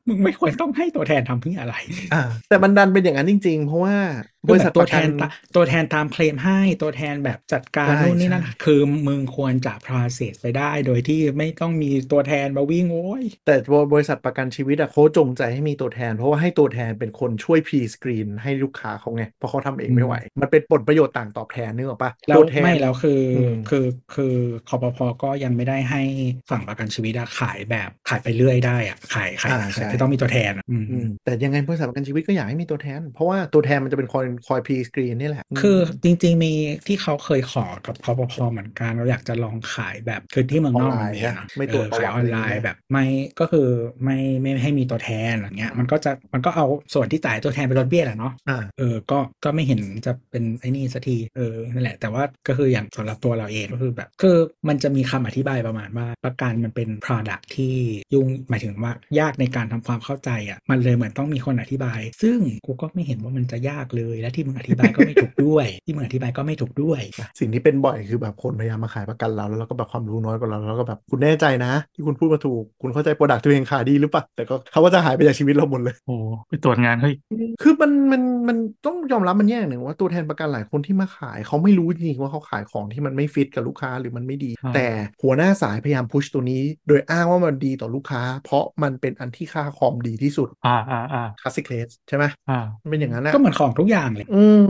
C: [laughs] มึงไม่ควรต้องให้ตัวแทนทำเพื่ออะไร
B: อ่าแต่มันดันเป็นอย่างนั้นจริง ๆ เพราะว่า [laughs] บริษัท
C: คื
B: ป
C: อแตัว
B: ระ
C: แท
B: กัน
C: นตะตัวแทนตามเคลมให้ตัวแทนแบบจัดการ
B: ใช่
C: นู่นนี่นั่น
B: ใช่
C: คือมึงควรจะ process ไปได้ โดยที่ไม่ต้องมีตัวแทนมาวิ่งโอ้ย
B: แต่บริษัทประกันชีวิตอะเขาจงใจให้มีตัวแทน เพราะว่าให้ตัวแทนเป็นคนช่วยพรีสกรีนให้ลูกค้าเขาไงเพราะเขาทำเองไม่ไหว มันเป็นผลประโยชน์ต่างตอบแทนนึกออกปะ
C: แล้ว
B: ตัวแทน
C: ไม่แล้วคืออ
B: ม
C: คือคือคอปพก็ยังไม่ได้ให้ฝั่งประกันชีวิตอะขายแบบขายไปเรื่อยได้อะขายขายขายไม่ต้องมีตัวแทนอะอืม
B: อืมแต่ยังไงบริษัทประกันชีวิตก็อยากให้มีตัวแทน เพราะว่าตัวแทนมันจะเป็นคอยคอยพรีสกรีนนี่แหละ
C: คือ
B: ม
C: จริงๆมีที่เขาเคยขอกับคอปพเหมือนกันเราอยากจะลองขายแบบคือที่เมืองนอก
B: ออนไล
C: มั
B: น์
C: นมี
B: นะ
C: นะ
B: ไม่ตรวจ
C: เออ
B: ประวั
C: ขาย
B: ติ
C: ออนไล
B: อะไรอย่างเงี้
C: น์
B: ย
C: แบบไม่ก็คือไม่ไม่ให้มีตัวแทนอะไรเงี้ย
B: อืม
C: มันก็จะมันก็เอาส่วนที่จ่ายตัวแทนไปลดเบี้ยแหละเนาะ
B: อ่า
C: เออก็ก็ไม่เห็นจะเป็นไอ้นี่สักทีเออนั่นแหละแต่ว่าก็คืออย่างสำหรับตัวเราเองก็คือแบบคือมันจะมีคำอธิบายประมาณว่าประกันมันเป็น product ที่ยุ่งหมายถึงว่ายากในการทำความเข้าใจอ่ะมันเลยเหมือนต้องมีคนอธิบาย ซึ่งกูก็ไม่เห็นว่ามันจะยากเลยและที่มึงอธิบายก็ไม่ถูกด้วย [laughs] ที่มึงอธิบายก็ไม่ถูกด้วย
B: สิ่งที่เป็นบ่อยคือแบบคนพยายามมาขายประกันเราแล้วเราก็แบบความรู้น้อยกว่าเราแล้วก็แบบคุณแน่ใจนะ ที่คุณพูดมาถูกคุณเข้าใจโปรดักต์ตัวเองขายดีหรือเปล่าแต่ก็เขาก็จะหายไปจากชีวิตเราหมดเลย
D: โอ้ไปตรวจงานเขาอีก
B: คือมันมันมันต้องยอมรับมันแย่อย่างหนึ่งว่าตัวแทนประกันหลายคนที่มาขายเขาไม่รู้จริงๆว่าเขาขายของที่มันไม่ฟิตกับลูกค้าหรือมันไม่ดี แต่หัวหน้าสายพยายามพุชตัวนี้ โดยอ้างว่ามันดีต่อลูกค้า เพราะมันเป็นอันที่ค่าคอมดีที่สุด
D: อ่าอ่าอ่า
B: คลาสสิกเลสใช่ไหม
D: อ่า
B: มันเป็นอย่างนั้นอะ
C: ก็เหมือนของทุกอย่างเลย
B: อืม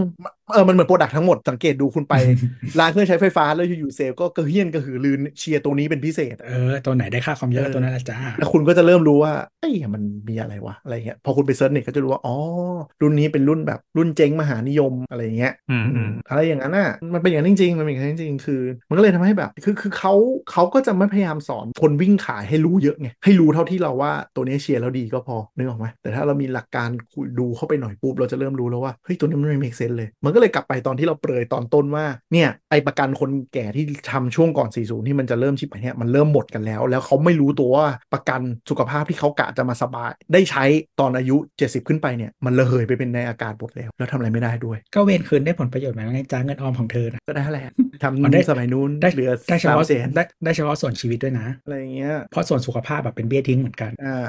B: เออมันเหมือนโปรดักทั้งหมด สังเกตดู [laughs] คุณไป ร้านเครื่องใช้ไฟฟ้าแล้วอยู่ๆเซลล์ก็กระเฮี้ยนกระหือรือเชียร์ตัวนี้เป็นพิเศษอะ
C: [laughs] เออ ตัวไหนได้ค่าความเยอะตัวนั้นแหละจ้า
B: แล้วคุณก็จะเริ่มรู้ว่าเอ้ยมันมีอะไรวะอะไรเงี้ยพอคุณไปเซิร์ชเน็ตก็จะรู้ว่าอ๋อรุ่นนี้เป็นรุ่นแบบรุ่นเจ๊งมหานิยมอะไรเงี้ย
D: อืมอืม
B: อะไรอย่างนั้นน่ะมันเป็นอย่างนั้นจริงๆมันเป็นอย่างนั้นจริงๆคือ มันก็เลยทำให้แบบคือคือเขาเขาก็จะไม่พยายามสอนคนวิ่งขายให้รู้เยอะไงให้รู้เท่าที่เราว่าตัวนี้เชียร์แล้วดีก็พอนึกออกไหมแต่ถ้าเรามีหลักการคุยดูเข้าไปหน่อยปุ๊บเราจะเริ่มรู้แล้วว่าเฮ้ยตัวนี้มันไม่ make sense เลย มันก็เลยกลับไปตอนที่เราเปรยตอนต้นว่าเนี่ยไอประกันคนแก่ที่ทำช่วงก่อน 40 ที่มันจะเริ่มชิบหายเนี่ยมันเริ่มหมดกันแล้ว แล้วเขาไม่รู้ตัวว่าประกันสุขภาพที่เขากะจะมาสบาย ได้ใช้ตอนอายุ 70 ขึ้นไปเนี่ยมันระเหยไปเป็นในอากาศหมดแล้ว แล้วทำอะไรไม่ได้ด้วย
C: ก็เวนคืนได้ผลประโยชน์ไหมไงจ้าเงินออมของเธอนะ
B: ก็ได้แหละ
C: [laughs] อ๋อ
B: ทำ
C: ได้
B: สมัยนู้น
C: ได้
B: เหลือ
C: ได้เฉ
B: สาม
C: พาะ
B: แสน
C: ได้ได้เฉพาะส่วนชีวิตด้วยนะ
B: อะไรอย่างเงี้ย
C: เพราะส่วนสุขภาพแบบเป็นเบี้ยทิ้งเหมือนกัน
B: อ่า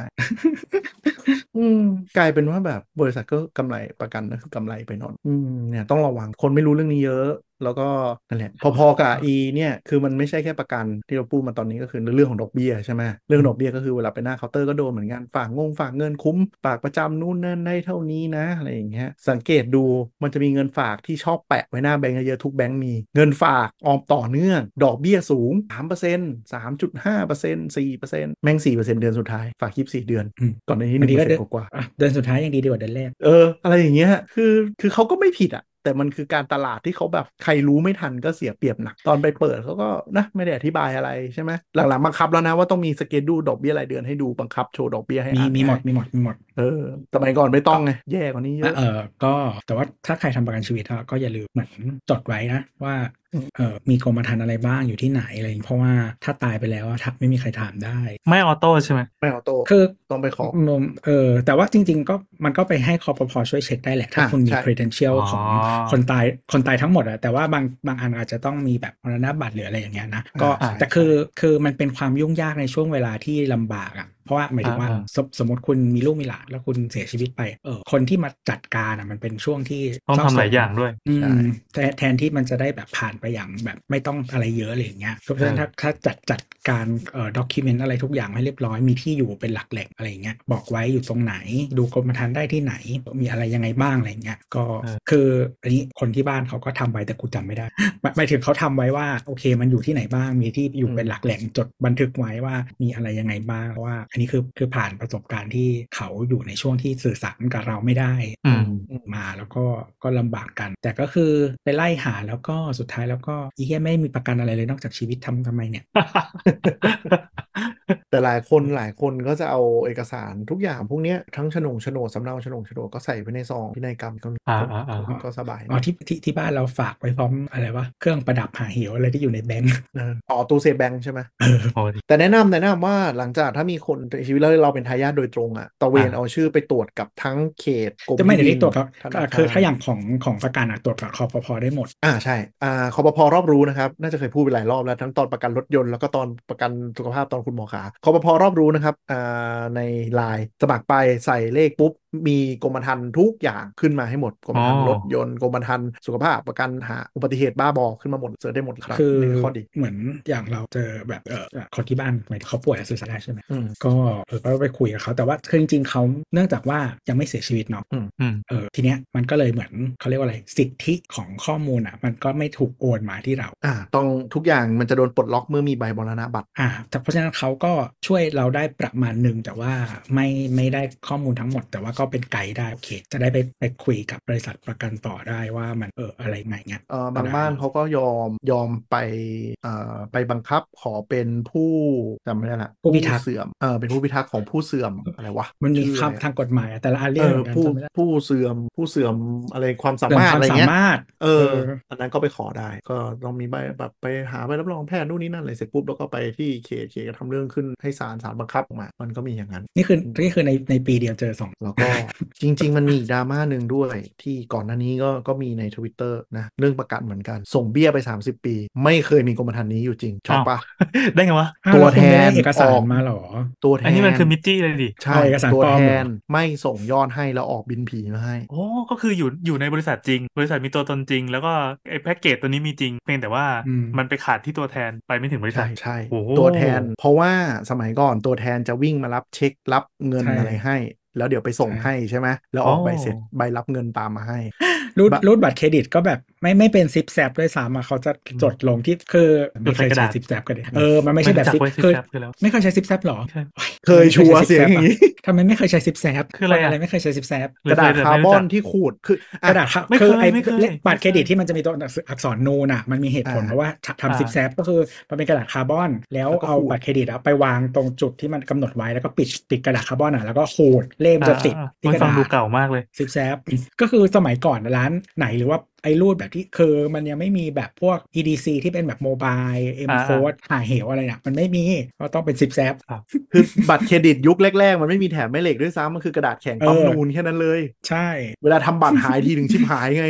B: อืมกลายเป็นว่าแบบบริษัทก็กำไรประกันก็คือกำไรไปนอน อืมเนี่ยต้องระวังคนไม่รู้เรื่องนี้เยอะ แล้วก็นั่นแหละ พอๆกับอีเนี่ยคือมันไม่ใช่แค่ประกันที่เราพูดมาตอนนี้ก็คือเรื่องของดอกเบี้ยใช่ไหมเรื่องดอกเบี้ยก็คือเวลาไปหน้าเคาน์เตอร์ก็โดนเหมือนกันฝากงงฝากเงินคุ้มฝากประจำนู่นนั่นได้เท่านี้นะอะไรอย่างเงี้ยสังเกตดูมันจะมีเงินฝากที่ชอบแปะไว้หน้าแบงก์เยอะๆทุกแบงก์มีเงินฝากออมต่อเนื่อง ดอกเบี้ยสูง3% 3.5% 4%แม่ง4%เดือนสุดท้ายฝาก24เดือน
C: อืม
B: ก่อนหน้านี้ห
C: บา
B: นึ่
C: ง
B: ง
C: ทีก็
B: เปอร์เซ็น
C: เดิน
B: ต์กว่า
C: อ่ะเดินสุดท้ายยังดีดีกว่าเดินแรก
B: ๆเออ อะไรอย่างเงี้ย คือ คือเขาก็ไม่ผิดอ่ะ แต่มันคือการตลาดที่เขาแบบใครรู้ไม่ทันก็เสียเปรียบหนัก ตอนไปเปิดเขาก็นะไม่ได้อธิบายอะไรใช่ไหมหลังๆบังคับแล้วนะว่าต้องมีสเกจดูดอกเบี้ยรายเดือนให้ดูบังคับโชว์ดอกเบี้ยให้
C: มี
B: อ่าน
C: มีหมด
B: ได้
C: มีหมดมีหมด
B: เออสมัยก่อนไม่ต้องไงแย่กว่านี้เยอะ
C: เออก็แต่ว่าถ้าใครทำประกันชีวิตอะก็อย่าลืมเหมือนจดไว้นะว่าเออมีกรมธรรม์อะไรบ้างอยู่ที่ไหนอะไรอย่างงี้เพราะว่าถ้าตายไปแล้วอะถ้าไม่มีใครถามได้
D: ไม่ออโต้ใช่ไหม
B: ไม่เอาโต้
C: คือ
B: ต้องไปขอ
C: นมเออแต่ว่าจริง ๆ ก็มันก็ไปให้คอปพอช่วยเช็คได้แหละ ถ้า
B: อ่ะ
C: คุณมี
B: ใช่
C: credential
D: อ๋อ
C: ของคนตายคนตายทั้งหมดอะแต่ว่าบางบางอันอาจจะต้องมีแบบมรณบัตรหรืออะไรอย่างเงี้ยนะก็
B: อ่าใช่
C: แต่คือคือมันเป็นความยุ่งยากในช่วงเวลาที่ลำบากอะเพราะว่าหมายถึงว่า
D: อ่า
C: สมสมมติคุณมีลูกมีหลานแล้วคุณเสียชีวิตไปเออคนที่มาจัดการอะมันเป็นช่วงที่
D: ต้อง
C: เศร้
D: ทำหลาย
C: โศก
D: อย่างด้วย
C: อืม
B: ใช่
C: แทนแทนที่มันจะได้แบบผ่านไปอย่างแบบไม่ต้องอะไรเยอะอะไรอย่างเงี้ยเพราะฉะนั้น
B: อ่า
C: ถ้าถ้าจัดจัดการเอ่อด็อกิเมนต์อะไรทุกอย่างให้เรียบร้อยมีที่อยู่เป็นหลักแหล่งอะไรอย่างเงี้ยบอกไว้อยู่ตรงไหน ดูกรมธรรม์ได้ที่ไหน มีอะไรยังไงบ้างอะไรอย่างเงี้ยก็
D: เออ
C: คืออันนี้คนที่บ้านเขาก็ทำไว้แต่กูจำไม่ได้หมายหมายถึงเขาทำไว้ว่าโอเค มันอยู่ที่ไหนบ้าง มีที่อยู่เป็นหลักแหล่งจดบันทึกไว้ว่ามีอะไรยังไงบ้างเพราะว่า อันนี้คือคือผ่านประสบการณ์ที่เขาอยู่ในช่วงที่สื่อสารกับเราไม่ได้
D: อืม
C: มาแล้วก็ก็ลำบากกัน แต่ก็คือไปไล่หาแล้วก็สุดท้ายแล้วก็อีเหี้ยไม่มีประกันอะไรเลยนอกจากชีวิตทำทำไมเนี่ย
B: แต่หลายคนหลายคนก็จะเอาเอกสารทุกอย่างพวกเนี้ยทั้งโฉนงโฉนดสำเนาโฉนงโฉนดก็ใส่ไว้ในซองพินัยกรรมก็มี
D: อ่าอ่าอ่า
B: ก็สบาย
C: อ๋อที่ที่ที่บ้านเราฝากไว้พร้อมอะไรวะเครื่องประดับหาเหวอะไรที่อยู่ในแบงค์
B: เอออ๋อตู้เซฟแบงค์ใช่ไหม
D: โอ้ดี
B: แต่แนะนำแนะนำว่าหลังจากถ้ามีคนเสียชีวิตแล้วเราเป็นทายาทโดยตรงอะตะเวน
D: อ่ะ
B: เอาชื่อไปตรวจกับทั้งเขตกรม
C: จะไม่เดี๋ยว
B: ที่
C: นี้ตรวจกับ
B: ธนร
C: คือถ้าอย่างของของประกันอะตรวจกับคอปพอได้หมด
B: อ่าใช่อ่าคอปพอรอบรู้นะครับ น่าจะเคยพูดไปหลายรอบแล้วทั้งตอนประกันรถยนต์แล้วก็ตอนประกันสุขภาพตอนคุณหมอขาคอปพอรอบรู้นะครับอ่าในไลน์สมัครไปใส่เลขปุ๊บมีกรมธรรม์ทุกอย่างขึ้นมาให้หมดกรมธรร
D: อ๋
B: ม์
D: อ
B: รถยนต์กรมธรรม์สุขภาพประกันหาอุบัติเหตุบ้าบอขึ้นมาหมดเสิร์ชได้หมดครับ
C: คือ
B: นี่ข้อดี
C: เหมือนอย่างเราเจอแบบเออคนที่บ้านหมายถึงเขาป่วยแล้วสื่อสารได้ใช่ไหม
B: อืม
C: ก็เออก็ไปคุยกับเขาแต่ว่าคือจริงๆเขาเนื่องจากว่ายังไม่เสียชีวิตเนาะ
D: อืม
C: เออทีเนี้ยมันก็เลยเหมือนเขาเรียกว่าอะไรสิทธิของข้อมูลอ่ะ มันก็ไม่ถูกโอนมาที่เรา
B: อ่าต้องทุกอย่างมันจะโดนปลดล็อกเมื่อมีใบมรณบัตร
C: อ่าแต่เพราะฉะนั้นเขาก็ช่วยเราได้ประมาณหนึ่งแต่ว่าไม่ไม่ได้ข้อมูลทั้งหมด แต่ว่าก็เป็นไกด์ได้โอเค จะได้ไปไปคุยกับบริษัทประกันต่อได้ว่ามันเอออะไรไงเงี้ย
B: เอ่อบาง
C: ได้
B: บ้านเขาก็ยอมยอมไปเอ่อไปบังคับขอเป็นผู้จำไม่ได้ละเสื่อมเออเป็นผู้พิทักษ์ของผู้เสื่อมอะไรวะ
C: มันมี
B: ชื่ออะไร
C: คำทางกฎหมายอะแต่ละอันเรีย
B: เอก อ
C: เหมือนกัน
B: ผู้
C: จำไม่ได้
B: ผู้เสื่อมผู้เสื่อมอะไรความสา
C: เรื่อง
B: มารถ
C: ควา
B: อะ
C: ม
B: ไร
C: สา
B: เงี้ย
C: มารถ
B: เออ
C: เออ
B: อันนั้นก็ไปขอได้ ก็ต้องมีใบแบบไปหาใบรับรองแพทย์นู่นนี่นั่นอะไรเสร็จปุ๊บแล้วก็ไปที่เขตเขตก็ทำเรื่องขึ้นให้ศาลศาลบังคับออกมา มันก็มีอย่างนั้น
C: นี่คือนี่คือในในปีเดียวเจอสอง
B: แล้วก็ [laughs] จริง ๆ มันมีอีกดราม่าหนึ่งด้วย ที่ก่อนหน้านี้ก็ก็มีใน Twitter นะ เรื่องประกันเหมือนกัน ส่งเบี้ยไป 30 ปี ไม่เคยมีกรมธรรม์นี้อยู่จริงชอบปะ
D: ได้ไงวะ
C: อ้าว
B: ตัว
C: แล้วคุณไม่ได้
B: แทน
C: เอกสาร
B: ออก
C: มาเหรอ
B: ตัวแทน
D: อันนี้มันคือมิตจี้เลยดิ
B: ใช่
C: เอาเอกสาร
B: ตัว
C: ปลอม
B: แท
C: เหรอ
B: นไม่ส่งยอดให้แล้วออกบินผีมาให้
D: โอ้ก็คืออยู่อยู่ในบริษัทจริง บริษัทมีตัวตนจริง แล้วก็ไอ้แพ็กเกจตัวนี้มีจริง เพียงแต่ว่า
C: อืม
D: มันไปขาดที่ตัวแทนไปไม่ถึงบริษั
B: ใช่
D: ท
B: ใช่
D: โอ้โห
B: ตัวแทน เพราะว่าสมัยก่อนตัวแทนจะวิ่งมารับเช็ค รับเงิน
C: ใช่
B: อะไรให้ แล้วเดี๋ยวไปส่ง
C: ใช่
B: ให้ใช่ไหมแล้วออก
D: อ๋อ
B: ใบเสร็จใบรับเงินตามมาให้
C: รูด
B: บะ
C: รูดบัตรเครดิตก็แบบไม่ไม่เป็นซิปแซบด้วยซ้ำอะเขาจะจดลงที่คือ
D: จดใส่กระดาษ
C: ซิปแซบกันเลยเออมันไม่ใช่แบบ
D: จัก
C: ซิป
D: ไว้
C: คือ
D: แซบคือแล้ว
C: ไม่เคยใช้ซิปแซบหรอ
D: ใช่
C: โอ้
B: เคยชัวร์เสียงอย่างงี้
C: ทำไมไม่เคยใช้ซิปแซบ
D: คืออะไร
C: น
D: อะ
C: อะไรไม่เคยใช้ซิปแซบ
D: ห
B: กระดาษ
D: เคยแต่
B: คา
D: ไม่
B: ร์บอน
D: จั
B: ที่ขูดคืออ่
C: กระดาษครับ
D: ไม่เคย
C: คือไอ้
D: ไม่เคย
C: เลขบัตรเครดิต
D: ไม่เคย
C: ที่มันจะมีตัวอักษรนูนอ่ะมันมีเหตุผล
B: อ่า
C: เพราะว่าทำ
D: อ่า
C: ซิปแซบก็คือมันเป็นกระดาษคาร์บอน แล้ว
B: แล้วก็
C: เอา
B: ขูด
C: บัตรเครดิตอะไปวางตรงจุดที่มันกำหนดไว้แล้วก็ปิดปิดกระดาษคาร์บอนอ่ะแล้วก็ขูดเลขมันจะติด
D: อ่า
C: ที่
D: มัน
C: กระ
D: ฟั
C: ดาง ษ
D: ดูเก่ามากเลย
C: ซิปแซบก็คือสมัยก่อนร้านไหนหรือว่าไอ้รูดแบบที่คือมันยังไม่มีแบบพวก EDC ที่เป็นแบบโมบาย M
D: อ่า
C: f o r หาเหวอะไรเนี่ยมันไม่มีก็ต้องเป็นซิปแซบ
B: คือ [laughs] บัตรเครดิตยุคแรก ๆ มันไม่มีแถมแม่เหล็กด้วยซ้ำมันคือกระดาษแข็งปั๊ม
C: เออ
B: นูนแค่นั้นเลย
C: ใช่
B: เวลาทำบัตรหายทีถึงชิบหายไง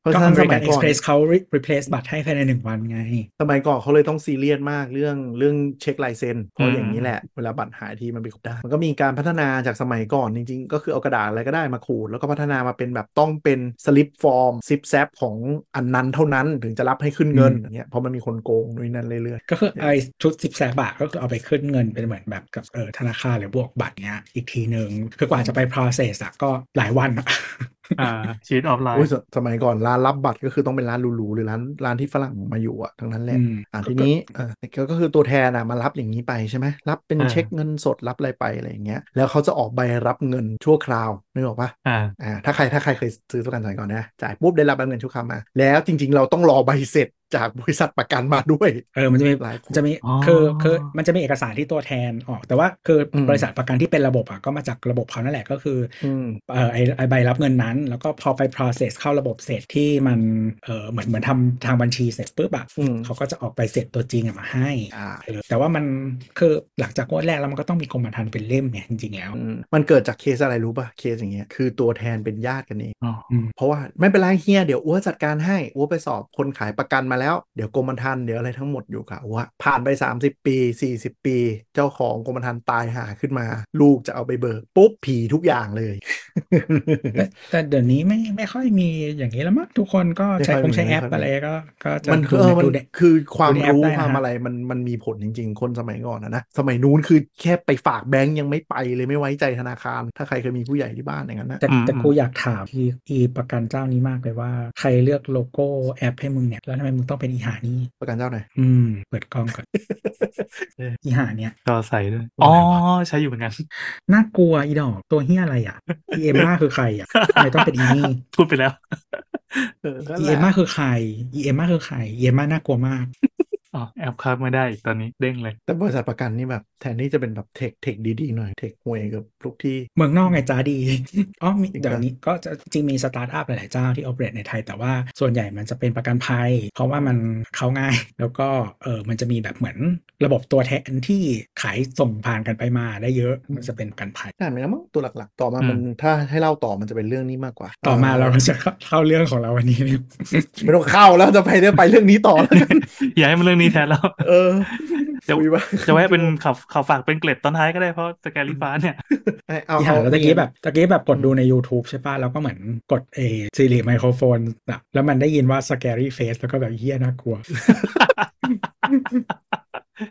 B: เพราะ
C: ก็
B: ฉะนั้
C: อน เมริกัน
B: สมัยก่อน
C: เอ็กซ์เพรสเขา re- replace บัตรให้ภายในหนึ่งวันไง
B: สมัยก่อนเขาเลยต้องซีเรียสมากเรื่องเรื่องเช็คลายเซ็นเพ
D: อื
B: ราะ
D: ม
B: อย่างนี้แหละ เวลาบัตรหายทีมันไปขุดได้ มันก็มีการพัฒนาจากสมัยก่อนจริง ๆ ก็คือเอากระดาษอะไรก็ได้มาขูด แล้วก็พัฒนามาเป็นแบบต้องเป็นสลิปฟอร์มซิปแซปของอันนั้นเท่านั้นถึงจะรับให้ขึ้นเงิน
C: อืม
B: อย่างเงี้ยเพราะมันมีคนโกงนู่นนนั่นเรื่อย
C: ก็คือไอ้ชุดซิปแซบอะก็คือเอาไปขึ้นเงินเป็นเหมือนแบบกับเออธนาคารหรือบวกบัตรเนี้ยอีกทีหนึ่งคือกว่าจะไป process อะก็หลายวันอะ
D: อ่าชีตออฟไล
B: ๆ
D: น์
B: โอ้ยสสมัยก่อนร้านรับบัตรก็คือต้องเป็นร้านหรูๆหรือร้านร้านที่ฝรั่งมาอยู่อะทั้งนั้นแหละ
C: อืม
B: อ่าทีนี้เออก็ก็คือตัวแทนอ่ะมารับอย่างนี้ไปใช่ไหมรับเป็น
D: อ่า
B: เช็คเงินสดรับอะไรไปอะไรอย่างเงี้ยแล้วเขาจะออกใบรับเงินชั่วคราวนึกออกปะ
D: อ่า
B: อ่าถ้าใครถ้าใครเคยซื้อประกันสมัยก่อนนะจ่ายปุ๊บได้รับใบเงินชั่วคราวมา แล้วจริง ๆ เราต้องรอใบเสร็จ จากบริษัทประกันมาด้วย
C: เออมันจะมี
B: หลายค
C: มัน นจะมี
D: อ๋อ
C: คือคือมันจะมีเอกสารที่ตัวแทนออก แต่ว่าคืออ
B: ม
C: บริษัทประกันที่เป็นระบบอ่ะก็มาจากระบบเขานั่นแหละก็คืออ
B: อืม
C: เออไอไอใบรับเงินนั้น แล้วก็พอไป process เข้าระบบเสร็จที่มันเออเหมือนเหมือนทำทางบัญชีเสร็จปุ๊บอ่ะ
B: อืม
C: เขาก็จะออกไปเสร็จตัวจริงอะมาให้
B: อ่า
C: เออแต่ว่ามันคือหลังจากงวดแรกแล้วมันก็ต้องมีกรมธรรม์เป็นเล่มไงจริงๆแล้ว
B: อืมมันเกิดจากเคสอะไรรู้ป่ะเคสอย่างเงี้ยคือตัวแทนเป็นญาติกันเอง
C: อืม
B: เพราะว่าไม่เป็นไรเฮียเดี๋ยวอ้วจัดการให้อ้วไปสอบคนขายประกันมาแล้ว เดี๋ยวกรมธรรม์เดี๋ยวอะไรทั้งหมดอยู่กับอ้วผ่านไป 30 ปี 40 ปี เจ้าของกรมธรรม์ตายหาขึ้นมา ลูกจะเอาไปเบิกปุ๊บผีทุกอย่างเลย
C: แต่แต่เดี๋ยวนี้ไม่ไม่ค่อยมีอย่างนี้แล้วมั้งทุกคนก็ [laughs] ใช้
B: ไม่
C: ค
B: ค่อยมี
C: งใช้แอป
B: ไม่ค่อยมี
C: อะไรก็ก็จะ
B: มัน
C: ดู
B: เออมัน
C: ดูเด็
B: คือความ
C: ดูในแอป
B: รู้
C: ได้นะ
B: ความ
C: ฮะ
B: อะไรมันมันมีผลจริง ๆ คนสมัยก่อนอะนะสมัยนู้นคือแค่ไปฝากแบงก์ยังไม่ไปเลยไม่ไว้ใจธนาคาร ถ้าใครเคยมีผู้ใหญ่ที่บ้านอย่างนั้นนะ
C: แต่
D: อืม
C: แต่
D: อืม
C: กูอยากถามอีอีประกันเจ้านี้มากเลยว่า ใครเลือกโลโก้แอปให้มึงเนี่ย แล้วทำไมมึงต้องเป็นอีหานี่
B: ประกันเจ้าหน่อย
C: อืม เปิดกล้อง
B: [laughs]
C: ก่อน อีหาเนี่ย
D: จอใส่ด้วย
C: โอ้
D: อ๋อ
C: ย
D: ใช้อยู่เหมือนกัน
C: น่ากลัวอีดอกตัวเฮียอะไรอ่ะอีเอ็มมาคือใครอ่ะทำไมต้องเป็นอีนี่
D: [laughs] พูดไปแล้ว
B: เออ [laughs] นั่น
C: อี
B: แห
C: เอ็ม
B: ละ
C: มาคือใครอีเอ็มมาคือใครอีเอ็มมาน่ากลัวมาก
D: อ๋อ แอปค้างไม่ได้อีกตอนนี้เด้งเลย
B: แต่บริษัทประกันนี่แบบแทนที่จะเป็นแบบเทคเทคดีๆหน่อยเทคห่วยกับลูกที่
C: เมืองนอกไงจ้าดี [laughs] อ๋อมี
B: จริงปะ
C: เดี๋ยวนี้ก็จะจริงมีสตาร์ทอัพหลาย ๆ เจ้าที่โอเปเรตในไทย แต่ว่าส่วนใหญ่มันจะเป็นประกันภัย เพราะว่ามันเข้าง่าย [laughs] แล้วก็เออมันจะมีแบบเหมือนระบบตัวแทนที่ขายส่งผ่านกันไปมาได้เยอะมันจะเป็นประกันภัย
B: น่าไหมนะมั้งตัวหลักๆ ต่อมา
D: อืม
B: มันถ้าให้เล่าต่อมันจะเป็นเรื่องนี้มากกว่า
C: ต่อมาเราก็จะเข้าเรื่องของเราวันนี้เนี่ย
B: ไม่ต้องเข้าแล้วจะไปเรื่องไปเรื่องนี้ต่อแล้วกัน
D: อย่าให้มันเรื่องนี้แทนแล้ว [laughs]
B: เออ
D: เดี๋ยว
B: คุยไป
D: จะไว้เป็นข่าวข่าวฝากเป็นเกร็ดตอนท้ายก็ได้เพราะสแกลลี่ฟ้าเนี่ย
B: [laughs] เอาเอา
C: อีหาแล้วตะกี้แบบตะกี้แบบกดดูใน YouTube ใช่ป่ะ แล้วก็เหมือนกดเอซีรีไมโครโฟนอะแล้วมันได้ยินว่า scary face แล้วก็แบบเฮี้ยน่ากลัว [laughs]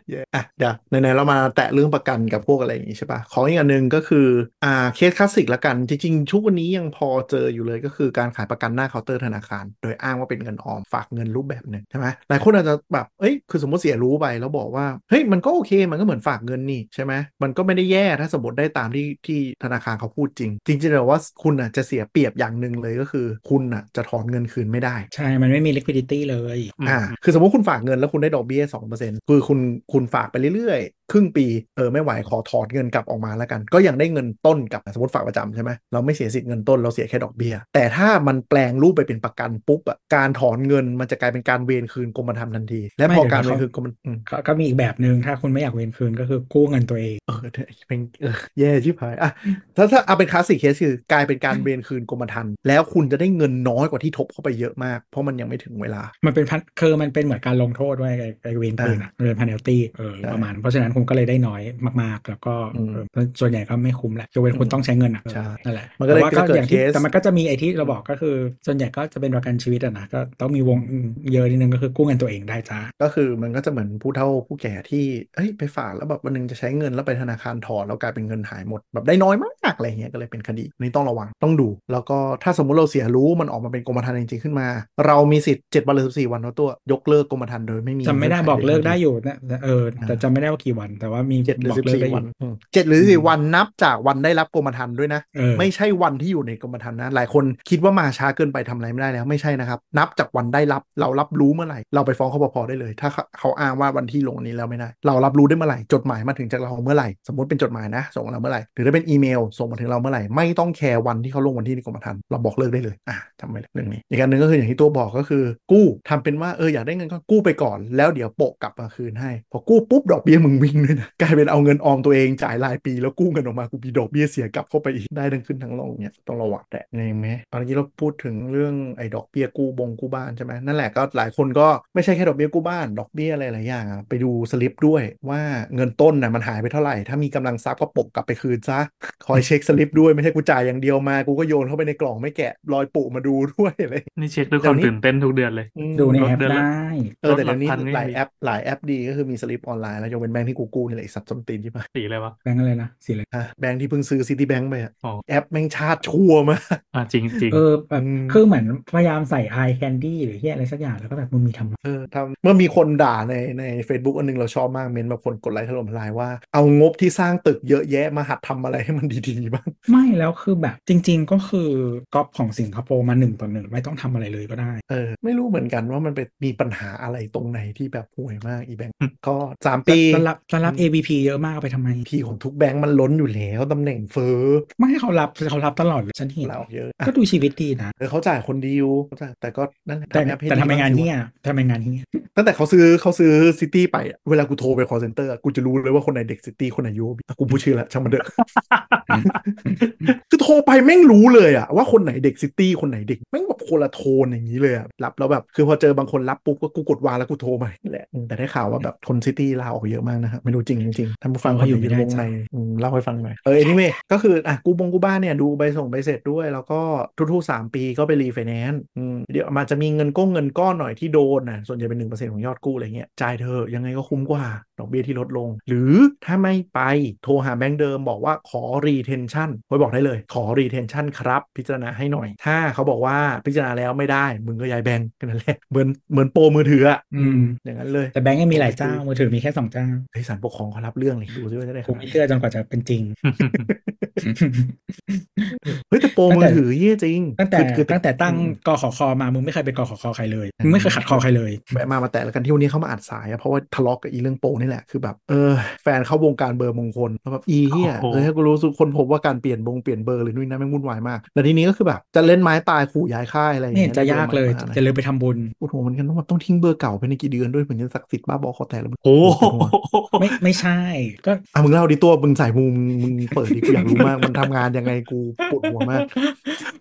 B: เย้อ่ะเดี๋ยวไหนๆเรามาแตะเรื่องประกันกับพวกอะไรอย่างงี้ใช่ป่ะของอีกอันหนึ่งก็คืออ่าเคสคลาสสิกละกันจริงๆทุกวันนี้ยังพอเจออยู่เลยก็คือการขายประกันหน้าเคาน์เตอร์ธนาคาร โดยอ้างว่าเป็นเงินออมฝากเงินรูปแบบหนึ่งใช่ไหมหลายคนอาจจะแบบเอ้ยคือสมมติเสียรู้ไปแล้วบอกว่าเฮ้ยมันก็โอเคมันก็เหมือนฝากเงินนี่ใช่ไหมมันก็ไม่ได้แย่ถ้าสมมติได้ตามที่ที่ธนาคารเขาพูดจริง จริงๆแต่ว่าคุณอ่ะจะเสียเปรียบอย่างหนึ่งเลยก็คือ คุณอ่ะจะถอนเงินคืนไม่ได้
C: ใช่ มันไม่มี liquidity เลย
D: อืม
B: อ่า คือสมมติคุณฝากเงินแล้วคุณได้ดอกเบี้ยสองเปอร์เซ็นต์คือคุณคุณฝากไปเรื่อยๆ ครึ่งปี เออไม่ไหวขอถอนเงินกลับออกมาแล้วกัน ก็ยังได้เงินต้นกลับสมมติฝากประจำใช่ไหมเราไม่เสียสิทธิ์เงินต้นเราเสียแค่ดอกเบี้ย แต่ถ้ามันแปลงรูปไปเป็นประกันปุ๊บอ่ะ การถอนเงินมันจะกลายเป็นการเวรคืนกรมธรรม์ทันที และพอการเวรคืนกรมอืม
C: ก็ก็มีอีกแบบหนึ่งถ้าคุณไม่อยากเวนคืนก็คือกู้เงินตัวเอง
B: เออเธอเป็นเออแย่ชิบหายอ่ะถ้าถ้าเอาเป็นคลาสสิกเคสคือกลายเป็นการเวรคืนกรมธรรม์แล้วคุณจะได้เงินน้อยกว่าที่ทบเข้าไปเยอะมาก เพราะมันยังไม่ถึงเวลา
C: มันเป็นพันคือมันเป็นเหมือนการลงโทษด้วยไอ้ไอ้เวนคืนอ่ะมันเป็นพันเอลตี้เออ
B: ใช่
C: ประมาณ เพราะฉะนั้นคุณก็เลยได้น้อยมากๆ แล้วก็
B: อืม
C: เออส่วนใหญ่ก็ไม่คุ้มแหละยกเว้นคุณ
B: อืม
C: ต้องใช้เงินอ่ะ
B: ใช่
C: นั่นแหละ
B: มันก็เลย
C: แต่ว่าก็
B: เกิด
C: อย่างที่
B: เคส
C: แต่มันก็จะมีไอ้ที่เราบอกก็คือ ส่วนใหญ่ก็จะเป็นประกันชีวิตอ่ะนะก็ต้องมีวงเยอะนิดนึงก็คือกู้เงินตัวเองได้จ้า
B: ก็คือมันก็จะเหมือนผู้เฒ่าผู้แก่ที่เอ้ยไปฝากแล้วแบบวันหนึงจะใช้เงินแล้วไปธนาคารถอนแล้วกลายเป็นเงินหายหมดแบบได้น้อยมากอะไรเงี้ยก็เลยเป็นคดีอันนี่ต้องระวังต้องดู แล้วก็ถ้าสมมุติเราเสียรู้มันออกมาเป็นกรมธรรม์จริงๆขึ้นมา เรามีสิทธิ์7วันหรือ14วันเท่าตัวยกเลิกกรมธรรม์โดยไม่มี
C: จำไม่ได้
B: งื่นข
C: บอกเลิกได้
B: ใ
C: อยู่นะเออแต่
B: อ่า
C: จำไม่ได้ว่ากี่วัน แต่ว่ามี
B: เจ็ดหรือบ
C: อ
B: สิ
C: ก
B: บ
C: เลิก
B: สี่
C: ได้อ
B: วัน
C: ยู่
B: อืมเจ็ดหรือสิบสี่วันนับจากวันได้รับกรมธรรม์ด้วยนะ
C: เออ
B: ไม่ใช่วันที่อยู่ในกรมธรรม์นะ หลายคนคิดว่ามาช้าเกินไปทำอะไรไม่ได้แล้วไม่ใช่นะครับ นับจากวันได้รับเรารับรู้เมื่อไหร่ เราไปฟ้องคปพได้เลย ถ้าเขาเขาอ้างว่าวันที่ลงอันนี้แล้วไม่ได้ เรารับรู้ได้เมื่อไหร่จดหมายมาถึงจากเราเมื่อไหร่ สมมติเป็นจดหมายนะ ส่งเราเมื่อไหร่หรือถ้าเป็นอีเมล ส่งมาถึงเราเมื่อไหร่ไม่ต้องแคร์วันที่เขาลงวันที่ในกรมธรรม์เราบอกเลิกได้เลยอ่ะจำไว้เลยเรื่องนี้อีกอันหนึ่งก็คืออย่างที่ตัวบอกก็คือ กู้ทำเป็นว่าเอออยากได้เงินก็กู้ไปก่อนแล้วเดี๋ยวโปะกลับมาคืนให้พอกู้ปุ๊บดอกเบี้ยมึงวิ่งด้วยนะ [laughs] กลายเป็นเอาเงินออมตัวเองจ่ายรายปีแล้วกู้เงินออกมากูมีดอกเบี้ยเสียกลับเข้าไปอีกได้ทั้งขึ้นทั้งลงเนี่ยต้องระวังแต่ในไหมเอาเมื่อกี้เราพูดถึงเรื่องไอ้ดอกเบี้ยกู้บงกู้บ้านใช่ไหมนั่นแหละก็หลายคนก็ไม่ใช่แค่ดอกเบี้ยกู้บ้านดอกเบี้ยอะไรหลายอย่างอะไปดูสลิปด้วยว่าเงินต้นน่ะมันหายไปเท่าไหร่ถ้ามีกำลังทรัพย์ก็โปะกลับไปคืนซะ [laughs] คอยเช็คสลิปด้วยไม่ใช่กูจ่ายอย่างเดียวมากูก็โยนเข้าไปในกล่องไม่แกะรอยปุมาดูด้วยอะไรอย่างเงี้ย
D: นี่เช็คด้วยความ
B: เดี๋ยวนี้
D: ตื่นเต้นทุกเดือนเลย
B: อืม
C: ดูใน
D: ลด
C: แอป
D: เดือนละ
C: ได้
B: เออแต่
D: ล
B: เดี๋ยว
D: ดหลัก
B: นี้
D: พันก็ยัง
B: หลาย
D: มี
B: แอปหลายแอปดีก็คือมีส สลิปออนไลน์แล้วยกเว้นแบงค์ที่กูกู้นี่แหละไอ้สัตว์ส้นตีนที่มา
D: สีอะไรวะ
C: แบงค์อะไรนะสีอะไร
B: ฮะแบงค์ที่เพิ่งซื้อซิตี้แบงค์ไปอะ
D: อ๋อ
B: แอปแม่งชาติชั่วมาก [laughs]
D: อ่ะจริงจริง
C: เออแบบ
B: อืม
C: คือเหมือนพยายามใส่ไอแคนดี้หรือเฮียอะไรสักอย่างแล้วก็แบบมึงมีทำไม
B: เออทำเมื่อมีคนด่าในใน Facebook อันนึงเราชอบมากเมนต์มาคนกดไลค์ถล่มทลายว่าเอางบที่สร้างตึกเยอะแยะมาหัดทำอะไรให้มันดีๆบ้าง [laughs]
C: ไม่แล้วคือแบบจริง ๆ ก็คือก๊อปของสิงคโปร์มาหนึ่งต่อหนึ่งไม่ต้องทำอะไรเลยก็ได้
B: เออไม่รู้เหมือนกันว่ามันไปมีปัญหาอะไรตรงไหนที่แบบห่วยมากอีแบง
C: [laughs]
B: ก์ก็สามปี
C: ตอนรับตอนรับ ABP เยอะมากเอาไปทำไม
B: ทีของทุกแบงก์มันล้นอยู่แล้วตำแหน่งเฟ้อ
C: ไม่ให้เขารับเขารับตลอดเลยฉันเห็น
B: เราเยอะ
C: ก็ดูชีวิตดีนะ
B: เออเขาจ่ายคนดีอยู่เขาจ่ายแต่ก็นั่นหละ
C: แต่
B: อปให้
C: แต่
B: ดี
C: ทำไมงาน
B: บ้สิวะ
C: เฮียทำไมงานเฮีย
B: ตั้งแต่เขาซื้อเขาซื้อซิตี้ไปอะเวลากูโทรไปคอเซ็นเตอร์กูจะรู้เลยว่าคนไหนเด็กซิตี้คนไหนยูกูพูดชื่อละช่างมันเถอะคือโทรไปแม่งรู้เลยอะว่าคนไหนเด็กซิตี้คนไหนเด็กแม่งแบบคนละโทนอย่างนี้เลยอะรับแล้วแบบคือพอเจอบางคนรับปุ๊บก็กูกดวางแล้วกูโทรไปนี่แหละอืมแต่ได้ข่าวว่าแบบคนซิตี้ลาออกเยอะมากนะฮะไม่รู้จริงไม่จริงท่านผู้ฟังคนอยู่ในวงใน อืมเล่าให้ฟังหน่อยเออ anyway ก็คืออ่ะกูบงกูบ้านเนี่ย ดูใบส่งใบเสร็จด้วย แล้วก็ทุกๆสามปีก็ไปรีไฟแนนซ์อืมเดี๋ยวมันจะมีเงินก้งเงินก้อนหน่อยที่โดนนะส่วนใหญ่เป็นหนึ่งเปอร์เซ็นต์ของยอดกู้อะไรเงี้ยจ่ายเธอะยังไงก็คุ้มกว่า ดอกเบี้ยที่ลดลง หรือถ้าไม่ไปโทรหาแบงก์เดิมบอกว่าขอ retention ไว้บอกได้เลย ขอ retention ครับ พิจารณาให้หน่อย ถ้าเขาบอกว่าพิจารณาแล้วไม่ได้มึงก็ย้ายแบงก์กันนั่นแหละเหมือนเหมือนโปรมือถืออะ
C: อืม
B: อย่างนั้นเลย
C: แต่แบงก์ยังมีหลายเจ้ามือถือมีแค่สองเจ้า
B: ให้ศาลปกครองเขารับเรื่องเลยดูซิว่าจะได้
C: ผมไม่เชื่อจนกว่าจะเป็นจริง
B: เฮ้ยแต่โปรมือถือเหี้ยจริง
C: ตั้งแต่
B: คือคือ
C: ตั้งแต่ตั้ง
B: อืม
C: กขคมามึงไม่เคยไปกขคใครเลย
B: อืม
C: มึงไม่เคยขัดคอใครเลย
B: แวะมามาแต่ละกันที่วันนี้เขามาอัดสายอะเพราะว่าทะเลาะกับอีเรื่องโปนี่แหละคือแบบเออแฟนเข้าวงการเบอร์มงคลแล้วแบบอีเฮีย
D: โอ้โห
B: เออให้กูรู้สึกคนพบว่าการเปลี่ยนบงเปลี่ยนเบอร์หรือนู่นนนั่นแม่งวุ่นวายมากแต่ทีนี้ก็คือแบบจะเล่นไม้ตายขู่ย้ายค่ายอะไรอย่าง
C: ไม่
B: เงี้ย
C: เห็นจะยากเลย
B: ได้บอร์ใหม่มาอะไร
C: จะเลยไปทำบุญ
B: โอ้โหมันกันต้องแบบต้องทิ้งเบอร์เก่าไปในกี่เดือนด้วยเหมือนจะศักดิ์สิทธิ์บ้าบอคอแตกแล้วมึง
D: โอ้โห
C: ไม่ไม่ใช่ ก็
B: อ่ะมึงเล่าดิตัวมึงสายมูมึงมึงเปิดดิกูอยากรู้มากมันทำงานยังไงกูปวดหัวมาก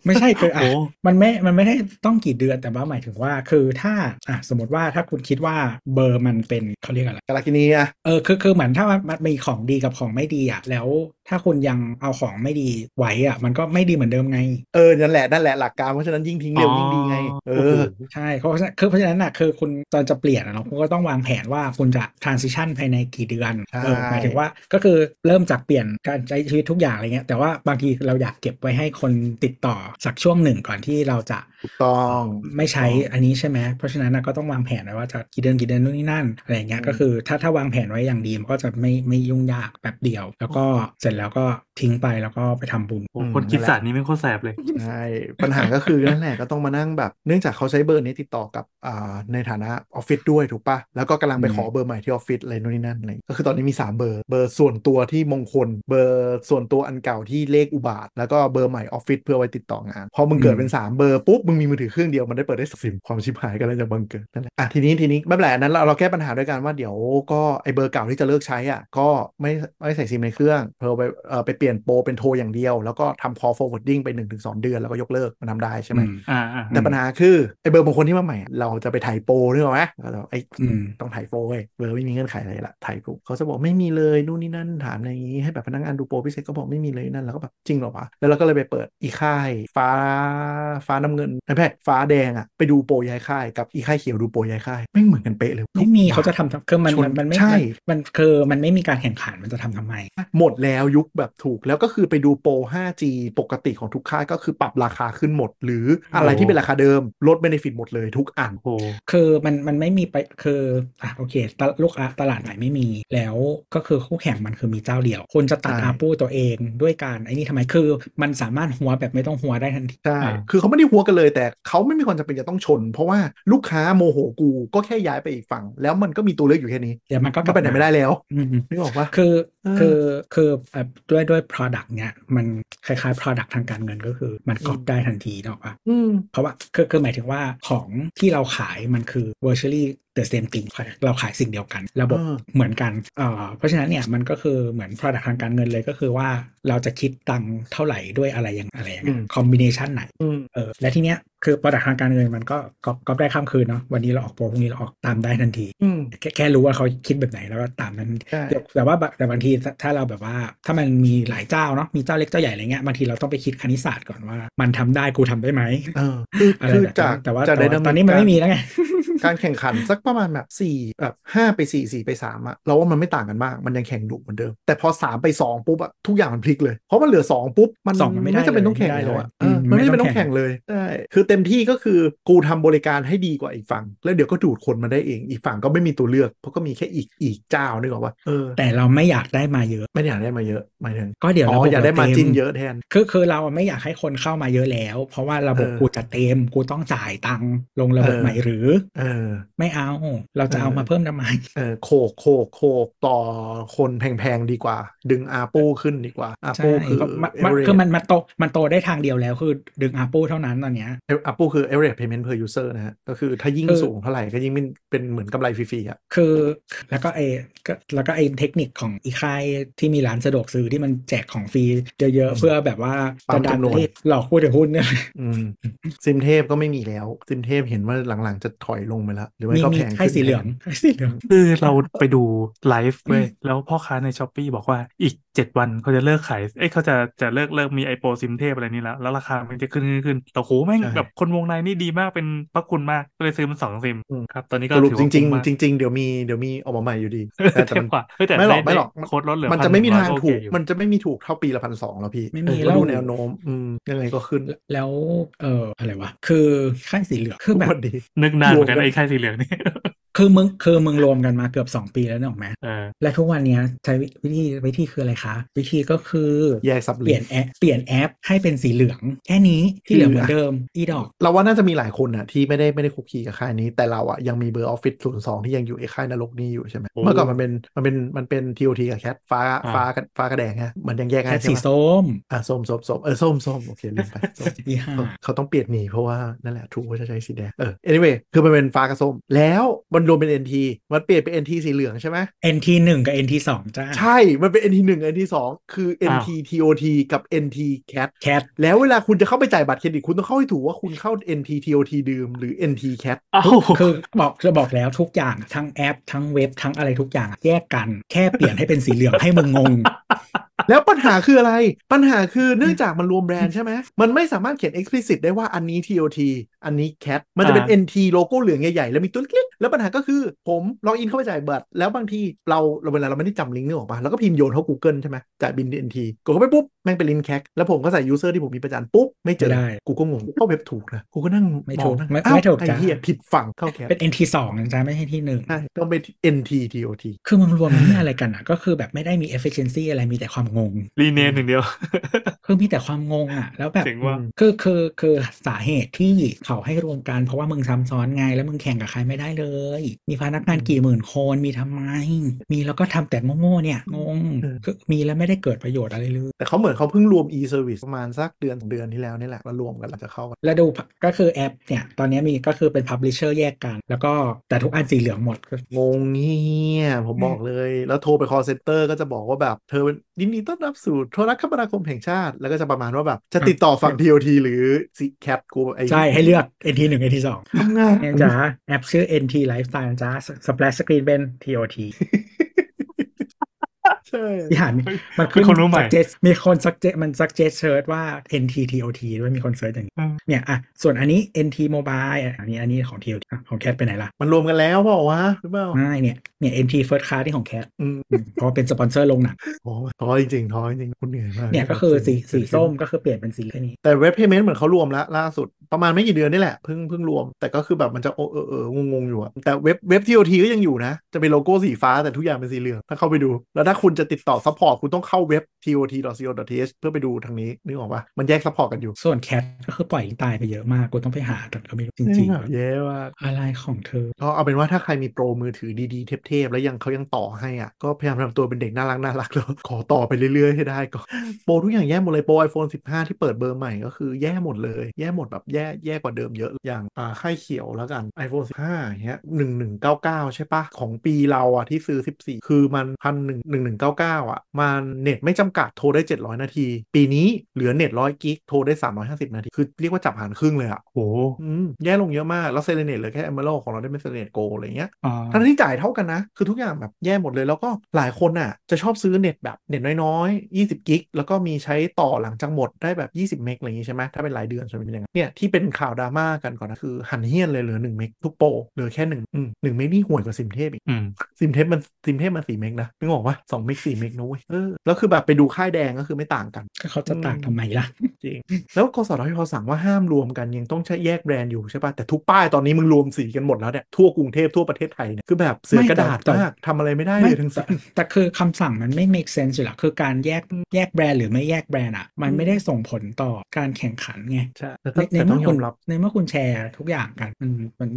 C: ไม่ใช่คืออ่ะ
D: โอ้
C: มันไม่ มันไม่ได้ต้องกี่เดือนแต่ว่าหมายถึงว่า คือถ้าอ่ะสมมติว่าถ้าคุณคิดว่าเบอร์มันเป็นเขาเรียกอะไร
B: กาลากินีอะ
C: เออคือคือเหมือนถ้ามันมันมีของดีกับของไม่ดีอ่ะแล้วถ้าคุณยังเอาของไม่ดีไว้อ่ะมันก็ไม่ดีเหมือนเดิมไง
B: เออนั่นแหละนั่นแหละหลักการเพราะฉะนั้นยิ่งทิ้งเร็วยิ่งดีไงเอ
D: โอ้
B: อ
D: โห
C: ใช่เพราะฉะนั้นคือเพราะฉะนั้นน่ะคือคุณตอนจะเปลี่ยนอะเนาะคุณก็ต้องวางแผนว่าคุณจะ transition ภายในกี่เดือน
B: ใช่
C: เออหมายถึงว่าก็คือเริ่มจากเปลี่ยนการใช้ชีวิตทุกอย่างอะไรเงี้ยแต่ว่าบางทีเราอยากเก็บไว้ให้คนติดต่อสักช่วงหนึ่งก่อนที่เราจะ
B: ถูกต้อง
C: ไม่ใช้อันนี้ใช่ไหม เพราะฉะนั้นน่ะก็ต้องวางแผนไว้ว่าจะกี่เดือนกี่เดือนนู่นนี่นั่นอะไรอย่างเงี้ย
B: อืม
C: ก็คือถ้าถ้าวางแผนไว้อย่างดีมันก็จะไม่ไม่ยุ่งยากแป๊บเดียว แล้วก็เสร็จแล้วก็ทิ้งไปแล้วก็ไปทำบุญ
D: โอ้คนคิดสารนี้ไม่โคตรแสบเลย
B: ใช่ [laughs] ปัญหาก็คือ นั่นแหละก็ต้องมานั่งแบบ เนื่องจากเขาใช้เบอร์นี้ติดต่อกับอ่าในฐานะออฟฟิศด้วยถูกปะแล้วก็กำลังไป
C: อืม
B: ขอเบอร์ใหม่ที่ออฟฟิศอะไรนู่นนี่นั่นอะไรก็คือตอนนี้มี 3 เบอร์ เบอร์ส่วนตัวที่มงคล เบอร์ส่วนตัวอันเก่าที่เลขอุบาท แล้วก็เบอร์ใหม่ออฟฟิศเพื่อไว้ติดต่องาน พอมึงเกิดเป็น 3 เบอร์ปุ๊บ มึงมีมือถือเครื่องเดียวมันได้เปิดได้สซิมความชิบหายกันเลยจะบังเกิดนั่นแหละอ่ะทีนี้ทีนี้ไม่เป็นไรอันนั้นเราเราแก้ปัญหาด้วยกันว่าเดี๋ยวก็ไอเบอร์เก่าที่จะเลิกใช้อ่ะก็ไม่ไม่ใส่ซิมในเครื่องเพื่อไปเอ่อไปเปลี่ยนโปรเป็นโทรอย่างเดียว แล้วก็ทำ call forwarding ไป 1-2 เดือนแล้วก็ยกเลิกมันทำได้ใช่ไหม
C: อืม
D: อ่าอ่า
B: แต่ปัญหาคือไอ้เบอร์บางคนที่มาใหม่อะเราจะไปถ่ายโปรนึกออกไหมเราจะไอ้
C: อืม
B: ต้องถ่ายโปรเว้ยเบอร์ไม่มีเงื่อนไขอะไรละถ่ายโปรเขาจะบอกไม่มีเลยนู่นนี่นั่นถามอะไรอย่างนี้ให้แบบพนักงานดูโปรพิเศษก็บอกไม่มีเลยนั่นแล้วก็แบบจริงเหรอวะแล้วเราก็เลยไปเปิดอีค่าย ฟ้าฟ้าน้ำเงินไอ้แพทย์ฟ้าแดงอะไปดูโปรย้ายค่ายกับอีค่ายเขียวดูโปรย้ายค่ายไม่งเหมือนกันเป๊ะเลย
C: ไม่มีเขาจะทำทำคือมัน
B: ช
C: มันมันไม่
B: ใช่
C: มันคือมันไม่มีการแข่งขันมันจะทำทำไม
B: หมดแล้วยุคแบบถูกแล้วก็คือไปดูโปร 5G ปกติของทุกค่ายก็คือปรับราคาขึ้นหมด หรืออะไรที่เป็นราคาเดิมลดเบนฟิตหมดเลยทุกอัน
D: โอ้
C: คือมันมันไม่มีไปคืออ่ะโอเคตลลูกค้าตลาดไหนไม่มี แล้วก็คือคู่แข่งมันคือมีเจ้าเดียวคุณจะตัด
B: ใช่
C: อาปูตัวเองด้วยการไอ้นี่ทำไมคือมันสามารถหัวแบบไม่ต้องหัวได้ทันที
B: ใช่
D: อ่า
B: คือเขาไม่ได้หัวกันเลย แต่เขาไม่มีความจำเป็นจะต้องชน เพราะว่าลูกค้าโมโหกูก็แค่ย้ายไปอีกฝั่ง แล้วมันก็มีตัวเลือกอยู่แค่นี้
C: เดี๋ยวมันก็ก
B: ก็
C: ลับ
B: ไปไหนไม่ได้แล้ว
C: อืม
B: นึกออกปะ
C: คือ
B: เออ
C: คือคือแบบด้วยด้วย product เนี่ยมันคล้ายๆ product ทางการเงินก็คือมัน
B: อืม
C: ก๊อปได้ทันทีเนกอะ
B: อืม
C: เพราะว่าคือคือหมายถึงว่าของที่เราขายมันคือ virtually the same thing เราขายสิ่งเดียวกัน ระบบ
B: อ่า
C: เหมือนกันเอ่อเพราะฉะนั้นเนี่ยมันก็คือเหมือน product ทางการเงินเลยก็คือว่าเราจะคิดตังค์เท่าไหร่ด้วยอะไรอย่างอะไรอย่างเงี้ย combination ไหน
B: อืม
C: เออและทีเนี้ยคือ product ทางการเงินมันก็ก๊อปก๊อปได้ข้ามคืนเนาะวันนี้เราออกโปรพรุ่งนี้เราออกตามได้ทันที
B: อืม
C: แค่แค่รู้ว่าเขาคิดแบบไหนแล้วก็ตามนั้น
B: ใช่
C: แต่แต่ว่าบางแต่บางทีถ้าถ้าเราแบบว่า ถ้ามันมีหลายเจ้าเนาะมีเจ้าเล็กเจ้าใหญ่อะไรเงี้ยบางทีเราต้องไปคิดคณิตศาสตร์ก่อนว่า มันทำได้กูทำได้ไหม
B: เออคือ
C: อะไร
B: คือ
C: แบบ
B: จาก
C: นั้นแต่ว่า
B: จาก
C: แต่ว่า
B: ไดนามิก
C: ตอนนี้มันไม่มีแล้วไง
B: การ [laughs] แข่งขันสักประมาณแบบสี่แบบห้าไปสี่สี่ไปสามอะเราว่ามันไม่ต่างกันมากมันยังแข่งดุเหมือนเดิม แต่พอสามไปสองปุ๊บอะทุกอย่างมันพลิกเลย เพราะมันเหลือสองปุ๊บมัน
C: สองมันไม่ได้
B: จำเป็นต้องแข่ง
C: เลย
B: แล้วอะเออ
C: ไม่ได้เลยอืม
B: มันไม่จำ
C: ไม่
B: เป็น
C: ต้
B: ต้
C: อ
B: อง ง
C: แข่
B: แข่
C: ง
B: งเลยใช่คือเต็มที่ก็คือกูทำบริการให้ดีกว่าอีกฝั่ง แล้วเดี๋ยวก็ดูดคนมาได้เองอีกฝั่งก็ไม่มีตัวเลือกเพราะก็มีแค่อีกอีกเจ้านึกออกว่าเออ
C: แต่เราไม่อยากได้มาเยอะ
B: ไม่ได้อยากได้มาเยอะหมายถึง
C: ก็เดี๋ยว
B: อ๋
C: ระ
B: อ
C: บบ
B: อยากได้
C: เต็
B: มาจินเยอะแทน
C: คือคือเราอะไม่อยากให้คนเข้ามาเยอะแล้ว เพราะว่าระบบ
B: เออ
C: กูจะเต็มกูต้องจ่ายตังค์ลงระบบ
B: เออ
C: ใหม่หรือ
B: เออ
C: ไม่เอา เราจะเอามาเพิ่มทำไม
B: เออโขกโขกโขกต่อคนแพงๆดีกว่า ดึงอาปูขึ้นดีกว่าอา
C: ใช่
B: ปูคือ
C: เพราะมัน
B: เอ
C: มัน
B: เร
C: คือมันมันโตมันโตได้ทางเดียวแล้วคือดึงอาปูเท่านั้นตอนเนี้ย
B: อาปูคือ average payment per user นะฮะ ก็คือถ้ายิ่ง
C: เออ
B: สูงเท่าไหร่ก็ยิ่งเป็นเป็นเหมือนกำไรฟรีๆอ่ะ
C: คือแล้วก็ไอ้ก็แล้วก็ไอ้เทคนิคของอีกค่ายที่มีร้านสะดวกซื้อที่มันแจกของฟรีเยอะๆ เพื่อแบบว่า
B: ปั๊
C: จะ
B: ม
C: ดัน
B: จำนวน
C: เลขหลอกผู้ถือหุ้นเนี่ย
B: อืมซิมเทพก็ไม่มีแล้ว ซิมเทพเห็นว่าหลังๆจะถอยลงไปแล้ว หรือ [laughs] ไม่
C: มี
B: ก็
C: มี
B: แพง
C: ค่าย
B: ขึ้น
C: สีเหลืองค่ายสีเหลือง
D: คือเราไปดูไลฟ์เว้ยแล้วพ่อค้าในช้อปปีบอกว่าอีกเจ็ดวันเขาจะเลิกขาย เอ้ยเขาจะจะเลิกเลิกมีไอโปซิมเทพอะไรนี้แล้ว แล้วราคามันจะขึ้นขึ้นขึ้นแต่โหแม่งแบบคนวงในนี่ดีมากเป็นพระคุณมากก็เลยซื้อมันสองซิมครับตอนนี้ก็
B: สรุป
D: ถือ
B: จ
D: ว่า
B: ริง
D: คุ้มมาก
B: ๆ จริง ๆ เดี๋ยวมีเดี๋ยวมีออกมาใหม่อยู่ดี
D: เออ
B: แต่แต่
D: เท
B: มัน
D: พกว่าเฮ้ยแต่
B: ไม่หรอก
D: ด้
B: ไม่หรอก
D: ด้โค้ดลดเหลือ
B: มันจะไม่มี
D: 1,100
B: ทาง
D: ก็โอ
B: ถู
D: เค
B: ก
D: อยู่
B: มันจะไม่มีถูกเท่าปีละพันสองแล้วพี่
C: ไม่มี
B: เออ
C: แล้
B: ก็
C: ว
B: ดูแนวโน้มอืมยังไงก็ขึ้น
C: แล้วแล้วเอออะไรวะ คือค่ายสีเหลืองคือแบบ
B: วันดี
D: นึกนานเหมือนกั
B: รวม
D: น
B: กัน
D: ไอ้ค่ายสีเหลืองนี่
C: คือมึงคือมึงรวมกันมาเกือบ 2 ปีแล้วเนกอะไหม
D: เออ
C: และทุกวันเนี้ยใช้วิธีวิธีคืออะไรคะ วิธีก็คือ
B: แยกซับ
C: เป
B: ลิ
C: ลี่ย
B: ง
C: นแอปเปลี่ยนแอปให้เป็นสีเหลือง แค่นี้ที่เหลือเหมือนเดิมอีดอก
B: เราว่าน่าจะมีหลายคนนะที่ไม่ได้ไม่ได้คุกคีกับค่ายนี้แต่เราอะยังมีเบอร์ออฟฟิศศูนย์สองที่ยังอยู่ไอ้ค่ายนรกนี้อยู่ใช่ไหม
D: โอ้
B: เมื่อก่อนมันเป็นมันเป็นมันเป็น TOT กับแคทฟ้า
D: อ่า
B: ฟ้ากับฟ้ากระแดงฮะมันยังแยก
C: แค่
B: ง่ายใช่
C: สี
B: ไหม
C: ส้ม
B: อ่ะส้มส้มส้มเออส้มส้มโอเคลืมไปส้ม
C: อีห่า
B: เขาเขาต้องเปลี่ยนหนีเพราะว่า นั่นแหละทูเขาจะใช้สีแดงเออ anyway คือมันเป็นฟ้ากับส้ม แล้วมันรวมเป็น NT มันเปลี่ยนเป็น NT สีเหลืองใช่ไหม
C: NT 1กับ NT 2จ้า
B: ใช่มันเป็น NT หนึ่ง NT สองคือ NT TOT กับ NT Cat
C: แคท
B: แล้วเวลาคุณจะเข้าไปจ่ายบัตรเครดิตคุณต้องเข้าให้ถูกว่าคุณเข้า NT TOT ดื่มหรือ NT Cat
D: เอ้า
C: [laughs] คือบอกจะบอกแล้วทุกอย่างทั้งแอป ทั้งเว็บทั้งอะไรทุกอย่างแยกกันแค่เปลี่ยนให้เป็นสีเหลืองให้มึงงง [laughs]
B: แล้วปัญหาคืออะไร ปัญหาคือเนื่องจากมันรวมแบรนด์ใช่ไหม มันไม่สามารถเขียน explicit ได้ว่าอันนี้ TOT อันนี้ CAT มันจะเป็น NT โลโก้เหลืองใหญ่ๆ แล้วมีตัวเล็กๆ แล้วปัญหาก็คือผมล็อกอินเข้าไปจ่ายบัตร แล้วบางทีเราเราเวลาเราไม่ได้จำลิงก์นึกออกปะแล้วก็พิมพ์โยนเข้า Google ใช่ไหมจ่ายบิน NT กดเข้าไปปุ๊บ แม่งเป็นลิงก์ CAT แล้วผมก็ใส่ user ที่ผมมีประจานปุ๊บ ไม่เจอ
C: ไม่ได้
B: กูก็งงเข้าเว็บถูกนะกูก็นั่ง
C: ไม่
B: ม
C: ถู
B: อง
C: ก
B: นั่ง
C: ไม่
B: อ้าว
C: ไม่ถูก
B: ไอ้
C: จ้ะ
B: เหี้ยผิดฝั่งเข้า CAT
C: เป็น NT 2นะจ๊ะไม่ใช่ที่หนึ่ง
B: ใช่ต้องเป็น NT TOT
C: คือมึงรวมมันเนี่ยอะไร [laughs] กันอ่ะ ก็คือแบบไม่ได้มี efficiency อะไรมีแต่ความงง
D: รีเนมอย่างเดียว
C: คือมีแต่ความงงอ่ะ แล้วแบบ
D: เจ๋งว่ะ
C: คือคือคือสาเหตุที่เขาให้รวมกันเพราะว่ามึงซ้ำซ้อนไงแล้วมึงแข่งกับใครไม่ได้เลย มีพนักงานกี่หมื่นคนมีทำไม มีแล้วก็ทำแต่โง่ๆเนี่ยงงคือมีแล้วไม่ได้เกิดประโยชน์อะไรเลย
B: แต่เขาเหมือนเขาเพิ่งรวม e-service ประมาณสักเดือนสองเดือนที่แล้วนี่แหละมารวมกันแล้วจะเข้ากัน
C: แล้วดูก็คือแอปเนี่ย ตอนนี้มีก็คือเป็น Publisher แยกกัน แล้วก็แต่ทุกอันสีเหลืองหมดก็
B: งงเงี้ยผมบอกเลย แล้วโทรไป call center ก็จะบอกว่าแบบ เธอเป็นยินดีต้อนรับสู่โทรคมนาคมแห่งชาติ แล้วก็จะประมาณว่าแบบ จะติดต่อฝั่
C: [laughs]
B: ง TOT หรือ c c a t กูไอ้
C: ใช่ให้เลือก NT 1 NT 2
B: ทำงาน
C: เนี่ยจ้าแอปชื่อ NT Lifestyle จ้า Splash Screen เป็น TOT
B: ใช่
C: ที่หัน
D: เฮ้ย
C: มันขึ้น
D: เป็นคนรู้ใหม่
C: suggest มีคน suggest มัน suggest search ว่า NT TOT ด้วยมีคนเซิร์ชอย่างนี้
D: อืม
C: เนี่ยอ่ะส่วนอันนี้ NT Mobile อ่ะอันนี้อันนี้ของ TOT อ่ะของแคทไปไหนล่ะ
B: มันรวมกันแล้วเปล่าวะหรือเปล่า
C: ไม่เนี่ยเนี่ย NT First Class ที่ของแคท
B: อืม
C: เพราะว่าเป็นสปอนเซอร์ลงหนัง
B: โอ้ยท้อจริงๆท้อจริงๆคุณเหนื่อยมาก
C: เนี่ยก็คือสีสีส้มก็คือเปลี่ยนเป็นสีแค่นี้
B: แต่เว็บเพย์เมนต์เหมือนเขารวมแล้วล่าสุดประมาณไม่กี่เดือนนี่แหละเพิ่งเพิ่งรวม แต่ก็คือแบบมันจะโอเออเอองงงๆอยู่อะแต่เว็บเว็บ TOT ก็ยังอยู่นะ จะเป็นโลโก้สีฟ้าแต่ทุกอย่างเป็นสีเหลืองถ้าเข้าไปดู แล้วถ้าคุณจะติดต่อซัพพอร์ตคุณต้องเข้าเว็บ tot.co.th เพื่อไปดูทางนี้นึกออกปะมันแยกซัพพอร์ตกันอยู่
C: ส่วนแคทก็คือปล่อยตายไปเยอะมาก กูต้องไปหาแต่ก็ไม่รู้จริง
B: แบบเย้ว่า
C: ๆ อะไรของเธอ
B: ก็เอาเป็นว่าถ้าใครมีโปรมือถือดีๆเทพๆแล้วยังเขายังต่อให้อ่ะก็พยายามทำตัวเป็นเด็กน่ารักน่ารักแล้ว [laughs] ขอต่อไปเรื่อยๆให้ได้ก่อนโปรทุกอย่างแย่หมดเลยโปร iPhone 15 ที่เปิดเบอร์ใหม่ก็คือแย่หมดเลยแย่หมดแบบแย่แย่กว่าเดิมเยอะอย่างอ่าค่ายเขียวแล้วกัน iPhone 15อย่างเงี้ย1199 ใช่ปะของปีเราอ่ะที่ซื้อ 14 คือมันพันหนึ่งหนึ่งหนึ่งเก้า 999 อ่ะ มันเน็ตไม่จำกัดโทรได้ 700 นาที ปีนี้เหลือเน็ต100กิกโทรได้ 350 นาที คือเรียกว่าจับหารครึ่งเลยอ่ะ
D: โอ้โห
B: อืมแย่ลงเยอะมาก แล้วเซเลเนตเหลือแค่ e อมเบลของเราได้เป็นเซเลเนตโกอะไรเงี้ย
D: อ่า
B: ทั้งที่จ่ายเท่ากันนะ คือทุกอย่างแบบแย่หมดเลย แล้วก็หลายคนน่ะ จะชอบซื้อเน็ตแบบเน็ตน้อยๆ 20 กิก แล้วก็มีใช้ต่อหลังจากหมดได้แบบ 20 เมกอะไรอย่างงี้ใช่ไหมถ้าเป็นรายเดือนใช่ไหมเป็นอย่างนั้นเนี่ย ที่เป็นข่าวดราม่ากันก่อนนะ คือหันเฮี้ยนเลยเหลือ 1 เมกทุกโปรเหลือแค่1อืม1เมกนี่ห่วยกว่าซิมเทพอีก
D: อืม
B: ซิมเทพมันซิมเทพมัน4เมกนะนึกออกปะ2เมก4เมกนะเว้ยเออแล้วคือแบบไปดูค่ายแดงก็คือไม่ต่างกัน
C: ก็เขาจะต่างทำไมล่ะ
B: จริง แล้วกสทชสั่งว่าห้ามรวมกันยังต้องใช้แยกแบรนด์อยู่ใช่ปะแต่ทุกป้ายตอนนี้มึงรวมสีกันหมดแล้วเนี่ยทั่วกรุงเทพทั่วประเทศไทยเนี่ยคือแบบเสือกระดาษ
C: ไม่แต่
B: มากทำอะไรไม่ได้เลยทั้ง
C: แต่
B: สิ้น
C: แต่คือคำสั่งมันไม่ make sense อยู่หรอกคือการแยกแยกแบรนด์หรือไม่แยกแบรนด์อ่ะ มันไม่ได้ส่งผลต่อการแข่งขันไง
B: ใช่แต่
C: ใน
B: ต้อง
C: ใน
B: แต่ต้อ
C: เมื่อง
B: ย
C: คุ
B: อ
C: ณ
B: มรับ
C: ในเมื่อคุณแชร์ทุกอย่างกันมันมัน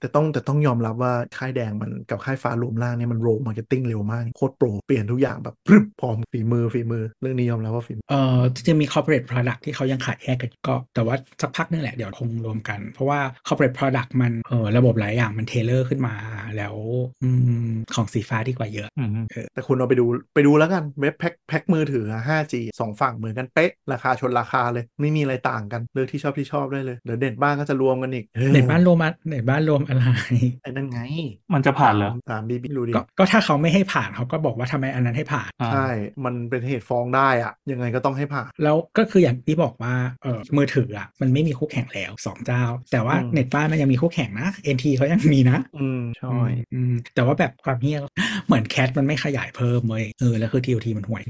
B: แต่ต้องแต่ต้องยอมรับว่าค่ายแดงมันกับค่ายฟ้ารวมล่างเนี่ยมันโรมาร์เก็ตติ้งเร็วมากโคตรโปรเปลี่ยนทุกอย่างแบบพรึบพร้อมฝีมือฝีมือเรื่องนี้ยอมรับว่าฝีมือ
C: เอ่อจริงๆมี corporate product ที่เขายังขายแยกกันอยู่ก็ แต่ว่าสักพักนึงแหละเดี๋ยวคงรวมกัน เพราะว่า corporate product มันเออระบบหลายอย่างมันเทเลอร์ขึ้นมาแล้วอืมของสีฟ้าดีกว่าเยอะ
D: อืม
B: แต่คุณเอาไปดูไปดูแล้วกันเว็บแพ็คแพ็คมือถืออะ 5G สองฝั่งเหมือนกันเป๊ะราคาชนราคาเลย ไม่มีอะไรต่างกันเลือกที่ชอบที่ชอบได้เลยเดี๋ยวเน็ตบ้านก็จะรวมกันอีก
C: เน็ตบ้านรวมอะเน็ตบ้านรวมอะไร
B: ไอ้นั่นไง
D: มันจะผ่านเหรอ
B: ตามบีบีดูดิ
C: ก็ก็ถ้าเขาไม่ให้ผ่านเขาก็บอกว่าทำไมอันนั้นให้ผ่าน
D: อ่า
B: ใช่ มันเป็นเหตุฟ้องได้อะยังไงก็ต้องให้ผ่าน
C: แล้วก็คืออย่างที่บอกว่าเออมือถืออ่ะมันไม่มีคู่แข่งแล้วสองเจ้า แต่ว่า
B: อืม
C: เน็ตบ้านมันยังมีคู่แข่งนะ NT เขายังมีนะ
B: อืมใช่
C: อืมแต่ว่าแบบความเงี้ยเหมือนแคทมันไม่ขยายเพิ่มเลยเออแล้วคือ TOT มันห่วย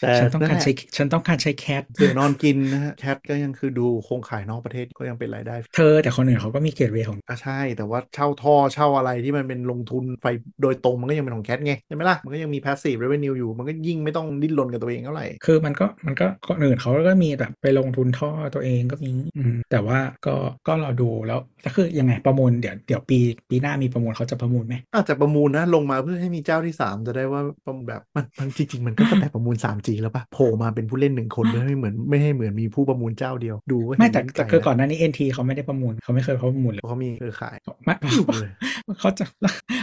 B: แต่
C: ฉันต้องการ
B: นั่นแหละ
C: ใช้ฉันต้องการใช้แคท
B: เสือนอนกินนะฮะ แคทก็ยังคือดูโครงข่ายนอกประเทศก็ยังเป็นรายได้
C: เธอแต่คนอื่นเขาก็มีเกตเวของ
B: อ่ะใช่ แต่ว่าเช่าท่อเช่าอะไรที่มันเป็นลงทุนไฟโดยตรงมันก็ยังเป็นของแคทไง ใช่ไหมล่ะ มันก็ยังมี passive revenue อยู่ มันก็ยิ่งไม่ต้องดิ้นรนกับตัวเองเท่าไหร่
C: คือมันก็มันก็คนอื่นเขาก็มีแบบไปลงทุนท่อตัวเองก็มีอืมแต่ว่าก็ก็รอดูแล้วแต่คือยังไงประมูลเดี๋ยวเดี๋ยวปีปีหน้ามีประมูลเขาจะประมูลไหม
B: อาจจะประมูลนะลงมาเพื่อให้มีเจ้าที่ 3 จะได้ว่าประมูลแบบมันมันจริง ๆ มันก็ตั้งแต่ประมูล 3G แล้วปะโผล่มาเป็นผู้เล่นหนึ่งคนไม่ให้เหมือนไม่ให้เหมือนมีผู้ประมูลเจ้าเดียว ดูก็เห็น
C: ไม่แต่
B: ใจ
C: แต่คือ
B: แล้ว
C: ก่อนหน้านี้ NT เขาไม่ได้ประมูลเขาไม่เคยประมูลเลย
B: เพราะเขามีเครือข่าย
C: ไม่
B: เลย
C: เขาจะ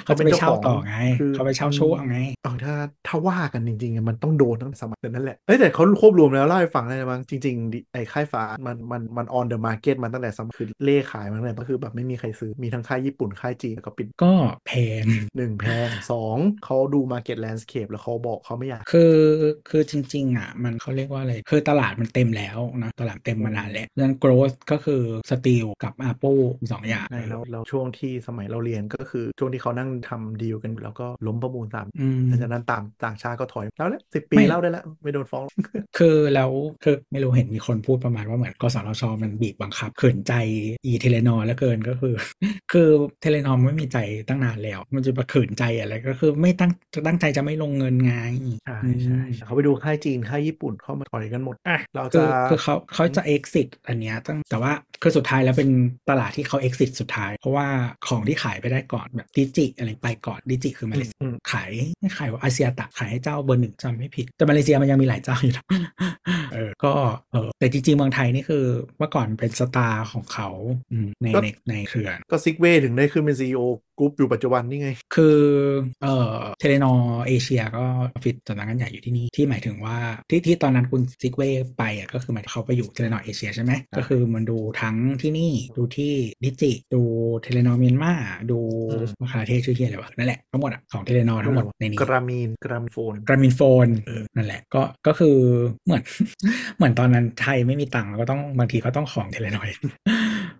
C: เขาจะไปเช่าต่อไง
B: คือ
C: เขาไปเช่าช่วงไง
B: เอาถ้าถ้าว่ากันจริงๆอะมันต้องโดนตั้งแต่สมัยนั้นแหละ เอ้ยแต่เขาควบรวมแล้วเล่าให้ฟังได้นะมั้งจริงๆดิไอ้ค่ายฟ้ามันมันมันออนเดอะมาร์เก็ตมาตั้งแต่สมัยคือเล่ขายมาตั้งแต่ก็คือแบบไม่มีใครซื้อ มีทั้งค่ายญี่ปุ่น ค่ายจีนแล้วก็ปิด
C: ก็แพง
B: หนึ่งแพงสองเขาดูมาร์เก็ตแลนด์สเคปแล้วเขาบอกเขาไม่อยาก
C: คือคือจริงๆอ่ะมันเขาเรียกว่าอะไรคือตลาดมันเต็มแล้วนะตลาดเต็มมานานแล้วดังนั้น growth ก็คือสตีลกับอาปูสองอย่าง
B: ใช่เราเราช่วงที่สมัยเราเรียนก็คือช่วงที่เขานั่งทำดีลกันอยู่แล้วก็ล้มประมูลตาม
C: อืม
B: หลังจากนั้นตามต่างชาติก็ถอยแล้วแหละสิปี
C: ไม่
B: เล่าได้แล้วไม่โดนฟ้องหรอก
C: คือแล้วคือไม่รู้เห็นมีคนพูดประมาณว่าเหมือนกสทชมันบีบบังคับขืนใจอีเทเลนอแล้วเกินก็คือ [laughs] คือเทเลนอไม่มีใจตั้งนานแล้ว มันจะมาขืนใจอะไรก็คือไม่ตั้งจะตั้งใจจะไม่ลงเงินไง
B: ใช่ใช่
C: อืม
B: ใช่เขาไปดูค่ายจีนค่ายญี่ปุ่นเข้ามาถอยกันหมดอ่ะเรา
C: คื
B: จะ
C: อคือเขาเขาจะ exit อันเนี้ยตั้งแต่ว่าคือสุดท้ายแล้วเป็นตลาดที่เขา exit สุดท้าย เพราะว่าของที่ขายไปได้ก่อนแบบดิจิอะไรไปก่อนดิจิคือมาเลเซีย
B: อืม
C: ขายไม่ขายว่าอาเซียตะขายให้เจ้าเบอร์หนึ่งจำไม่ผิด แต่มาเลเซียมันยังมีหลายเจ้า [laughs] อยู่นะ เออก็เออแต่จริงๆเมืองไทยนี่คือเมื่อก่อนเป็นสตาร์ของเขาอืมในในในเครือ
B: ก็ซิกเวยถึงได้ขึ้นเป็นซีอกรุ๊ปอยู่ปัจจุบันนี่ไง
C: คือเอ่อเทเลนอเอเชียก็ออฟฟิศสำนักงานใหญ่อยู่ที่นี่ ที่หมายถึงว่าที่ที่ตอนนั้นคุณซิกเวย์ไปอ่ะก็คือหมายถึงเขาไปอยู่เทเลนอเอเชียใช่ไหมก็คือมันดูทั้งที่นี่ดูที่ดิจิ ดูเทเลนอเมียนมาดู
B: อืม
C: มาคาเทศชื่อเฮียอะไรวะนั่นแหละทั้งหมดอ่ะของเทเลนอทั้งหมดในนี้
B: กรามีนกรามีโฟน
C: กรามินโฟน
B: เออ
C: นั่นแหละก็ก็คือเหมือน [laughs] เหมือนตอนนั้นไทยไม่มีตังค์แล้วก็ต้องบางทีก็ต้องของเทเลนอย [laughs]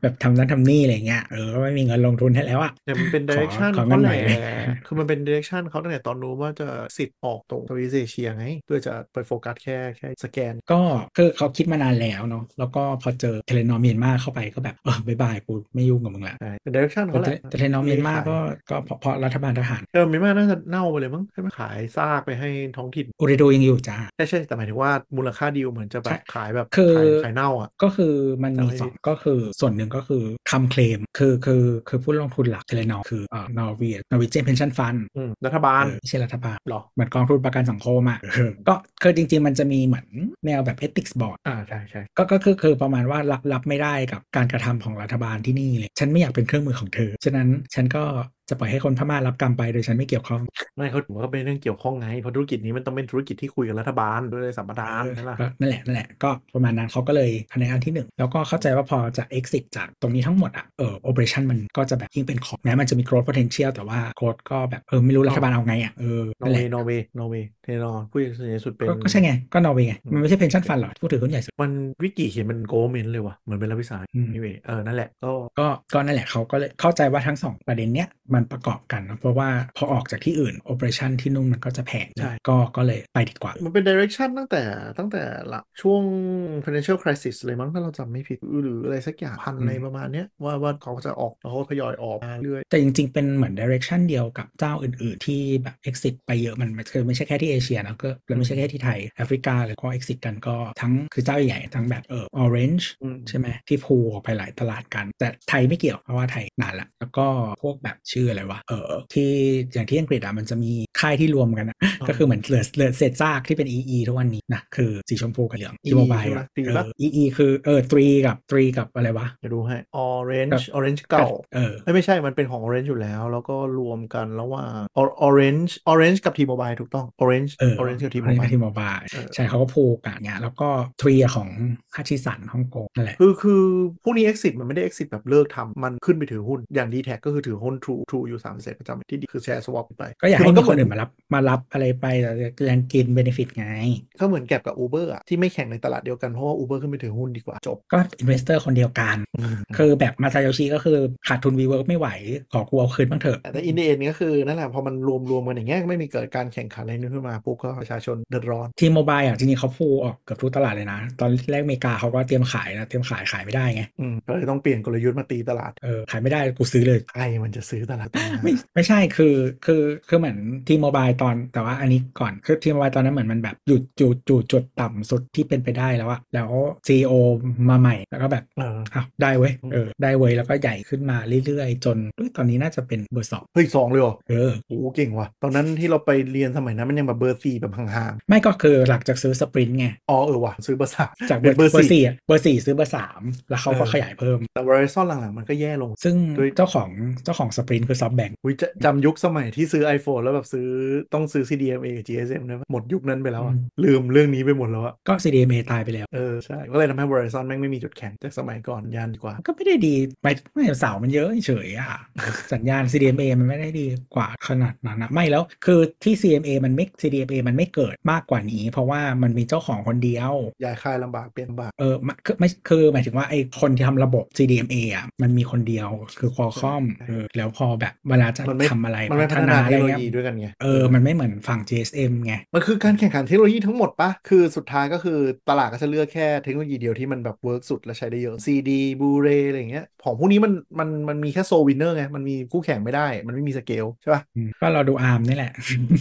C: แบบทำนั้นทำนี่อะไรเงี้ยเออก็ไม่มีเงินลงทุนให้แล้วอ่ะ
B: แต่มันเป็นดิ
C: ขอ
B: เรกชัน
C: ขอ
B: เขา
C: เงิน
B: แหล
C: หน่อยเลย
B: ะคือมันเป็นดิเรกชันเขาตั้งแต่ตอนรู้ว่าจะสิทธิ์ออกตรงทวีปเอเชียไงเพื่อจะไปโฟกัสแค่แค่สแกน
C: ก็คือเขาคิดมานานแล้วเนาะแล้วก็พอเจอเทเลนอเมียนมาเข้าไปก็แบบเออบายบายกูไม่ยุ่งกับมึงละ
B: ใช่เป็นดิเรกชันเขาแหละ
C: แต่เทเลนอเมียนมาก็ก็เพราะเพราะรัฐบาลทหาร
B: เออมีมากน่าจะเน่าไปเลยมั้งใช่ไหมขายซากไปให้ท้องถิ่น
C: อุเรโดยังอยู่จ้า
B: ใช่ใช่แต่หมายถึงว่ามูลค่าดีลเหมือนจะแบบ
C: ใช่
B: ขายแบบ
C: คือ
B: ขายขายเน่าอ่ะ
C: ก็คือมัน
B: จำ
C: มี
B: ไม่
C: ส
B: ผิ
C: อง
B: ด
C: ก็คือส่วนหนึ่งก็คือคำเคลมคือคือคือผู้ลงทุนหลักเทเลนอคือเอ่อนอร์เวย์นอร์เวเจนเพนชั่นฟัน
B: อืมรัฐบาล
C: ไม่ใช่รัฐบาล
B: เหรอ
C: เหมือนกองทุนประกันสังคมอ่ะก็คือจริง ๆ มันจะมีเหมือนแนวแบบ ethics board
B: อ่าใช่ใช่
C: ก็ก็คือคือประมาณว่ารับรับไม่ได้กับการกระทำของรัฐบาลที่นี่เลย ฉันไม่อยากเป็นเครื่องมือของเธอ ฉะนั้นฉันก็ จะปล่อยให้คนพม่ารับกรรมไปโดยฉันไม่เกี่ยวข้อง
B: ไม่เขาถือว่าเป็นเรื่องเกี่ยวข้องไงเพราะธุรกิจนี้มันต้องเป็นธุรกิจที่คุยกับรัฐบาลด้วยสัมปทาน
C: เออ
B: ใช่ล่ะ
C: ก็นั่นแหละนั่นแหละก็ประมาณนั้นเขาก็เลยคะแนนอันที่หนึ่งแล้วก็เข้าใจว่าพอจาก exit จากตรงนี้ทั้งหมดอ่ะเออ operation มันก็จะแบบยิ่งเป็นของแม้มันจะมี growth potential แต่ว่า growth ก็แบบเออไม่รู้รัฐบาลเอาไงอ่ะเออ
B: อ
C: นนั่น
B: ร์
C: แห
B: เว
C: ละ
B: ย์นอร์เวย์นอร์เวย์เทนอร์ผู้ใหญ่ส่วนใหญ่สุดเป็น
C: ก็ก็ใช่ไง ก็นอร์เวย์ไง
B: อืม
C: มันไม่ใช่ pension fund หรอกผู้ถือหุ้นใหญ่สุด
B: มันวิกิเขียนมันโกเมนเลยว่ะเหมือนเป็นรัฐวิสาหกิ
C: อื
B: จ
C: ม
B: นี่เวยเออนั่นแหละก็
C: ก็ก็นั่นแหละเขาก็เลยเข้าใจว่าทั้งสองประเด็นเนี้ยมันประกอบกันนะเพราะว่าพอออกจากที่อื่น operation ที่นู่นมันก็จะแพงก็ก็เลยไปดีกว่า
B: มันเป็นดิเรกชันตั้งแต่ตั้งแต่หลังช่วง financial crisis เลยมั้งถ้าเราจำไม่ผิดหรืออะไรสักอย่างพัน
C: อืม
B: อะไรประมาณเนี้ยว่าว่าเขาจะออกแล้วเขาทยอยออกมาเรื่อย
C: แต่จริงๆ เป็นเหมือนดิเรกชันเดียวกับเจ้าอื่นๆ ที่แบบ exit ไปเยอะมันมันคือไม่ใช่แค่ที่เอเชียนะก็แล้วไม่ใช่แค่ที่ไทย แอฟริกาหรือก็ exit กันก็ทั้งคือเจ้าใหญ่ๆทั้งแบบเออ orange
B: อืม
C: ใช่ไหมที่พูออกไปหลายตลาดกัน แต่ไทยไม่เกี่ยวเพราะว่าไทยนานละแล้วก็พวกแบบชื่ออะไรวะเออที่อย่างที่อังกฤษอ่ะมันจะมีค่ายที่รวมกันอะ
B: อ๋อ
C: ก็คือเหมือนเหลือเหลือเศษซากที่เป็น EE ทุกวันนี้นะคือสีชมพูกับเหลือง
B: EE
C: ที่โมบาย
B: ใช่ไหม
C: อะ
B: ตี
C: เอ
B: ปะ
C: อ EE คือเออตรีกับตรีกับอะไรวะ
B: จะดูให้
C: กั
B: orange
C: บ
B: orange เก่า
C: เออ
B: เอ้ยไม่ใช่มันเป็นของ orange อยู่แล้ว แล้วก็รวมกันระหว่าง Or- orange orange กับ T-Mobile ถูกต้อง orange
C: เออ
B: orange กับ
C: อันนี้
B: T-Mobile
C: ทีมอบายใช่เขาก็พูกันเนี่ยแล้วก็ทรีของฮาชิสันฮ่องกงนั่นแหละ
B: คือคือพวกนี้ exit มันไม่ได้ exit แบบเลิกทำมันขึ้นไปถือหุ้นอย่าง d t แทก็คือถือหุ้น True True อยู่3เซนประจำที่ดีคือแชร์ swap ไป
C: ก็อยาก
B: คื
C: ให้
B: มัน
C: มี
B: ก็เหมื
C: คน
B: อน
C: อื่นมารับมารับอะไรไปแต่แรงกินเบนฟิตไง
B: ก็เหมือนแก็บกับ Uber อะที่ไม่แข่งในตลาดเดียวกันเพราะว่า Uber ขึ้นไปถือหุ้นดีกว่าจบ
C: ก็อินเวสเตอร์คนเดียวกัน คือแบบมาซาโยชิก็คือขาดทุนวีเวิร์กไม่ไหว ขอกูเอาคืนบ้างเถอะ
B: แต่อินเดียก็คือนั่นแหละพอมันรวมรวมกันอย่างเงี้ยไม่มีเกิดการแข่งขันอะไรนี้ขึ้นมาปุ๊บก็ประชาชนเดือดร้อน
C: ทีมโมบายอ่ะจริงๆเขาพูออกเกือบทุกตลาดเลยนะ ตอนแรกอเมริกาเขาก็เตรียมขายนะเตรียมขายขายไม่ได้ไง
B: อืมก็เลยต้องเปลี่ยนกลยุทธ์มาตีตลาด
C: เออขายไม่ได้กูซื้อเลย
B: ใครมันจะซื้อตลาดต่างหาก
C: ไม่ไม่ใช่คือคือคือเหมือนทีโมบายตอนแต่ว่าอันนี้ก่อนคือทีโมบายตอนนั้นเหมือนมันแบบหยุดจุดจุดจุดต่ำสุดที่เป็นไปได้แล้วอะแล้วซีอมาใหม่แล้วก็แบบ
B: เออ
C: อ้าวได้เว้ย
B: อืม
C: เออได้เว้ยแล้วก็ใหญ่ขึ้นมาเรื่อยๆ จนอุ๊ยตอนนี้น่าจะเป็นเบอร์สอง
B: เฮ้ยสองเลยเหรอ
C: เออ
B: โอ้เก่งว่ะ ตอนนั้นที่เราไปเรียนสมัยนั้นมันยังแบบเบอร์สี่แบบห่าง
C: ไม่ก็คือหลังจากซื้อสปรินต์ไง
B: ๆอ๋อเออว่ะซื้อเบอร์สาม
C: จากเบ
B: เป็
C: อน ร์
B: เบอร์
C: เบอร์
B: สี่
C: สี่อะเบอร์สี่ซื้อเบอร์สามแล้วเขาก็
B: เออ
C: ขยายเพิ่ม
B: แต่ Verizon หลังๆมันก็แย่ลง
C: ซึ่ง
B: ด้วย
C: เจ้าของเจ้าของสปรินต์คือซอฟแบง
B: อุ๊ยจะจำยุคสมัยที่ซื้อ iPhone แล้วแบบซื้อต้องซื้อ CDMA กับ GSM ได้ปะหมดยุคนั้นไปแล้วอะ
C: อืม
B: ลืมเรื่องนี้ไปหมดแล้วอะ
C: ก็ CDMA ตายไปแล้ว
B: เออใช่ ก็เลยทำให้ Verizon แม่งไม่มีจุดแข็งจากสมัยก่อนยานดีกว่า
C: ก็ไม่ได้ดีไปไม่เสามันเยอะเฉยๆอ่ะ สัญญาณ CDMA มันไม่ได้ดีกว่าขนาดนั้นนะไม่แล้วคือที่ CMA มันไม่ CDMA มันไม่เกิดมากกว่านี้ เพราะว่ามันมีเจ้าของคนเดียว
B: ย้ายค่ายลำบากเปลี่ยนลำบาก
C: เออมันคือไม่คือหมายถึงว่าไอ้คนที่ทำระบบ CDMA อ่ะมันมีคนเดียวคือ Qualcomm เออแล้วพอแบบเวลาจะ
B: มันไม่
C: ทำอะไร
B: มันไม่พัฒนาเทคโนโลยี
C: เงี้ย
B: ด้วยกันไง
C: เออมันไม่เหมือนฝั่ง GSM ไง
B: มันคือการแข่งขันเทคโนโลยีทั้งหมดปะ คือสุดท้ายก็คือตลาดก็จะเลือกแค่เทคโนโลยีเดียวที่มันแบบเวิร์กสุดและใช้ได้เยอะ CD บูเรอะไรอย่างเงี้ย ของพวกนี้มันมันมันมีแค่โซวินเนอร์ไง มันมีคู่แข่งไม่ได้ มันไม่มีสเกลใช่ปะ
C: ก็เราดูอาร์มนี่แหละ [laughs]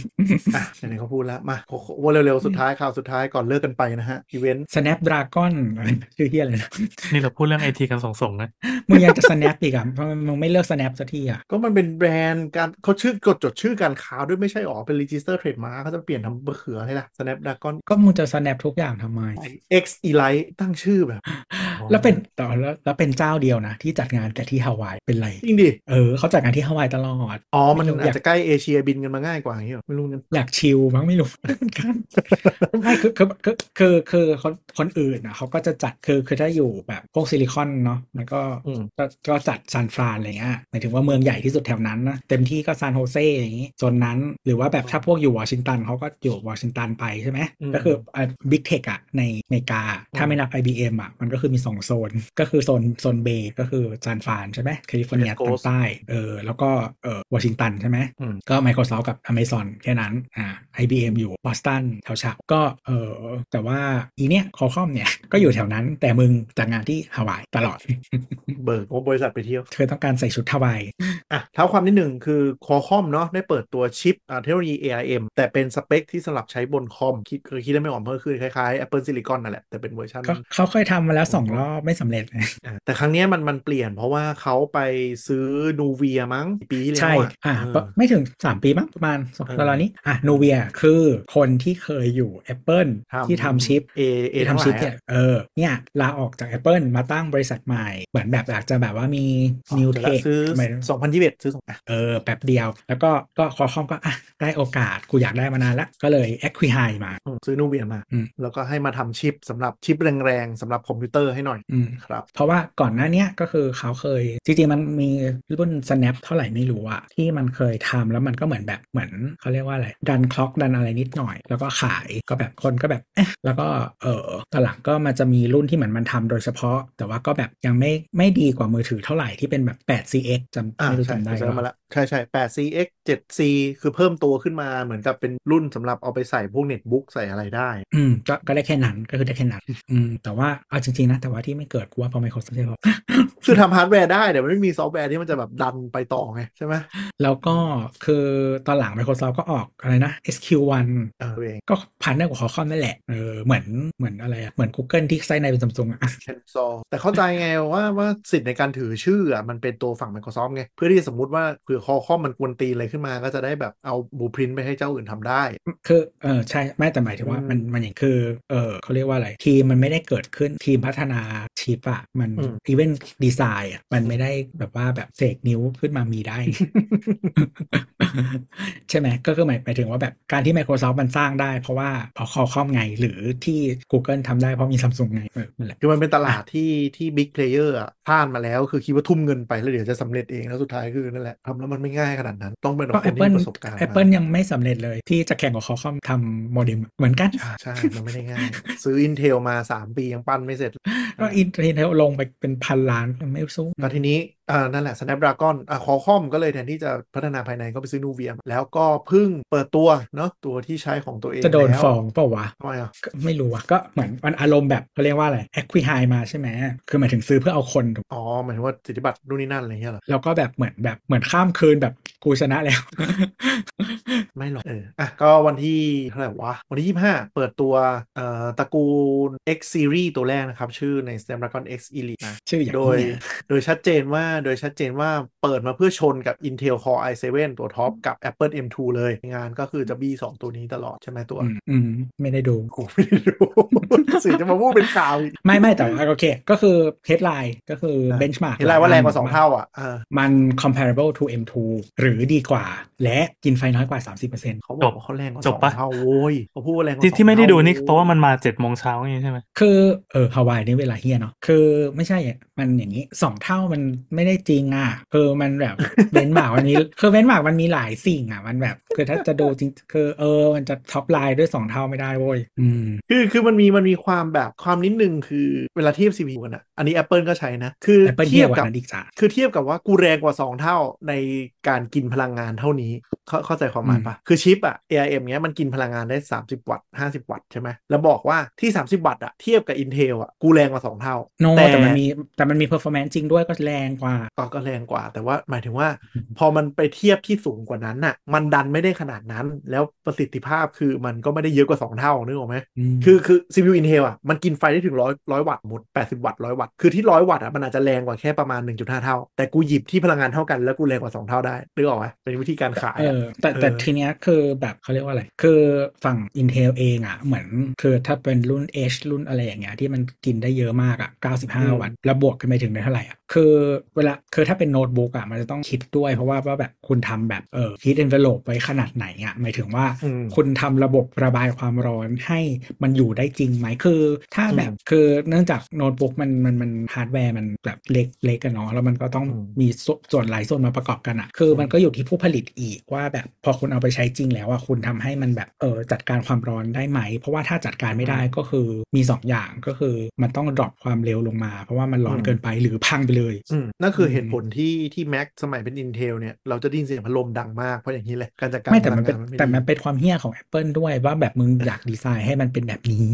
B: อ่ะไหนๆเขาพูดแล้ว มาโคโคว่าเร็วๆ สุดท้ายข่าวสุดท้ายก่อนเลิกกันไปนะฮะ อีเวนต์
C: Snapdragon อะไรชื่อเฮียอะไรนะ [laughs]
D: นี่เราพูดเรื่องไอทีกันส่งส่งๆนะ
C: มึงยังจะ Snap อีกอ่ะทำไมมึงไม่เลิก Snap สักทีอ่ะ
B: ก็มันเป็นแบรนด์การเขาชื่อกดจดชื่อการค้าด้วยไม่ใช่หรอ เป็น register trademark เขาจะเปลี่ยนทำเบอร์เขือให้ล่ะ Snapdragon
C: ก็มึงจะ snap ทุกอย่างทำไม
B: X Elite ตั้งชื่อแบบ อ
C: แล้วเป็นต่อแล้วแล้วเป็นเจ้าเดียวนะ ที่จัดงานแต่ที่ฮาวายเป็นไร
B: จริงดิ
C: เออเขาจัดงานที่ฮาวายตลอด
B: อ๋อ มัน
C: ไม่รู้
B: อา
C: อยา
B: จ
C: ก
B: จะใกล้เอเชียบินกันมาง่ายกว่าอย่างเงี้ยหรอไม่รู้เหมือนกัน
C: อยากชิลมั้งไม่รู้ [laughs] เหมือนกันไม่คือคือคือคือคือคนคนอื่นอ่ะเขาก็จะจัดคือคือถ้าอยู่แบบพวกซิลิคอนเนาะมันก็
B: อืม
C: ก็ก็จัดซานฟรานอะไรเงี้ยหมายถึงว่าเมืองใหญ่ที่สุดแถวนั้นนะเต็มที่ก็ซานโฮเซอย่างงี้โซนนั้น หรือว่าแบบถ้าพวกอยู่วอชิงตันเขาก็อยู่วอชิงตันไปใช่ไหม
B: อืม
C: ก็คือบิ๊กเทคอ่ะในอเมริกา ถ้าไม่นับ IBM อ่ะมันก็คือมี 2 โซน ก็คือโซนโซนเบย์ก็คือซานฟรานใช่ไหมแคลิฟอร์เนีย
B: West
C: ตอน
B: Coast
C: ใต้เออแล้วก็เออวอชิงตันใช่ไหม
B: อืม
C: ก็ Microsoft กับ Amazon แค่นั้นอ่า IBM อยู่บอสตันแถวเฉาก็เออแต่ว่าอีเนี้ยคอคอมเนี่ย ก็อยู่แถวนั้นแต่มึงจัดงานที่ฮาวายตลอด
B: เบิกงบบริษัทไปเที่ยว
C: เธอต้องการใส่ชุดฮาวาย
B: อ่ะเท้าความนิดหนึ่งคือ Qualcomm เนาะได้เปิดตัวชิปอ่าเทคโนโลยี ARM แต่เป็นสเปคที่สำหรับใช้บนคอม คิดคือคิดได้ไม่ออกเพราะคือคล้ายๆ Apple Silicon นั่นแหละ แต่เป็นเวอร์ชัน
C: ก็เขาเคยทำมาแล้ว 2 รอบไม่สำเร็จ
B: อ่ะแต่ครั้งเนี้ยมันมันเปลี่ยนเพราะว่าเขาไปซื้อนูเวียมั้งปีที่แล้
C: ใช่
B: วอ่ะ
C: อ่า
B: เออ
C: ไม่ถึง 3 ปีมั้งประมาณสอง
B: เออ
C: ตอนนี้อ่ะโนเวียคือคนที่เคยอยู่ Apple ที่ทำชิป
B: เอเอ
C: ที่
B: ทั้ง
C: ทำ
B: ห
C: ชิป
B: ลาย
C: เนี่
B: อ่ะ
C: ยเออเนี่ยลาออกจาก Apple มาตั้งบริษัทใหม่ เหมือนแบบอยากจะแบบว่ามี New
B: เดี๋ยวละ
C: Tech
B: ซื้อ
C: หมาย
B: 2021 ดซื้อสองอ่ะ
C: เออแป๊บเดียว แล้วก็ก็คอคอมก็อ่ะได้โอกาสกูอยากได้มานานละก็เลย acquire มา
B: อืมซื้อนูเวียมา
C: อืม
B: แล้วก็ให้มาทำชิปสำหรับชิปแรงๆสำหรับคอมพิวเตอร์ให้หน่อย
C: อืม
B: ครับ
C: เพราะว่าก่อนหน้าเนี้ยก็คือเขาเคย จริงๆ มันมีรุ่น snap เท่าไหร่ไม่รู้อะที่มันเคยทำแล้วมันก็เหมือนแบบเหมือนเขาเรียกว่าอะไร ดันคล็อกดันอะไรนิดหน่อย แล้วก็ขายก็แบบคนก็แบบเอ๊ะแล้วก็เออตอนหลังก็มันจะมีรุ่นที่เหมือนมันทำโดยเฉพาะ แต่ว่าก็แบบยังไม่ไม่ดีกว่ามือถือเท่าไหร่ที่เป็นแบบ 8cx จำ
B: อ่า
C: ไม่รู้
B: ใช่
C: จำได้
B: ผมจะ
C: หรือเป
B: มา
C: ล่า
B: ละใช่ใช่8 CX 7 C คือเพิ่มตัวขึ้นมาเหมือนกับเป็นรุ่นสำหรับเอาไปใส่พวกเน็ตบุ๊กใส่อะไรได้
C: อืมก็ก็ได้แค่นั้นก็คือได้แค่นั้นอืมแต่ว่าเอาจริงๆนะแต่ว่าที่ไม่เกิดกูว่าเพราะ Microsoft เขา
B: คือทำฮาร์ดแวร์ได้แต่มันไม่มีซอฟต์แวร์ที่มันจะแบบดันไปต่อไงใช่ไหม
C: แล้วก็คือตอนหลัง Microsoft ก็ออกอะไรนะ SQ1
B: เออเอง
C: ก็พันได้กับคอคอมนั่นแหละ เออ เหมือน เหมือนอะไรอะเหมือน Google ที่ไส้ในเป็นซัมซุงอะ [laughs]
B: เชนซอแต่เข้าใจไงว่าว่าสิทธิ์ในการถือชื่ออ่ะมันเป็นตัวฝั่ง Microsoft ไง เพื่อที่สมมติว่าคือคอคอมมันกวนตีนอะไรขึ้นมาก็จะได้แบบเอาบูพรินไปให้เจ้าอื่นทำได้
C: คือ เออ ใช่ ไม่แต่หมายถึงว่า
B: อืม
C: มัน มันอย่างคือ เออเขาเรียกว่าอะไร ทีมมันไม่ได้เกิดขึ้น ทีมพัฒนาชิปอะมัน
B: อืม
C: อีเวนต์ดีไซน์อะมันไม่ได้แบบว่าแบบเสกนิ้วขึ้นมามีได้ [laughs] ใช่ไหม ก็คือหมายหมายถึงว่าแบบการที่ Microsoft มันสร้างได้ เพราะว่าเพอคอคอมไง หรือที่ Google ทำได้เพราะมีซัมซุงไง เออนั่นแหละ
B: คือมันเป็นตลาดที่ที่บิ๊กเพลเยอร์อ่ะพลาดมาแล้ว คือคิดว่าทุ่มเงินไปแล้วเดี๋ยวจะสำเร็จเองแล้วสุดท้ายคือนั่นแหละทำแล้วมันไม่ง่ายขนาดนั้นต้องเป็น
C: ก็
B: คนที่
C: Apple
B: มีประสบการณ์มา
C: Apple ยังไม่สำเร็จเลยที่จะแข่งกับคอคอมทำโมเด็มเหมือนกัน
B: ใช่ใช่ มันไม่ได้ง่าย ซื้อ Intel มา 3 ปียังปั้นไม่เสร็จ
C: ก็อินเทอร์เน็ตลงไปเป็นพันล้านก็ไม่สู้
B: แล้วทีนี้อ่านั่นแหละ Snapdragon อ่าคอคอมก็เลยแทนที่จะพัฒนาภายในก็ไปซื้อนูเวียมแล้วก็เพึ่งเปิดตัวเนาะตัวที่ใช้ของตัวเอง
C: จะโดน
B: แล้ว
C: ฟ้องเปล่าวะ
B: ทำไมอ่ะ
C: ก็ไม่รู้อะก็เหมือนมันอารมณ์แบบเขาเรียกว่าอะไรแอควิไฮมาใช่ไหมคือหมายถึงซื้อเพื่อเอาคนถูก
B: อ๋อหมายถึงว่าสิทธิบัตรนู่นนี่นั่นอะไรเงี้ยเหรอ
C: แล้วก็แบบเหมือนแบบเหมือนข้ามคืนแบบกูชนะแล้ว [laughs]
B: ไม่หรอกเอออ่ะก็วันที่เท่าไหร่วะ วันที่ 25 เปิดตัวเอ่อตระกูล X Series ตัวแรกนะครับ ชื่อใน Snapdragon X Elite นะ
C: ชื่ออย่าง
B: โดย
C: เนี้ย
B: โดยชัดเจนว่า โดยชัดเจนว่าเปิดมาเพื่อชนกับ Intel Core i7 ตัวท็อปกับ Apple M2 เลย งานก็คือจะบี้สองตัวนี้ตลอดใช่ไหมตัว
C: อืมอืมไม่ได้ดู
B: กูไม่รู้ [laughs] สื่อจะมาพูดเป็นข่าวอีก
C: ไม่ไม่แต่ว่าโอเค ก็คือเฮดไลน์ก็คือเบนช์มาร์ก
B: เห็นไรว่าแรงกว่าสองเท่าอ่ะเออ
C: มัน comparable to M2 หรือดีกว่า และกินไฟน้อยกว่า 30%
B: เขาบอกว่าเขาแรงกว่า
D: จ
B: ส
D: บ
B: อง
D: ปะ
B: เท่าโว้ยเขาพูดว่าแรงกว่า
D: ที่
B: สอง
D: ที่ไม่ได้
B: เท่
D: ดูนี่
B: โว้ย
D: เพราะว่ามันมาเจ็ดโมงเช้าอย่างงี้ใช่ไหม
C: คือเออฮาวายนี่เวลาเฮียเนาะคือไม่ใช่อะมันอย่างนี้สองเท่ามันไม่ได้จริงอ่ะคือมัน [laughs] แบบเบนหมากมันมีคือเบนหมากมันมีหลายสิ่งอ่ะมันแบบคือถ้าจะดูจริงคือเออมันจะท็อปไลน์ด้วยสองเท่าไม่ได้เว้ยอืม
B: คือคือมันมีมันมีความแบบความนิดนึงคือเวลาเทียบ CPU กันอะอันนี้ Apple ก็ใช้นะ คือ
C: Apple
B: เทียบ
C: เทียบก
B: กั
C: ว่านั้นอีกจ้ะ
B: คือเทียบกับว่ากูแรงกว่า 2 เท่าในการกินพลังงานเท่านี้ เข้าเข้าใจความหมายปะคือชิปอะ ARM เนี้ยมันกินพลังงานได้ 30 วัตต์50 วัตต์ใช่ไหมแล้วบอกว่าที่ 30 วัตต์อะเทียบกับ Intel อะกูแรงกว่า 2 เท่า
C: โน
B: แต่
C: แต่มันมีแต่มันมี performance จริงด้วยก็แรงกว่า
B: ก็ก็แรงกว่า แต่ว่าหมายถึงว่า พอมันไปเทียบที่สูงกว่านั้นน่ะ มันดันไม่ได้ขนาดนั้น แล้วประสิทธิภาพคือมันก็ไม่ได้เยอะกว่า 2 เท่านึกออกไหม
C: ม
B: คือคือ CPU Intel อ่ะ มันกินไฟได้ถึงร้อยร้อยวัตต์หมด 80 วัตต์ร้อยวัตต์ คือที่ร้อยวัตต์อ่ะ มันอาจจะแรงกว่าแค่ประมาณ 1.5 เท่า แต่กูหยิบที่พลังงานเท่ากันแล้วกูแรงกว่า 2 เท่าได้นึกออกไหมเป็นวิธีการขาย
C: เอ
B: อะ
C: อแต่แต่
B: เออ
C: ทีเนี้ยคือแบบเขาเรียกว่าอะไร คือฝั่ง Intel เองอ่ะ เหมือนคือถ้าเป็นรุ่น H รุ่นอะไรอย่างเงี้ยที่มันกินได้เยอะมากอ่ะ 95 วัตต์แล้วบวกขึ้นไปถึงได้เท่าไหร่อ่ะ คือเวลาคือถ้าเป็นโน้ตบุ๊กอ่ะ มันจะต้องคิดด้วยเพราะว่าว่าแบบคุณทำแบบเออ heat envelope ไว้ขนาดไหนอ่ะ หมายถึงว่า
B: อืม
C: คุณทำระบบระบายความร้อนให้มันอยู่ได้จริงไหมคือถ้าแบบคือเนื่องจากโน้ตบุ๊กมันมันมันฮาร์ดแวร์มันแบบเล็กเล็กกันเนาะแล้วมันก็ต้อง
B: อืม
C: มีส่วนส่วนหลายส่วนมาประกอบกันอะคือมันก็อยู่ที่ผู้ผลิตอีกว่าแบบพอคุณเอาไปใช้จริงแล้วอะคุณทำให้มันแบบเออจัดการความร้อนได้ไหม เพราะว่าถ้าจัดการไม่ได้ก็คือมี 2 อย่างก็คือมันต้องดรอปความเร็วลงมา เพราะว่ามันร้อนเกินไปหรือพังไปเลย
B: อืมนั่นคือเห
C: อื
B: ตุ
C: ม
B: ผลที่ที่ Mac สมัยเป็น Intel เนี่ย เราจะได้ยินเสียงพัดลมดังมากเพราะอย่างนี้แหละการจัดการ
C: ไม่แต่
B: พ
C: มั
B: ลั
C: น
B: ง
C: เป็
B: งาน นมันไม่
C: แต่
B: ดี
C: มันเป็นความเฮี้ยของ Apple ด้วยว่าแบบมึงอยากดีไซน์ให้มันเป็นแบบนี้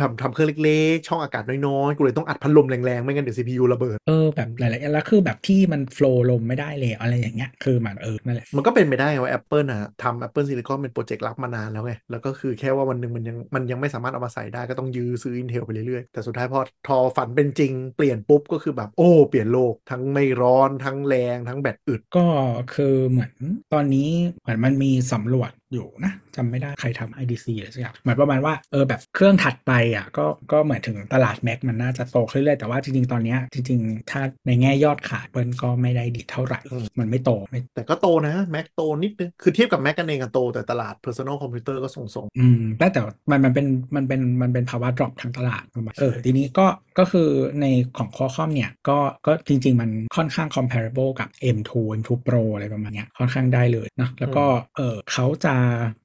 B: ทำทำเครื่องเล็กๆ ช่องอากาศน้อยๆ กูเลยต้องอัดพัดลมแรงๆ ไม่งั้นเดี๋ยว CPU ระเบิด
C: เออแบบหลายๆอันแล้วคือแบบที่มันโฟล์ลมไม่ได้เลยอะไรอย่างเงี้ยคือมันเออนั่นแหละ
B: มันก็เป็นไปได้ว่า Apple นะทำ Apple Silicon เป็นโปรเจกต์ลับมานานแล้วไง แล้วก็คือแค่ว่าวันหนึ่งมันยังมันยังไม่สามารถเอามาใส่ได้ก็ต้องยื้อซื้อ Intel ไปเรื่อยๆ แต่สุดท้ายพอทอฝันเป็นจริงเปลี่ยนปุ๊บก็คือแบบโอ้ เปลี่ยนโลก ทั้งไม่ร้อนทั้งแรงทั้งแบตอึด
C: ก็คือเหมือนตอนนี้เหมือนมันมีสำรวจ อยู่นะจำไม่ได้ใครทำ IDC อะไรสักอย่างเหมือนประมาณว่าเออแบบเครื่องถัดไปอ่ะก็ก็เหมือนถึงตลาดแม็กมันน่าจะโตขึ้นเรื่อยๆแต่ว่าจริงๆ ตอนเนี้ยจริงๆ ถ้าในแง่ยอดขายเปิ้ลก็ไม่ได้ดีเท่าไหร่
B: อืม
C: มันไม่โตไม่
B: แต่ก็โตนะแม็กโตนิดนึง คือเทียบกับแม็กกันเองก็โต แต่ตลาด Personal Computer ก็ส่งส่ง
C: อืมแต่แต่มันมันเป็นมันเป็นมันเป็นภาวะ drop ทางตลาดประมาณเออทีนี้ก็ก็คือในของคอคอมเนี่ยก็ก็จริง ๆ มันค่อนข้าง comparable กับ M2 M2 Pro อะไรประมาณเนี้ยค่อนข้างได้เลยนะแล้วก็ ก็เออเขาจะ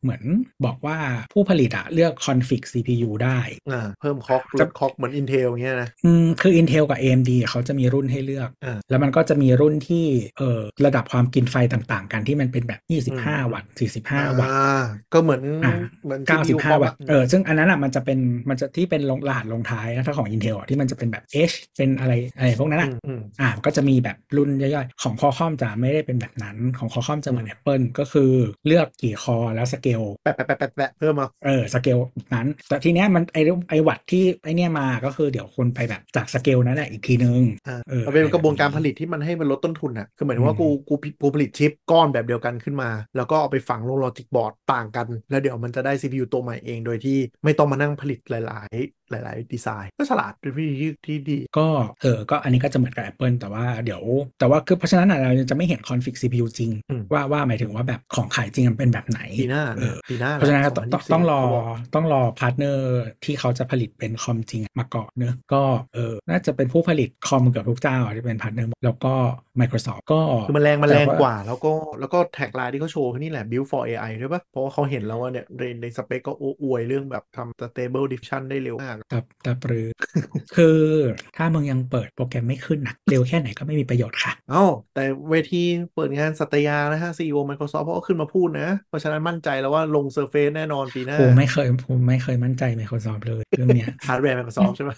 C: เหมือนบอกว่าผู้ผลิตอะเลือกคอนฟิก CPU ได้
B: อ่า เพิ่มคอกล
C: จะ
B: ดคอกเหมือน Intel อย่างเงี้ยนะ
C: อืมคือ Intel กับ AMD เขาจะมีรุ่นให้เลือก
B: อ่า
C: แล้วมันก็จะมีรุ่นที่เออระดับความกินไฟต่างๆ กันที่มันเป็นแบบ 25 วัตต์45 วัตต์
B: อ่าก็เหมือน
C: อ่า
B: เหมือน CPU คอก
C: 95 วั
B: อะ
C: ตต์เออซึ่งอันนั้นอะมันจะเป็นมันจะที่เป็นลงรหัสลงท้ายนะถ้าของ Intel อะที่มันจะเป็นแบบ H เป็นอะไรอะไรพวกนั้นอะ
B: มอืม
C: อ่าก็จะมีแบบรุ่นย่อยๆ ของคอคอมจะไม่ได้เป็นแบบนั้นของคอคอมจะเหมือน
B: อืม
C: Apple ก็คือเลือกกี่คอแล้วสเกล
B: แปะแปะแปะแปะแปะเพิ่มมา
C: เออสเกลนั้น แต่ทีเนี้ยมันไอไอวัดที่ไอเนี้ยมาก็คือเดี๋ยวคนไปแบบจากสเกลนั้นแหละอีกทีนึง
B: อ่า
C: เออ
B: มันเป็นกระบวนการ
C: อะ
B: ผ
C: ไรแบบนี้
B: ลิตที่มันให้มันลดต้นทุนอ่ะ คือหมายถึงว่า
C: อื
B: กู
C: ม
B: กูกูผลิตชิปก้อนแบบเดียวกันขึ้นมา แล้วก็เอาไปฝังลงลอจิกบอร์ดต่างกัน แล้วเดี๋ยวมันจะได้ CPU ตัวใหม่เอง โดยที่ไม่ต้องมานั่งผลิตหลาย ๆ หลาย ๆ ดีไซน์ ก็ฉลาดเป็นวิธีที่ดี
C: ก็เออก็อันนี้ก็จะเหมือนกับ Apple แต่ว่าเดี๋ยว แต่ว่าคือเพราะฉะนั้นอะเรายังจะไม่เห็นคอนฟิก CPU จริง
B: อืม
C: ว่าว่าหมายถึงว่าแบบของขายจริงมันเป็นแบบไหน
B: ปีหน้า
C: เอ
B: นะ
C: อ
B: ปีหน้า
C: เพราะฉะนั้นต้องต้
B: 2024
C: องต้องรอ
B: เขาบก
C: ต้องรอพาร์ทเนอร์ที่เขาจะผลิตเป็นคอมจริงมาก่อนเนอะก็เออน่าจะเป็นผู้ผลิตคอมเกือบทุกเจ้าที่เป็นพาร์ทเนอร์แล้วก็ Microsoft ก็
B: คือมันแรงมัน
C: แต่
B: แรง
C: ว่า
B: กว่า แล้วก็แล้วก็แท็กไลน์ที่เขาโชว์คือนี่แหละ build for AI ด้วยปะเพราะว่าเขาเห็นแล้วว่าเนี่ยในในสเปคก็โอ้อวยเรื่องแบบทำ stable diffusion ได้เร็วมาก
C: ตับตับรือ คือถ้ามึงยังเปิดโปรแกรมไม่ขึ้นนะเร็วแค่ไหนก็ไม่มีประโยชน์ค่ะ
B: เอ้า แต่เวทีเปิดงานสัตยานะฮะ CEO Microsoft เขาก็ขึ้นมาพูดนะ เพราะฉะนั้นมั่นใจแล้วว่าลง Surface แน่นอนปีหน้า
C: ผมไม่เคยผมไม่เคยมั่นใจ Microsoft เลยเรื่องเนี้ย
B: ฮาร์ดแวร์ Microsoft ใช่ปะ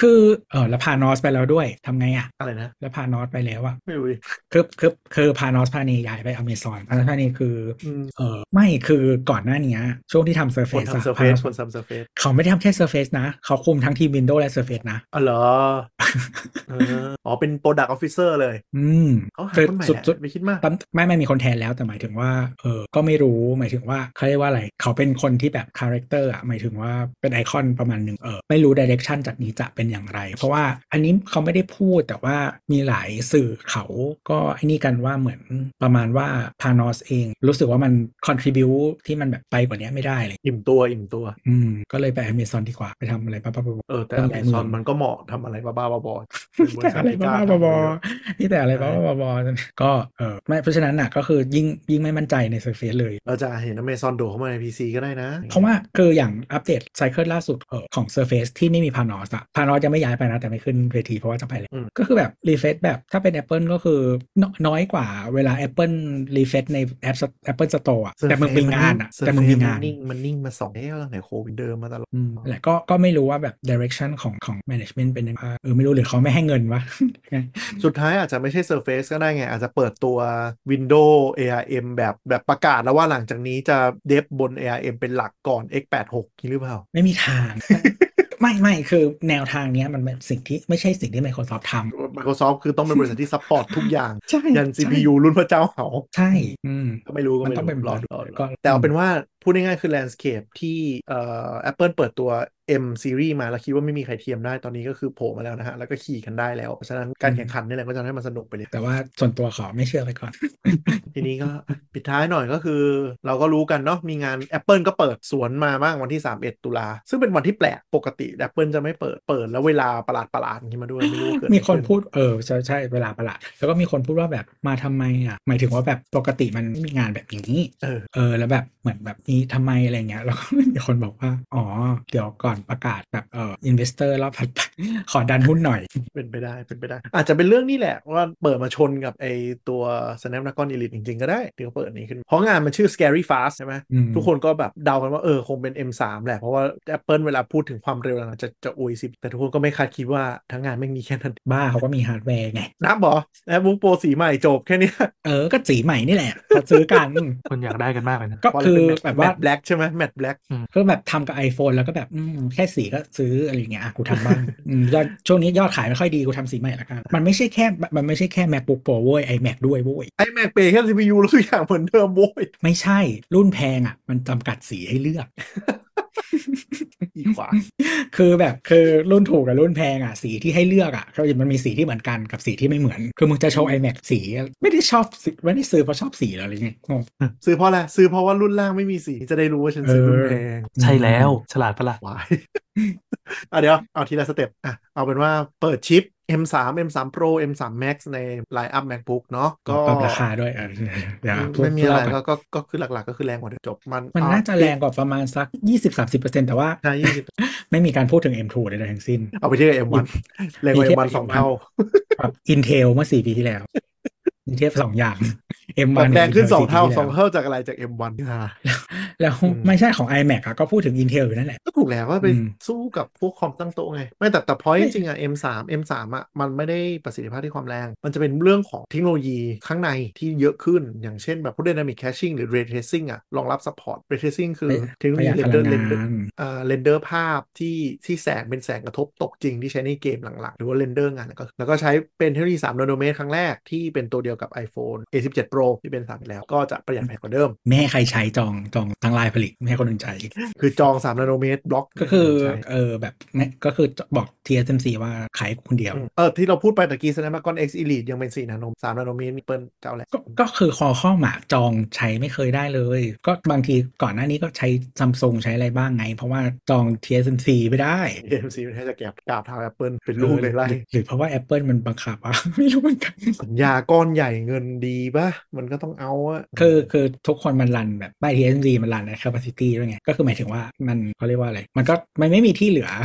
C: คือเออแล้วพานอสไปแล้วด้วยทำไงอ่ะ
B: อะไรนะ
C: แล้วพานอสไปแล้วอ่ะ
B: ไม่รู้ดิ
C: คือคือคือพานอสพาเนย้ายไปอเมซอนพานอสพาเนคืออ
B: ม
C: เออไม่คือก่อนหน้านี้ช่วงที่ทำเซอร์เฟ
B: คน
C: ซ
B: ทำ Surface คนทำ Surface
C: เขาไม่ได้ทำแค่เซอร์เฟซนะ เขาคุมทั้งทีม Windows และ Surface นะ
B: อ๋อเหรอเอออ๋อเป็น Product Officer เลย
C: อืม
B: เขาหา
C: คือ
B: คนใหม่
C: สุด
B: แหละ
C: สุด
B: ไม่คิดมาก
C: ตอนไม่ไม่มีคนแทนแล้วแต่หมายถึงว่าเออก็ไม่รู้หมายถึงว่าเขาเรียกว่าอะไร เขาเป็นคนที่แบบคาแรคเตอร์อ่ะหมายถึงว่าเป็นไอคอนประมาณหนึ่งเออไม่รู้ดิเรกชันจากนี้จะเป็นอย่างไร เพราะว่าอันนี้เขาไม่ได้พูดแต่ว่ามีหลายสื่อเขาก็ไอ้นี่กันว่าเหมือนประมาณว่าพานอสเอง รู้สึกว่ามันคอน t r i b u ที่มันแบบไปกว่านี้ไม่ได้เลย
B: อิ่มตัวอิ่มตัว
C: อืมก็เลยไปอเมซอนดีกว่าไปทำอะไรป้าป้าบอ
B: เออแต่
C: ต้องย้ายเมือง
B: Amazon มันก็เหมาะทำอะไรบ้าๆบอๆเป็นบริ
C: แต่
B: ษัท
C: [laughs] อะไร
B: ที่ก
C: บ้า
B: ล้า
C: บอ
B: ทำ
C: บอ
B: เยอะ
C: นี่แต่อะไรบ้า
B: ใช่
C: บอบอก็เออไม่เพราะฉะนั้นน่ะก็คือยิ่งยิ่งไม่มั่นใจในเซอร์เฟซเลย
B: เราจะเห็น Amazon โดดเข้ามาใน PC ก็ได้นะ
C: เพราะว่าคืออย่างอัปเดตไซเคิลล่าสุดเออของ Surface ที่ไม่มีพานอสอะพานอสจะไม่ย้ายไปนะ แต่ไม่ขึ้นเวทีเพราะว่าจะไปเลย
B: อืม
C: ก็คือแบบ รีเฟซแบบถ้าเป็น Apple ก็คือนน้อยกว่าเวลา Apple รีเฟซในแอป Apple Store อะแต่มึงมีงานอะ
B: Surface
C: แต่มึงมีงาน
B: นนิ่งมันนิ่งมาสองแล้วตั้งแต่โควิดเดิมมาตลอด
C: อืมแหละก็ก็ไม่รู้ว่าแบบ direction ของของ management เป็นยังไงเออไม่รู้หรือเขาไม่ให้เงินวะ
B: สุดท้ายอาจจะไม่ใช่ Surface ก็ได้ไง อาจจะเปิดตัว Windows ARM แบบแบบประกาศแล้วว่าหลังจากนี้จะเดฟบน ARM เป็นหลักก่อน x86 นี่หรือเปล่า
C: ไม่มีทาง [laughs] ไม่ไม่คือแนวทางเนี้ยมันเป็นสิ่งที่ไม่ใช่สิ่งที่ Microsoft ท
B: Microsoft คือต้องเป็นบริษัทที่ซัพพอร์ตทุกอย่าง
C: ำใช่
B: ยัน
C: ใช่
B: CPU รุ่นพระเจ้าเหา
C: ใช่อืม
B: ก็ไม่รู้ก็
C: มัน
B: ไม่
C: ต้อง
B: รู้
C: เป็น
B: รอ
C: แบบ
B: ดูรอ
C: ก็
B: ดูแต่เอาเป็นว่า พูดง่ายๆคือ landscape ที่เอ่อ Apple เปิดตัว M series มาแล้วคิดว่าไม่มีใครเทียมได้ตอนนี้ก็คือโผล่มาแล้วนะฮะ แล้วก็ขี่กันได้แล้ว เพราะฉะนั้นการแข่งขันนี่แหละก็จะทำให้มันสนุกไปเลย
C: แต่ว่าส่วนตัวขอไม่เชื่อไปก่
B: [laughs]
C: อน
B: ทีนี้ก็ [laughs] อ่ะปิดท้ายหน่อยก็คือ เราก็รู้กันเนาะมีงาน Apple ก็เปิดสวนมาบ้างวันที่ 31 ตุลา ซึ่งเป็นวันที่แปลกปกติ Apple จะไม่เปิดเปิดแล้วเวลาประหลาดประหลาดนี้มาด้วยไม่รู้ว่าเกิดอะไร
C: มีคน
B: ขึ้
C: พูดเออใช่ใช่เวลาประหลาด แล้วก็มีคนพูดว่าแบบมาทำไมอ่ะหมายถึงว่าแบบปกติมันไม่มีงานแบบนี้
B: เออ
C: เออแล้วแบบเหมือนแบบนี้ทำไมอะไรเงี้ย แล้วก็ มีคนบอกว่า อ๋อ เดี๋ยวก่อนประกาศแบบเอออินเวสเตอร์รอบถัดไป [laughs] ขอดันหุ้นหน่อย
B: เป็นไปได้เป็นไปได้ อาจจะเป็นเรื่องนี่แหละว่าเปิดมาชนกับไอตัว Snapdragon Elite จริงๆ ก็ได้ที่เขาเปิดนี้ขึ้น เพราะงานมันชื่อ Scary Fast ใช่ไหม
C: อืม
B: ทุกคนก็แบบเดากันว่าเออคงเป็น M3 แหละ เพราะว่า Apple เวลาพูดถึงความเร็วนะจะจะอวยสิบแต่ทุกคนก็ไม่คาดคิดว่าทั้งงานไม่มีแค่นั้น
C: บ้าเขาก็มีฮาร์ดแวร์ไง
B: นับบอแล้วบุ๊กโปรสีใหม่จบแค่เนี้ย
C: เออ ก็สีใหม่
B: [laughs]
C: นี่แหละเขาซื้อกัน
D: คนอยากได้กันมากเลยนะ
C: ก็
B: พะ
C: คือ
B: เป็น matte-
C: แบบว่า
B: matte black ใช่ไหม matte black
C: ก็แบบทำกับ iPhone แล้วก็แบบอืม แค่สีก็ซื้ออะไรอย่างเงี้ยอ่ะกู
B: [laughs]
C: ทำบ้าง อืมยอดช่วงนี้ยอดขายไม่ค่อยดีกูทำสีใหม่ละกันมันไม่ใช่แค่มันไม่ใช่แค่ macbook pro เว้ย imac ด้วยเว้ย
B: ไอแม็กเปย์แค่ CPU แล้วทุกอย่างเหมือนเดิมโว้ย
C: ไม่ใช่รุ่นแพงอ่ะ มันจำกัดสีให้เลือก [laughs]
B: อีขวา
C: คือแบบคือรุ่นถูกกับรุ่นแพงอ่ะสีที่ให้เลือกอ่ะคือมันมีสีที่เหมือนกันกับสีที่ไม่เหมือน คือมึงจะโชว์ iMac สีไม่ได้ชอบสีไม่ได้ซื้อเพราะชอบสีเหรออะไรเงี้ยงง
B: ซื้อเพราะอะไรซื้อเพราะว่ารุ่นล่างไม่มีสีจะได้รู้ว่าฉันซื้อรุ่นแพง
D: ใช่แล้วฉลาดปะล่ะ
B: วาย [laughs] อ่ะเดี๋ยว เอาทีละสเต็ปอ่ะเอาเป็นว่าเปิดชิป M3 M3 Pro M3 Max ใน Line Up MacBook เนาะก็
C: ปรับราคาด้วยเออเดี๋ยวพูด
B: ไม่มีอะไร
C: เล่าป
B: ก็ก็ก็คือหลักๆ ก็คือแรงกว่าเดิมจบ มัน
C: มัน
B: อ่
C: น่าจะแรงกว่าประมาณสัก 20-30%แต่ว่า
B: ใช่ยี่สิบ
C: ไม่มีการพูดถึง M2 ใดๆทั้งสิ้น
B: เอาไปเทียบกับ M1 แรงกว่า
C: เทียบกั
B: M1
C: บ
B: สองเท่า
C: แบบ Intel เมื่อ 4 ปีที่แล้ว เทียบสองอย่าง
B: แบ
C: M1
B: บแรงขึ้น
C: กับ
B: สอง
C: Intel
B: เท่า
C: ปี
B: ส
C: ที่แล้
B: อง
C: ว
B: เท่าจากอะไรจาก M1 ค่ะ
C: แล้ว
B: อืม
C: ไม่ใช่ของ iMac อะก็พูดถึง Intel อยู่นั่นแหละ
B: ก็ถูกแล้วว่าไป
C: อืม
B: สู้กับพวกคอมตั้งโต๊ะไง ไม่แต่แต่พอย
C: ไม่
B: จริงๆอะ M3 M3 อะมันไม่ได้ประสิทธิภาพที่ความแรง มันจะเป็นเรื่องของเทคโนโลยีข้างในที่เยอะขึ้น อย่างเช่นแบบพวก Dynamic Caching หรือ Ray Tracing อะรองรับ support Ray Tracing คือเทคโนโลยี
C: ประหยัดพลั
B: render
C: ง
B: render
C: งาน
B: เอ่อเรนเดอร์ภาพที่ที่แสงเป็นแสงกระทบตกจริงที่ใช้ในเกมหลังๆ หรือว่าเรนเดอร์งานก็แล้วก็ใช้เป็นเทคโนโลยี3นาโนเมตรครั้งแรกที่เป็นตัวเดียวกับ iPhone A17 Pro ที่เป็น3แล้วก็จะประหยัดแผงกว่าเดิม
C: ไม่ให้ใครใช้จองจองตั้งลายผลิตไม่ให้คนอื่นใช้
B: คือจอง3นาโนเมตรบล็อก
C: ก็คือ
B: ใช่
C: เออแบบเนี่ยก็คือบอก TSMC ว่าขายคนเดียว
B: เออที่เราพูดไปตะกี้ Snapdragon X Elite ยังเป็น 4 นาโนสามนาโนเมตรมีเปิลเจ้าแหละ
C: ก็ก็คือคอข้อหมาจองใช้ไม่เคยได้เลย ก็บางทีก่อนหน้านี้ก็ใช้ซัมซุงใช้อะไรบ้างไง เพราะว่าจอง TSMC ไม่ได้
B: เอ็มซีมันแค่จะแกบกราบเท้า Apple เป็นลูกเลยไล่
C: หอหรือเพราะว่า Apple มันบังคับอ่ะ [laughs] ไม่รู้เหมือนกัน
B: สัญญาก้อนใหญ่เงินดีป่ะ มันก็ต้องเอาอะ
C: คือคือทุกคนมันรันแบบไม่ TSMC มันรันใน capacity ด้วยไง ก็คือหมายถึงว่ามันเขาเรียกว่าอะไร มันก็มันไม่มีที่เหลือ [laughs]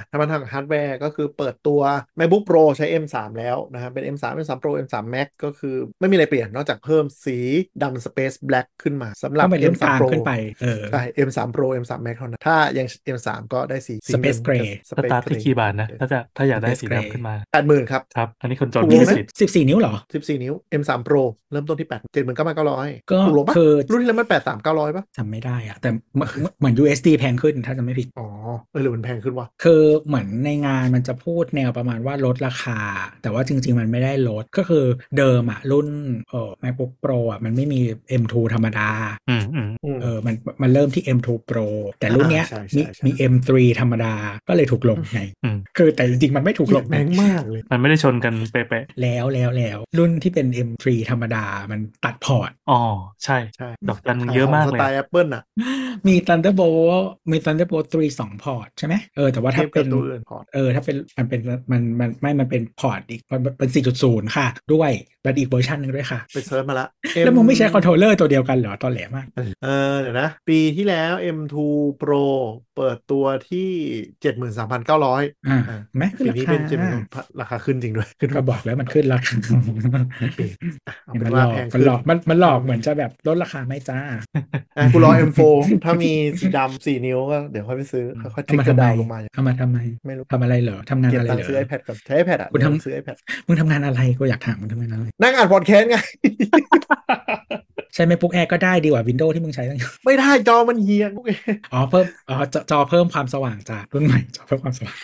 B: ะถ้ามันทางฮาร์ดแวร์ก็คือเปิดตัว MacBook Pro ใช้ M3 แล้วนะฮะเป็น M3 M3 Pro M3 Max ก็คือไม่มีอะไรเปลี่ยนนอกจากเพิ่มสีดำ Space Black ขึ้นมาสำหรั
C: ต้
B: บ
C: องเป็นรุ่น
B: M3
C: กลาง
B: Pro
C: ขึ้นไปเออ
B: ใช่ M3 Pro M3 Max เท่านั้นถ้ายัง M3 ก็ได้สีสีเงิน
C: Space Gray
B: กับ
D: ส
B: Space
D: ตาร์ทที่
B: Gray
D: กี่บาทนะถ้าจะถ้าอยากได้
C: เป็น
D: สี
C: เกรย์
D: ดำขึ้นมา
B: แปดหมื่นครับ
D: ครับ อันนี้คนจน
B: ถูก
D: มี
B: ไหม
D: สิทธิ์
C: 14 นิ้วเหรอ
B: 14 นิ้ว M3 Pro เริ่มต้นที่8 79,900
C: ก็
B: ถูกลงปะ
C: คือ
B: รุ่นที่แล้วมัน8 3,900ปะ
C: จำไม่ได้อะแต่เหมือนเหมือน USD แพงขึ้นถ้าจำไม่ผิด
B: อ๋อ เออหรือมันแพงขึ้นวะ
C: คือเหมือนในงานมันจะพูดแนวประมาณว่าลดราคา แต่ว่าจริง ๆ มันไม่ได้ลดก็คือเดิมอะรุ่นเออ MacBook Pro อะมันไม่มี M2 ธรรมดา
D: อืมอืม
B: อืม
C: เออมันมันเริ่มที่ M2 Pro แต่รุ่นเนี้ย
B: อ่าใช่ใช่
C: มี
B: ใช่
C: มี M3 ธรรมดาก็เลยถูกลงไง
D: อืม
C: คือแต่จริง ๆ มันไม่ถูกลง
B: แพ
C: นะ
B: งมากเลย
D: มันไม่ได้ชนกันเป๊ะ
C: แล้วแล้วแล้วรุ่นที่เป็น M3 ธรรมดามันตัดพอร์ต
D: ๆอ๋อใช่
B: ใช่
D: ดอกจันมึงเยอะมาก
B: ส
D: เลย
B: ไตล์ Apple อ่ะ
C: มี Thunderbolt มี Thunderbolt 3 2 พอร์ตใช่ไหมเออแต่ว่า
B: เที
C: ถ้าย
B: บ
C: เป็
B: กับ
C: น
B: ตัวอื่นพอร์ต
C: เออถ้าเป็นมันเป็นมันมันไม่มันเป็นพอร์ตอีกมันมันเป็น 4.0 ค่ะ ด้วยแล้วอีกเวอร์ชันหนึ่งด้วยค่ะ
B: ไปเซิร์ชมาละ
C: แล้วมึงไม่ใช้คอน
B: M
C: โทรลเลอร์ตัวเดียวกันเหรอตอนแหลมาก
B: เออเดี๋ยวนะ ปีที่แล้ว M2 Pro เปิดตัวที่ 73,900
C: อ่า
B: อ่ะ
C: แม้ขึ้น
B: ปี
C: รา
B: นี้
C: คา
B: เป็นจะมีราคาขึ้นจริงด้วย ขึ้น
C: ก็บอกแล้วมันขึ้นราค [laughs] า
B: เอา
C: มั
B: เป็น น
C: หล
B: ว่า
C: อก
B: แพง
C: มัน
B: ขึ้
C: ห
B: น
C: ลอกมันมันหลอกเหมือนจะแบบลดราคาไม่จ้า
B: อ่ะกูรอ M4 ถ้ามีสีดำสี่นิ้วก็เดี๋ยวค่อยไปซื้อค่อยๆทริ
C: เอา
B: ก
C: มา
B: เกอ
C: ทำ
B: ร์ดา
C: ไม
B: วน์ลงมาอย่าง
C: เอามาทำไม
B: ไม่รู้
C: ทำอะไรเหรอทำงาน
B: เก็บ
C: อะไร
B: ตัง
C: เหร
B: ค์
C: อ
B: ซื้อ iPad ก่อนใช้ iPad อ่ะ
C: คุณทำ
B: เดี๋ยวซื้อ iPad
C: มึงทำงานอะไรกูอยากถามมึงทำงานอะไร
B: นั่งอ่านพอดแคสต์ไง [laughs]
C: ใช้ไม่ปุ๊กแอร์ก็ได้ดีกว่าวินโดว์ที่มึงใช้ตั้งเยอะ
B: ไม่ได้จอมันเฮียงพ [laughs] วกเอง
C: อ๋อเพิ่มอ๋อจอจอเพิ่มความสว่างจ้ะรุ่นใหม่จอเพิ่มความสว่าง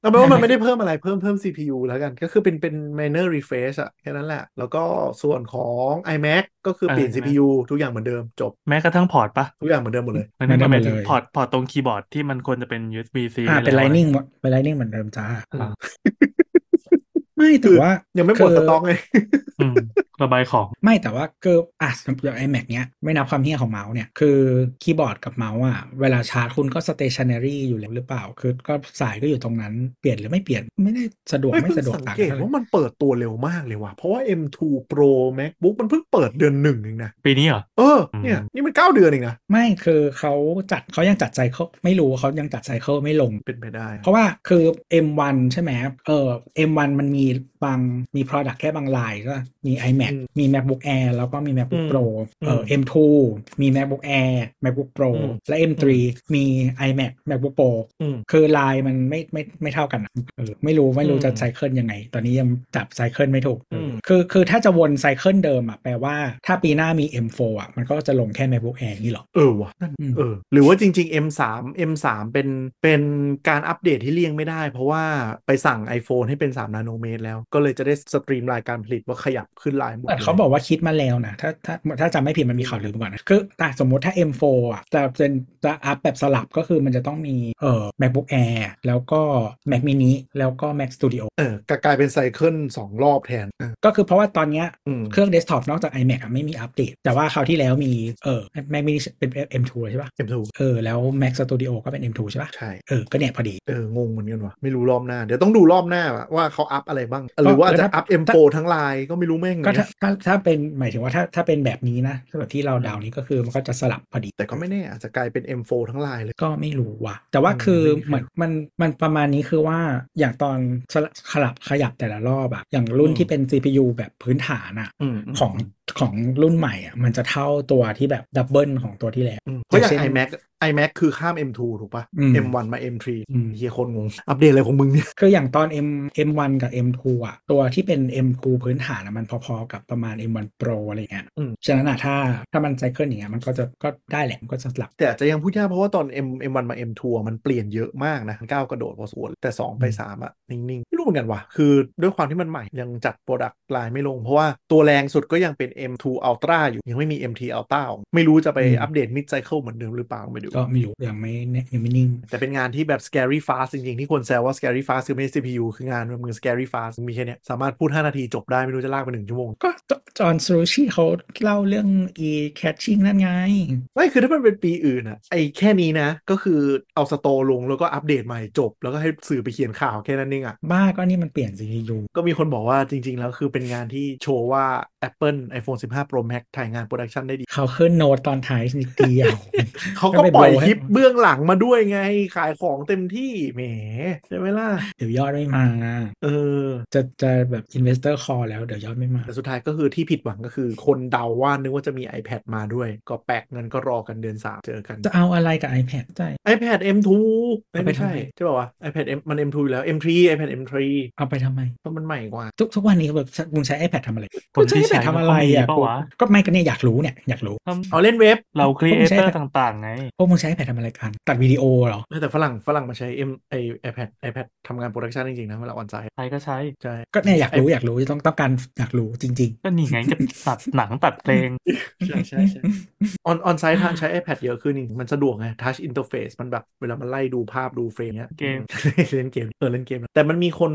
B: เอาเป็นว่ามันไม่ได้เพิ่มอะไรเพิ่มเพิ่ม CPU แล้วกัน ก็คือเป็นเป็น minor refresh อะแค่นั้นแหละ แล้วก็ส่วนของ iMac ก็คือเปลี่ยน CPU ทุกอย่างเหมือนเดิมจบ
D: แม้กระทั่งพอร์ตปะ
B: ทุกอย่างเหมือนเดิมหมดเลย
D: มันนี่มันหมาย
C: ไม่ได้
D: ถึง
C: เลย
D: พอร์ตพอร์ตตรงคีย์บอร์ดที่มันควรจะเป็น USB C
C: อ่าเป็น
D: แว
C: ไล
D: อะ
C: นิ่งเป็นไลนิ่งเหมือนเดิมจ้า
D: อ่า
C: ไม่แต่ว่า
B: ยั
C: ยัง
B: ไม่หมดสต็อกเลย
D: อืมระบายของ
C: ไม่แต่ว่าคืออ่ะสำหรับไอแม็กเนี้ยไม่นับความเฮี้ยของเมาส์เนี่ย คือคีย์บอร์ดกับเมาส์อ่ะ เวลาชาร์จคุณก็สเตชันนารีอยู่แล้วหรือเปล่า คือก็สายก็อยู่ตรงนั้นเปลี่ยนหรือไม่เปลี่ยน ไม่ได้สะดวก
B: ไม่
C: ไม่
B: เพิ่ง
C: สะดวก
B: [laughs] สัง
C: ต่าง
B: เกต
C: กัน
B: ว่ามันเปิดตัวเร็วมากเลยว่ะ เพราะว่า M2 Pro MacBook มันเพิ่งเปิดเดือนหนึ่งเองนะ
D: ปีนี้เหรอ
B: เออ เนี่ย นี่มัน 9 เดือนเองนะ
C: ไม่คือเขาจัดเขายังจัดไซเคิลไม่รู้เขายังจัดไซเคิลไม่ลง
B: เป็นไปได้
C: เพราะว่าคือ M1 ใช่ไหมเออ M1 มันมีบางมี Product แค่บางลายก็มี iMac มี MacBook Air แล้วก็มี MacBook
B: อืม
C: Pro เออ
B: อืม
C: M2 มี MacBook Air MacBook Pro
B: อืม
C: และ M3 มี iMac MacBook Pro
B: อืม
C: คือลายมันไม่ไม่ไม่เท่ากันอะเออไม่รู้ไม่รู้
B: อืม
C: จะไซเคิลยังไง ตอนนี้ยังจับไซเคิลไม่ถูก
B: อืม
C: คือคือถ้าจะวนไซเคิลเดิมอ่ะแปลว่าถ้าปีหน้ามี M4 อ่ะมันก็จะลงแค่ MacBook Air นี่หรอ
B: เออว่ะนั่น
C: อืม
B: เออ หรือว่าจริง ๆ M3 M3 เป็นเป็นการอัปเดตที่เลี่ยงไม่ได้ เพราะว่าไปสั่ง iPhone ให้เป็น3นาโนเมตรแล้วก็เลยจะได้สตรีมรายการผลิตว่าขยับขึ้นลายหมด
C: เหมือนเขา
B: ลย
C: บอกว่าคิดมาแล้วนะ ถ้าถ้าถ้าจำไม่ผิดมันมีข่าวลือมาก่อนนะคืออ่ะสมมติถ้า M4 อ่ะจะเป็นจะอัพแบบสลับก็คือมันจะต้องมีเอ่อ MacBook Air แล้วก็ Mac mini แล้วก็ Mac Studio
B: เออกกลายเป็นไซเคิลสองรอบแทนเออ
C: ก็คือเพราะว่าตอนเนี้ย
B: อืม
C: เครื่องเดสก์ท็อปนอกจาก iMac อ่ะไม่มีอัปเดต แต่ว่าคราวที่แล้วมีเอ่อ Mac mini เป็น M2 ใช่ปะ
B: เอ็มทู
C: เออแล้ว Mac Studio ก็เป็น M2 ใช่ปะ
B: ใช่
C: เออก็เนี่ยพอดี
B: เอองงเหมือนกันว่ะไม่รู้รอบหน้า เดี๋ยวต้องดูรอบหน้าว่าเขาอัพอะไรบ้าง หรือว่าจะอัพ M4 ทั้งลายก็ไม่รู้แม่ง
C: ก็
B: เนี่ย
C: ถ้าถ้าถ้าเป็นหมายถึงว่าถ้าถ้าเป็นแบบนี้นะแบบที่เราเดาวนี้ก็คือมันก็จะสลับพอดี
B: แต่ก็ไม่แน่อาจจะกลายเป็น M4 ทั้งลายเลย
C: ก็ไม่รู้ว่ะ แต่ว่าคือ
B: อืม
C: เหมือนมันมันประมาณนี้คือว่าอย่างตอนสลับขลับขยับแต่ละรอบอะอย่างรุ่น
B: อืม
C: ที่เป็น CPU แบบพื้นฐานอะของของรุ่นใหม่อะมันจะเท่าตัวที่แบบดับเบิลของตัวที่แล้ว
B: อืมเพราะอย่าง
C: อย่างเช่น
B: iMac iMac คือข้าม M2 ถูกปะ
C: อืม
B: M1 มา M3
C: อืม
B: เฮียโคนงง อัปเดตอะไรของมึงเนี่ย
C: คืออย่างตอน M M1 กับ M2 อะตัวที่เป็น M2 พื้นฐานอะมันพอๆกับประมาณ M1 Pro อะไรอย่างเงี้ย
B: อืม
C: ฉะนั้นอะถ้าถ้ามันไซเคิลอย่างเงี้ยมันก็จะก็ได้แหละมันก็จะสลับ
B: แต่อาจจะยังพูดยากเพราะว่าตอน M M1 มา M2 อะมันเปลี่ยนเยอะมากนะก้าวกระโดดพอสมควรแต่ 2 ไป
C: อืม
B: 3 อ่ะ นิ่ง ๆ ไม่รู้เหมือนกันว่ะ คือด้วยความที่มันใหม่ยังจัดโปรดักต์ไลน์ไม่ลง เพราะว่าตัวแรงสุดก็ยังเป็น M2 Ultra อยู่ยังไม่มี M3 Ultra ออกไม่รู้จะไปอัปเดต mid cycle เหมือนเดิมหรือเปล่าไม่รู
C: ก็ไม่รู้ยังไม่แน่ยังไม่นิ่ง
B: แต่เป็นงานที่แบบ scary fast จริง ๆ ที่คนแซวว่า scary fast คือไม่ใช่ CPU คืองานแบบมือ scary fast มีแค่เนี้ยสามารถพูด 5 นาทีจบได้ไม่รู้จะลากไปหนึ่งชั่วโมง
C: ก็จจอห์นซูชิเขาเล่าเรื่อง e catching นั่นไง
B: ไม่คือถ้ามันเป็นปีอื่นอะไอ้แค่นี้นะ ก็คือเอาสโตร์ลงแล้วก็อัปเดตใหม่จบ แล้วก็ให้สื่อไปเขียนข่าวแค่นั้นเองอะ
C: บ้าก็นี่มันเปลี่ยน CPU
B: ก็มีคนบอกว่าจริง ๆ แล้วคือเป็นงานที่โชว์ว่า Apple iPhone 15 Pro Max ถ่ายงานโปรดักชันได้ดี
C: เขาขึ้นโน้ตตอนท้ายนิดเดียว [laughs]
B: เขาก็ปล่อยคลิป
C: ให้
B: เบื้องหลังมาด้วยไงขายของเต็มที่แหมใช่ไหมล่ะ
C: เดี๋ยวยอดไม่มา
B: เออ
C: จะจะแบบ investor call แล้วเดี๋ยวยอดไม่มา
B: แต่สุดท้ายก็คือที่ผิดหวังก็คือคนเดาว่านึกว่าจะมี iPad มาด้วย ก็แปลกเงินก็รอกันเดือน 3 เจอกัน
C: จะเอาอะไรกับ iPad ใจ
B: iPad M2 ไม่
C: เอาไป
B: ไม่ใช่
C: ทำไม
B: ใช่ป่าวะ iPad M มัน M2 อยู่แล้ว M3 iPad M3
C: เอาไปทำไม
B: เพราะมันใหม่กว่า
C: ทุกทุกวันนี้แบบมึงใช้ iPad ทำอะไร
D: คนที่
C: กู iPad
D: ใช้
C: ทำอะไรอ่ะ
D: มันก็มีปะ
C: กู
D: วะ
C: ก็ไม่ก็เนี่ยอยากรู้เนี่ยอยากรู้
B: เอาเล่นเว็บ
D: เราครีเอ
C: ผมใช้
D: เตอร์ต่างๆ ไง
C: พวกมึงใช้ iPad ทำอะไรกัน ตัดวิดีโอเหรอ
B: แต่ฝรั่งฝรั่งมาใช้ M ไอ iPad iPad ทำงานโปรดักชันจริง ๆ นะเวลาออนไซต์
D: ใครก็ใช้
B: ใช่
C: ก็เนี่ยอยากรู้
B: ไอ้
C: อยากรู้ต้องต้องการอยากรู้จริง
D: ก็นี่ไงจะตัดหนังตัดเพลง
B: ใช่ใช่ใช่ [laughs] ออนออนไซต์ทางใช้ iPad เยอะขึ้นจริงมันสะดวกไง Touch Interface มันแบบเวลามันไล่ดูภาพดูเฟรมเนี้ย
D: เกม
B: เล่นเกมเออเล่นเกม แต่มันมีคน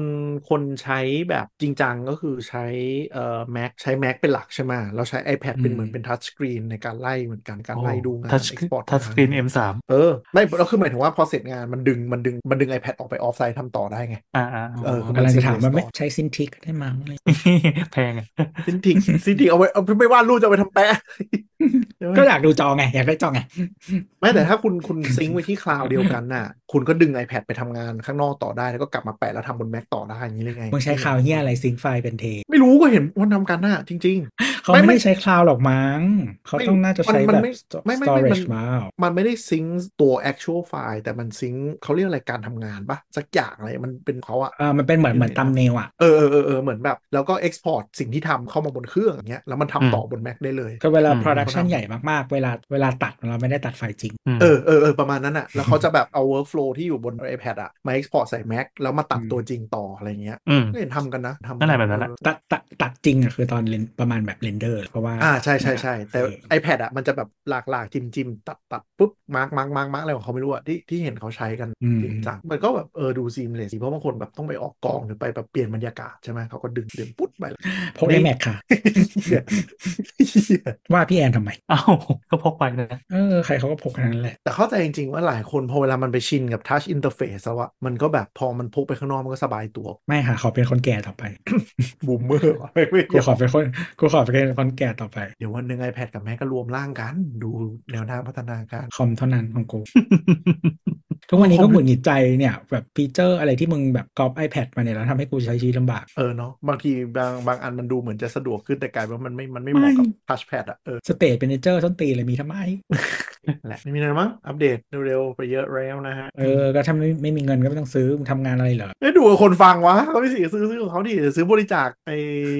B: คนใช้แบบจริงจังก็คือใช้เอ่อ Mac ใช้ Mac เป็นหลักใช่ไหมแล้วใช้ iPad เป็น
C: อืม
B: เหมือนเป็น Touch Screen ในการไล่เหมือนกันการไล่ดูงาน
D: ทัช
B: Export
D: ทัชสกรีน
B: งา
D: M3
B: เออไม่แล้วคือหมายถึงว่าพอเสร็จงานมันดึงมันดึงมันดึง iPad ออกไปออฟไซต์ทำต่อได้ไง
D: อ่าอ่า
B: เออคือมัน
C: กำลังจะถามว่าไม่
B: seamless
C: ใช้ซินทิกได้มั้งอะไร
D: [laughs] แพงอะ
B: ซินติกซินติกเอาไว้เอาไม่วาดรูปจะเอาไปทำแปะ
C: [laughs] ก็อยากดูจอไง อยากได้จอไง
B: ไม่แต่ถ้าคุณคุณ ซิงค์ไว้ที่คลาวด์เดียวกันน่ะ คุณก็ดึง iPad ไปทำงานข้างนอกต่อได้ แล้วก็กลับมาแปะแล้วทำบน Mac ต่อได้อย่างนี้เลยไง
C: มึงใช้คลาวเฮียอะไรซิงค์ไฟล์เป็นเท
B: ไม่รู้ก็เห็นว่าทำกันน่ะจริง
C: เขา
B: ไม่
C: ไม่
B: ไม่
C: ได้ใช้คลาวหรอกมั้งเขาต้องน่าจะใช้
B: มันมัน
C: แบบ
B: ไม่ไม่ไม่ไม่มัน
C: storage มา
B: ๆ มันไม่ได้ซิงค์ตัว actual file แต่มันซิงค์เขาเรียกอะไรการทำงานปะสักอย่างอะไรมันเป็นเขาอะ
C: อ่ามันเป็นเหมือน
B: อยู่
C: เห
B: ในนั้น
C: มือนตัมเนลอ่ะ
B: เออเออเออเออเหมือนแบบ แล้วก็ export สิ่งที่ทำเข้ามาบนเครื่องอย่างเงี้ยแล้วมันทำต่อบน Mac ได้เลย
C: ก็เวลา
D: อืม
C: production
B: เขาทำ
C: ใหญ่มากๆ เวลาเวลาตัดเราไม่ได้ตัดไฟล์จริง
D: ม
B: เออเออเออประมาณนั้นอ่ะ แล้วเขาจะแบบเอา workflow ที่อยู่บน iPad อ่ะมา export ใส่ Mac แล้วมาตัด
C: อืม
B: ตัวจริงต่ออะไรเงี้ย
D: อืม
B: ก็เห็นทำกันนะทำกั
D: นั่นแหละแบบนั้นแหละ
B: เออ
C: ตัดตัดตัดจริงอ่ะคือตอนเรนประมาณแบบเรนเดอร์ เพราะว่า
B: อ่าใช่ใช่ใช่แต่
C: เออ
B: iPad อ่ะมันจะแบบหลากหลากจิ้มจิ้มตัดตัดปุ๊บมาร์กมาร์กมาร์กมาร์กอะไรของเขาไม่รู้อ่ะที่ที่เห็นเขาใช้กัน
C: อืม
B: จริงจังมันก็แบบเออดูซีมเลยสิเพราะบางคนแบบต้องไปออกกองหรือไปแบบเปลี่ยนบรรยากาศใช่ไหมเขาก็ดึงดึงปุ๊บไปเลย [laughs]
C: พก
B: นี่
C: ไอแม็กค่ะ
B: เหี้ยเหี้ย
C: ว่าพี่แอนทำไม
D: เอ้าก็พกไปนะ
C: เออใครเขาก็พกกันนั้นแหละ
B: แต่เข้าใจจริง ๆ ว่าหลายคนพอเวลามันไปชินกับ Touch Interface แล้วอะมันก็แบบพอมันพกไปข้างนอกมันก็สบายตัว
C: ไม่ค่ะขอเป็นคนแก่ต่อไป
B: บูมเมอร์วะไม่ไม่
C: กูขอเป็นคนกูขอเป็นคนแก่ต่อไป
B: เดี๋ยววันหนึ่ง iPad กับ Mac ก็รวมร่างกันดูแนวทางพัฒนาการ
C: คอมเท่านั้นของกู ทุกวันนี้ก็หงุดหงิดใจเนี่ยแบบฟีเจอร์อะไรที่มึงแบบกรอบ iPad มาเนี่ยแล้วทำให้กูใช้ชีวิตลำบาก
B: เออเนาะบางทีบางบางอันมันดูเหมือนจะสะดวกขึ้นแต่กลายเป็นว่ามันไม่มันไม่เหมาะ
C: ไม่
B: กับทัชแพดอ่ะเออ
C: สเตทเป็นเจอร์ส้นตีนเลยมีทำไม
B: นั่นแหละไม่มีอะไรมั้งอัปเดตเร็วๆไปเยอะแล้วนะฮะ
C: เออ ก็ถ้าไม่ไม่มีเงินก็ไม่ต้องซื้อมึงทำงานอะไรเหรอ
B: ได้ยดูกับคนฟังวะเขาไม่เสียซื้อซื้อของเขาดิหรือซื้อบริจาคไอ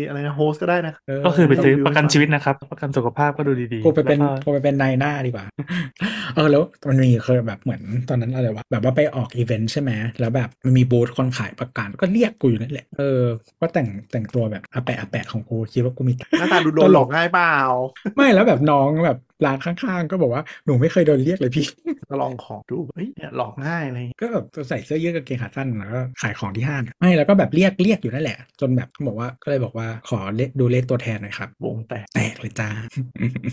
B: อะไรนะโฮสก็ได้นะ
C: เ
D: ก็คือไปซื้อประกัน
B: เออ
D: ชีวิตนะครับ ประกันสุขภาพก็ดูดีๆ
C: กูไปเป็น
D: แล้ว
C: กูไปเป็นนายหน้าดีก
D: [laughs]
C: ว่า เออแล้วมันมีเคยแบบเหมือนตอนนั้นอะไรวะแบบว่าไปออกอีเวนต์ใช่ไหมแล้วแบบมันมีบูธคนขายประกันก็เรียกกูอยู่นั่นแหละ เออก็แต่งแต่งตัวแบบอาแปะอาแปะของกูคิดว่ากูมีตัง
D: [laughs]
C: ค์
B: หน้าตาดูโดนหลอกง่ายเปล่า
C: ไม่แล้วแบบน้องแบบร้านข้างๆ ก็บอกว่าหนูไม่เคยโดนเรียกเลยพี่ [laughs]
B: ก็ลองของดูเฮ้ยเนี่ยหลอกง่ายอะไรอย่างเลย
C: ก็แบบใส่เสื้อยืดกางเกงขาสั้นแล้วก็ขายของที่ห้างไม่แล้วก็แบบเรียกเรียกอยู่นั่นแหละ จนแบบเขาบอกว่าก็เลยบอกว่าขอเลขดูเลขตัวแทนหน่อยครับ
B: วงแตก
C: แตกเลยจ้า [laughs]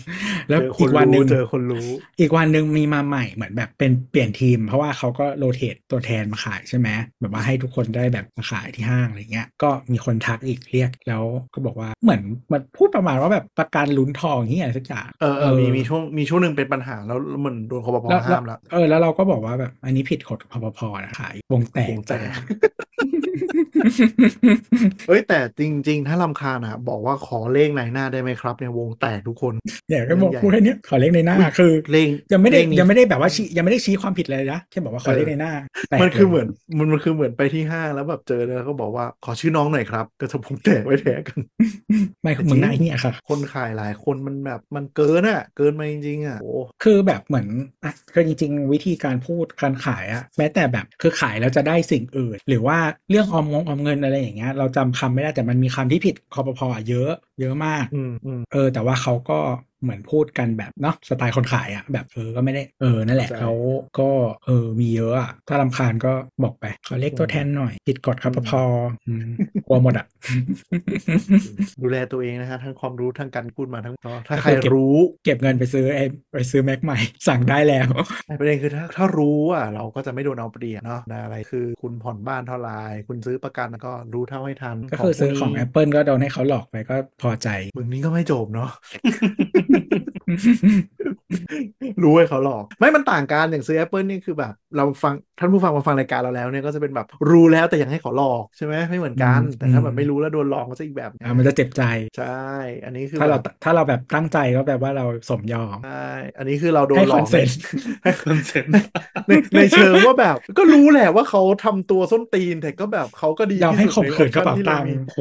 C: แล้ว
B: เจอค
C: อี
B: น
C: กวันห
B: รู้
C: นึ่ง
B: เจอคนรู้
C: อีกวันหนึ่งมีมาใหม่เหมือนแบบเป็นเปลี่ยนทีม เพราะว่าเขาก็โรเตทตัวแทนมาขายใช่ไหมแบบว่าให้ทุกคนได้แบบมาขายที่ห้างอะไรเงี้ยก็มีคนทักอีกเรียกแล้วก็บอกว่าเหมือนมันพูดประมาณว่าแบบประกันลุ้นทองเงี้ยสักอย่าง
B: เออเออมีมีช่วงมีช่วงหนึ่งเป็นปัญหาแล้วแล้วเหมือนโดนคอปป
C: แล้ว
B: ห้ามแล้ว
C: เออแล้วเราก็บอกว่าแบบอันนี้ผิดกฎพพนะขายวงแตก
B: วงแตก
C: จ้ะ [laughs]
B: เอ้ยแต่จริง ๆ ถ้าลำคาญอ่ะ บอกว่าขอเลขนายหน้าได้ไหมครับเนี่ยวงแตกทุกคน
C: เนี่ยก็บอกพูดแค่เนี้ยขอเลขในหน้าคือ
B: เลข
C: ยังไม่ได้
B: เลขนี้
C: ยังไม่ได้แบบว่าชี้ยังไม่ได้ชี้ความผิดเลยนะแค่บอกว่าขอเลขในหน้าแตก
B: มันคือ
C: ลย
B: เหมือนมันมันคือเหมือนไปที่ห้างแล้วแบบเจอแล้วก็บอกว่าขอชื่อน้องหน่อยครับก็จะผมแตกไว้แทนกัน
C: ไม่มึงหน้าเหี้ยค่ะ
B: คนขายหลายคนมันแบบมันเกินอ่ะ เกินมาจริงๆอ่ะโอ้
C: คือแบบเหมือนอ่ะคือจริงๆ วิธีการพูดการขายอะแม้แต่แบบคือขายแล้วจะได้สิ่งอื่น หรือว่าเรื่องออมงงออมเงินอะไรอย่างเงี้ยเราจำคำไม่ได้แต่มันมีคำที่ผิดคอปพอะเยอะ เยอะมาก
B: อืมอืม
C: เออ แต่ว่าเขาก็เหมือนพูดกันแบบเนาะสไตล์คนขายอะแบบเออก็ไม่ได้เออนั่นแหละ
B: ใช่
C: เขาก็เออมีเยอะอะถ้ารำคาญก็บอกไปขอเลขตัวแทนหน่อยผิดกฎคอปพอืมกลัวหมดอะ
B: ดูแลตัวเองนะฮะทั้งความรู้ทั้งการพูดมาทั้งก็ถ้า
C: ก็คือ
B: ใคร
C: เก็บ
B: รู้
C: เก็บเงินไปซื้อไอ้ไปซื้อแม็กใหม่สั่งได้แล้ว
B: แต่ประเด็นคือถ้าถ้ารู้อ่ะเราก็จะไม่โดนเอาเปรียบเนาะนะอะไรคือคุณผ่อนบ้านเท่าไหรคุณซื้อประกันก็รู้เท่าให้ทัน
C: ก็คือซื้อของ
B: พวกนี้
C: Apple ก็โดนให้เขาหลอกไปก็พอใจ
B: มึงนี่ก็ไม่จบเนาะ [laughs] รู้ให้เขาหลอก ไม่มันต่างกันอย่างซื้อ Apple นี่คือแบบ เราฟังท่านผู้ฟังมาฟังรายการเราแล้วเนี่ยก็จะเป็นแบบรู้แล้วแต่ยังให้เขาหลอกใช่ไหมไม่เหมือนกัน
C: อืม
B: แต่ถ้าแบ
C: อื
B: บ
C: ม
B: ไม่รู้แล้วโดนหลอกก็จะอีกแบบ
C: อ่ะมันจะเจ็บใจ
B: ใช่ อันนี้คือ
C: ถ้าเรา
B: แบบ
C: ถ้าเราแบบตั้งใจก็แปลว่าเราสมยอม
B: ใช่อันนี้คือเราโดน
C: ให้
B: หล
C: ค
B: อ
C: อน
B: ก
C: เซนต์
B: ให้
D: คอนเซ็ปต์
B: ใน [laughs] ในเชิงว่าแบบ ก็รู้แหละว่าเขาทำตัวส้นตีนแต่ก็แบบเขาก็ดี
C: เรา
B: ที่
C: ให้
B: สุด
C: ข่
B: ใน
C: มขื
B: อ
C: น
B: อป
C: กระ
B: ชั่นที่
C: เป๋าตั
B: เรา
C: งค์
B: มี
C: โอ้โห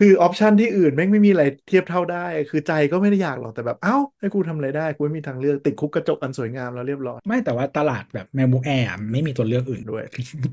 B: คือออปชันที่อื่นแม่งไม่มีอะไรเทียบเท่าได้ คือใจก็ไม่ได้อยากหรอก แต่แบบ เอ้า ให้กูทำอะไรได้ กูไม่มีทางเลือก ติดคุกกระจกอันสวยงามแล้วเรียบร้อย
C: ไม่แต่ว่าตลาดแบบ MacBook Air อ่ะไม่มีตัวเลือกอื่น
B: ด้วย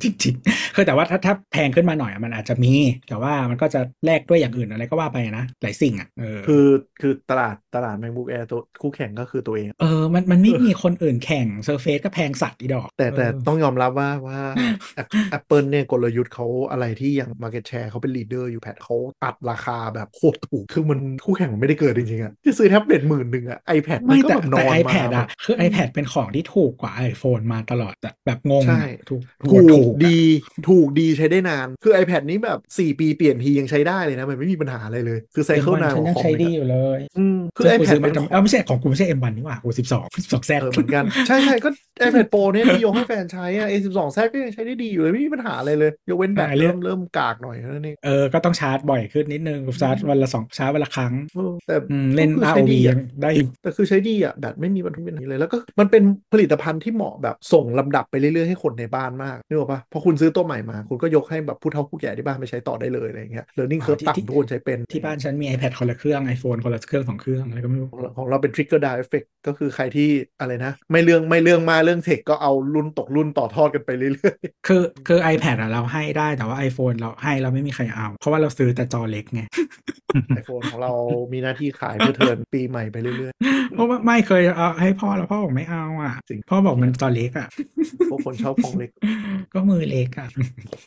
C: จริงๆคือแต่ว่าถ้าถ้าแพงขึ้นมาหน่อยอ่ะมันอาจจะมี แต่ว่ามันก็จะแลกด้วยอย่างอื่นอะไรก็ว่าไปนะ หลายสิ่งอ่ะเออ
B: คือคือตลาดตลาด MacBook Air ตัวคู่แข่งก็คือตัวเอง
C: เออมันมันไม่มีคนอื่นแข่ง Surface ก็แพงสัตว์อีดอก
B: แต่แต่
C: เออ
B: ต้องยอมรับว่าว่า
C: [laughs]
B: App- Apple เนี่ยกลยุทธ์เขาอะไรที่ยัง Market Share เขาเป็น leader อยู่แพทเขาอัดราคาแบบโคตรถูก คือมันคู่แข่งมันไม่ได้เกิดจริงๆอะจะซื้อแท็บเล็ตหมื่นหนึ่งอะไอแพดมั
C: ไม่
B: นก็
C: แต่
B: แบบน
C: แต่
B: อนมา
C: iPad อะคือ iPad เป็นของที่ถูกกว่า iPhone มาตลอดแต่แบบงง
B: ใช่
C: อะถูกถู
B: ถูก
C: กถูกอะ
B: ดีถูกดีใช้ได้นาน คือ iPad นี้แบบ 4 ปีเปลี่ยนทียังใช้ได้เลยนะ มันไม่มีปัญหาอะไรเลย คือไซ
C: เอ็ม
B: เคิล
C: วัน
B: นาน
C: ฉัน
B: ก
C: ยั
B: ว่าง คอม
C: ใช้
B: อีก
C: ดีอ
B: อะ
C: ยู่เลย
B: อืมคือ
C: ซึ่งกู
B: iPad
C: ซื้อมา
B: เป็นข
C: ทำ
B: อง
C: เออไม่ใช่ของกูไม่ใช่ M1 นี่หว่ากู12 [laughs] 12แซ
B: เออเหมือนกัน ใช่ใช่ก็ iPad Pro เนี่ยที่ยกให้แฟนใช้อะ A12 แซก็ยังใช้ได้ดีอยู่เลยไม่มีปัญหาอะไรเลยยกเว้นแบตเริ่มเริ่มกากหน่อยเท่านั้นเอง
C: เออก็ต้องชาร์จบ่อยขึ้นนิดนึงกูชาร์จวันละสองชาร์จวันละครั้ง
B: เออแต่
C: อืมเล่น
B: ก็คือใช้
C: ROV
B: ดีอะ
C: ยังได้อยู่
B: แต่คือใช้ดีอ่ะแบตไม่มีปัญหาอะไรเลยแล้วก็มันเป็นผลิตภัณฑ์ที่เหมาะแบบส่งลำดับไปเรื่อยๆให้คนในบ้านมากนึกออกปะพอคุณซื้อตัวใหม่มา คุณก็ยกให้แบบผู้เฒ่าผู้แก่ที่บ้านไปใช้ต่อได้เลยอะไรอย่างเงี้ย learning curve ต่ำทุกคนใช้เป็น
C: ที่บ้านฉันมี iPad คนละเครื่อง iPhone คนละเครื่องสองเครื่องอะไรก็ไม่รู้
B: ของเราของเราเป็น trigger down effect ก็คือใครที่อะไรนะ ไม่เรื่องไม่เรื่องมากเรื่องเทคก็เอารุ่นตกรุ่นต่อทอดกันไปเรื่อย
C: คือคือ iPad อะเราให้ได้แต่ว่า iPhone เราให้เราไม่มีใครเอา เพราะว่าเราซื้อแต่จอเล็กไง [laughs]
B: ๆ iPhone ของเรามีหน้าที่ขายเพื่อเทิร์นปีใหม่ไปเรื่อย
C: เพราะว่าไม่เคยเอาให้พ่อแล้วพ่อบอกไม่เอาอ่ะ
B: จริง
C: พ่อบอกมันตอนเล็กอ่ะ
B: ๆ [laughs] พวกคนชอบของเล็ก
C: [laughs] ก็มือเล็กอ่ะ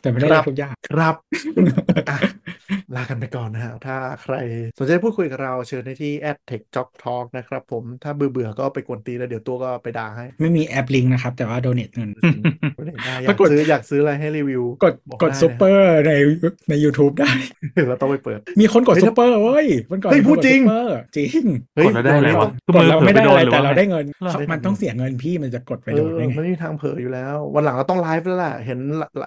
C: แต่ไม่ได้
B: ครับ
C: ทุกอย่าง [laughs]
B: ครับ [laughs] อ่ะลากันไปก่อนนะฮะถ้าใครสนใจพูดคุยกับเราเชิญได้ที่ at tech job talk นะครับผมถ้าเบื่อเบื่อๆก็ไปกวนตีนแล้วเดี๋ยวตัวก็ไปด่าให้
C: ไม่มีแอปลิงก์นะครับ แต่ว่าโดเน a t เงิน
B: ไม่ได้ได้อยาร
C: ปาก กฏ
B: ซื้ออยากซื้ออะไรให้รีวิว [laughs]
C: กด
B: บอก
C: กด
B: ไนะ
C: ซูเปอร์ในใน YouTube ได้ [laughs]
B: เราต้องไปเปิด
C: มีคนกด
B: เฮ้ย
C: ซูเปอร์เว้ยมันก่อน
B: เฮ้ย
C: มีคน
B: พูด
C: ก
B: จริง
C: ซูเปอร์จริง
B: เฮ้ย
D: กดแล้วได้อะไร
B: เยวนี้ต้อ
D: วะ
B: ง
C: ด
D: คือมือก
C: เราไม่ได้
D: เผลอไป
C: อะไร
D: โดนหรือ
C: แต่
D: ว่า
C: เราได้เงิน
D: เราได้เงิน
C: มันต้องเสียเงินพี่มันจะกดไปโดน
B: เอ
C: ได้
B: อ
C: ไง
B: ไม่มีทางเผลออยู่แล้ว วันหลังเราต้องไลฟ์แล้วล่ะ เห็น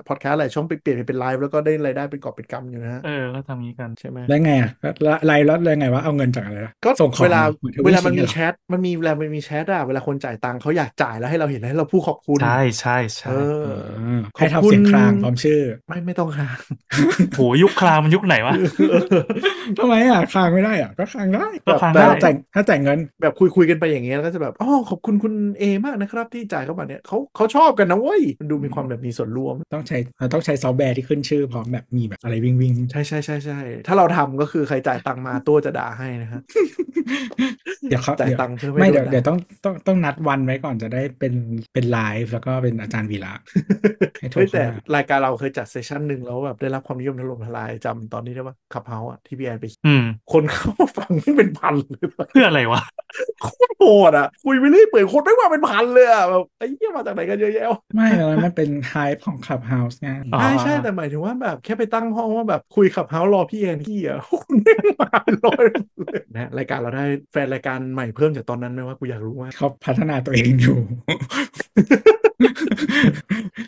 B: พอดแคสต์หลายช่องไปเปลี่ยนไปเป็นไลฟ์แล้วก็ได้รายได้เป็นกอบเป็นกำอยู่นะฮะ
D: เออก็ทำ นี้กัน
B: ใช่ไหม
C: แล้วไงอ่ะแล้วไลน์แล้วแล้วไงว่าเอาเงินจากอะไรนะ
B: ก็
C: ส่งของ
B: เวลา
C: มือถือ
B: เวลามันมี
C: ไใช่หรอ
B: แชทมันมีเวลามันมีแชทอะเวลาคนจ่ายตังค์เขาอยากจ่ายแล้วให้เราเห็นแล้วให้เราพูดขอบคุณ
D: ใช่ใช่ใช่
B: เอ
C: เอ
B: อ
C: อ
B: ขอบคุณ
C: ให้ทำเสียงครางพร้อมชื่อ
B: ไม่ไม่ต้องห [laughs] า
D: โหยุคคลางมันยุคไหนวะ
C: ทำไมอ่ะครางไม่ได้อ่ะก็ครางได้
D: ก็คราง
C: แต่ถ้า
D: ได้
C: แต่งถ้าแต่งเงิน
B: แบบคุยคุยกันไปอย่างเงี้ยแล้วก็จะแบบอ๋อขอบคุณคุณเอมากนะครับ ที่จ่ายเข้ามาเนี่ยเขาเขาชอบกันนะเว้ยมันดูมีความแบบมีส่วนร่วม
C: ต้องใช้เราต้องใช้ซอฟต์แวร์ที่ขึ้นชื่อพร้อมแบบมีแบบอะไรวิ่งวิ่ง
B: ใช่ใช่ใช่ใช่ถ้าเราทำก็คือใครจ่ายตังค์มาตัวจะด่าให้นะฮะ
C: เดี๋ยวเขา
B: จ่าย
C: เดี๋ยว
B: ตังค์เพื่อไม่
C: ไม่
B: โดน
C: เดี๋
B: ด่า
C: ยวเดี๋ยวต้องต้องต้องนัดวันไว้ก่อนจะได้เป็นเป็นไลฟ์แล้วก็เป็นอาจารย์
B: [laughs]
C: วีระ ให้โทร
B: เฮ้ยแต่
C: เข้ามาร
B: ายการเราเคยจัดเซสชั่นหนึ่งแล้วแบบได้รับความนิยมถล่มทลายจำตอนนี้ได้ปะขับเฮาอะที่พี่แอนไป
D: อืม
B: คนเข้ามาฟังไม่เป็นพันเลยปะ
D: เพื่ออะไรวะ
B: โคตรโหดอ่ะ คุยไปเรื่อยเปื่อยคนไม่ว่าเป็นพันเลยอ่ะแบบไอ้เหี้ยมาจากไหนกันเยอะแยะวะ
C: ไม่ตอนนั้นมันเป็นไฮป์ของคลับเฮาส์ไง
D: อ๋อ
B: ใช่ใช่แต่หมายถึงว่าแบบแค่ไปตั้งห้องว่าแบบคุยขับเฮารอพี่แอนกี้อ่ะคุณไม่มาเป็นร้อยเลย [laughs] นะรายการเราได้แฟนรายการใหม่เพิ่มจากตอนนั้นไหมว่ากูอยากรู้มาก
C: เขาพัฒนาตัวเองอยู่ [laughs]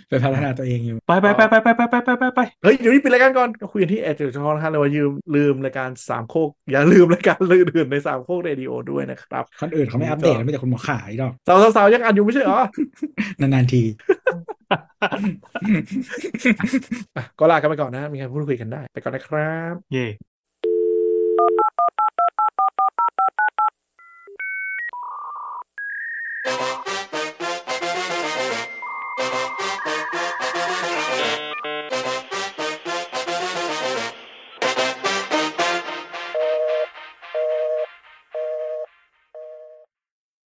C: ไปพัฒนาตัวเองอยู่
D: ไปไปไปไปไปไปไปไปไปไป
B: เฮ้ยเดี๋ยวนี้ปิดรายการก่อนก็คุยกันที่แอดเจอร์ชอนะฮะเราลืมลืมรายการสามโคกอย่าลืมรายการลือื่นในสามโคกเรดิโอด้วยนะครับ
C: คนอื่นเขาไม่อัปเดตแล้วไม่แต่คุณหมอขายดอก
B: สาวๆๆยังอ่านอยู่ไม่ใช่เหร [laughs] อน
C: านๆที
B: [laughs] อ่ะก็ลากันไปก่อนนะมีใครพูดคุยกันได้ไปก่อนนะครับ
D: เย่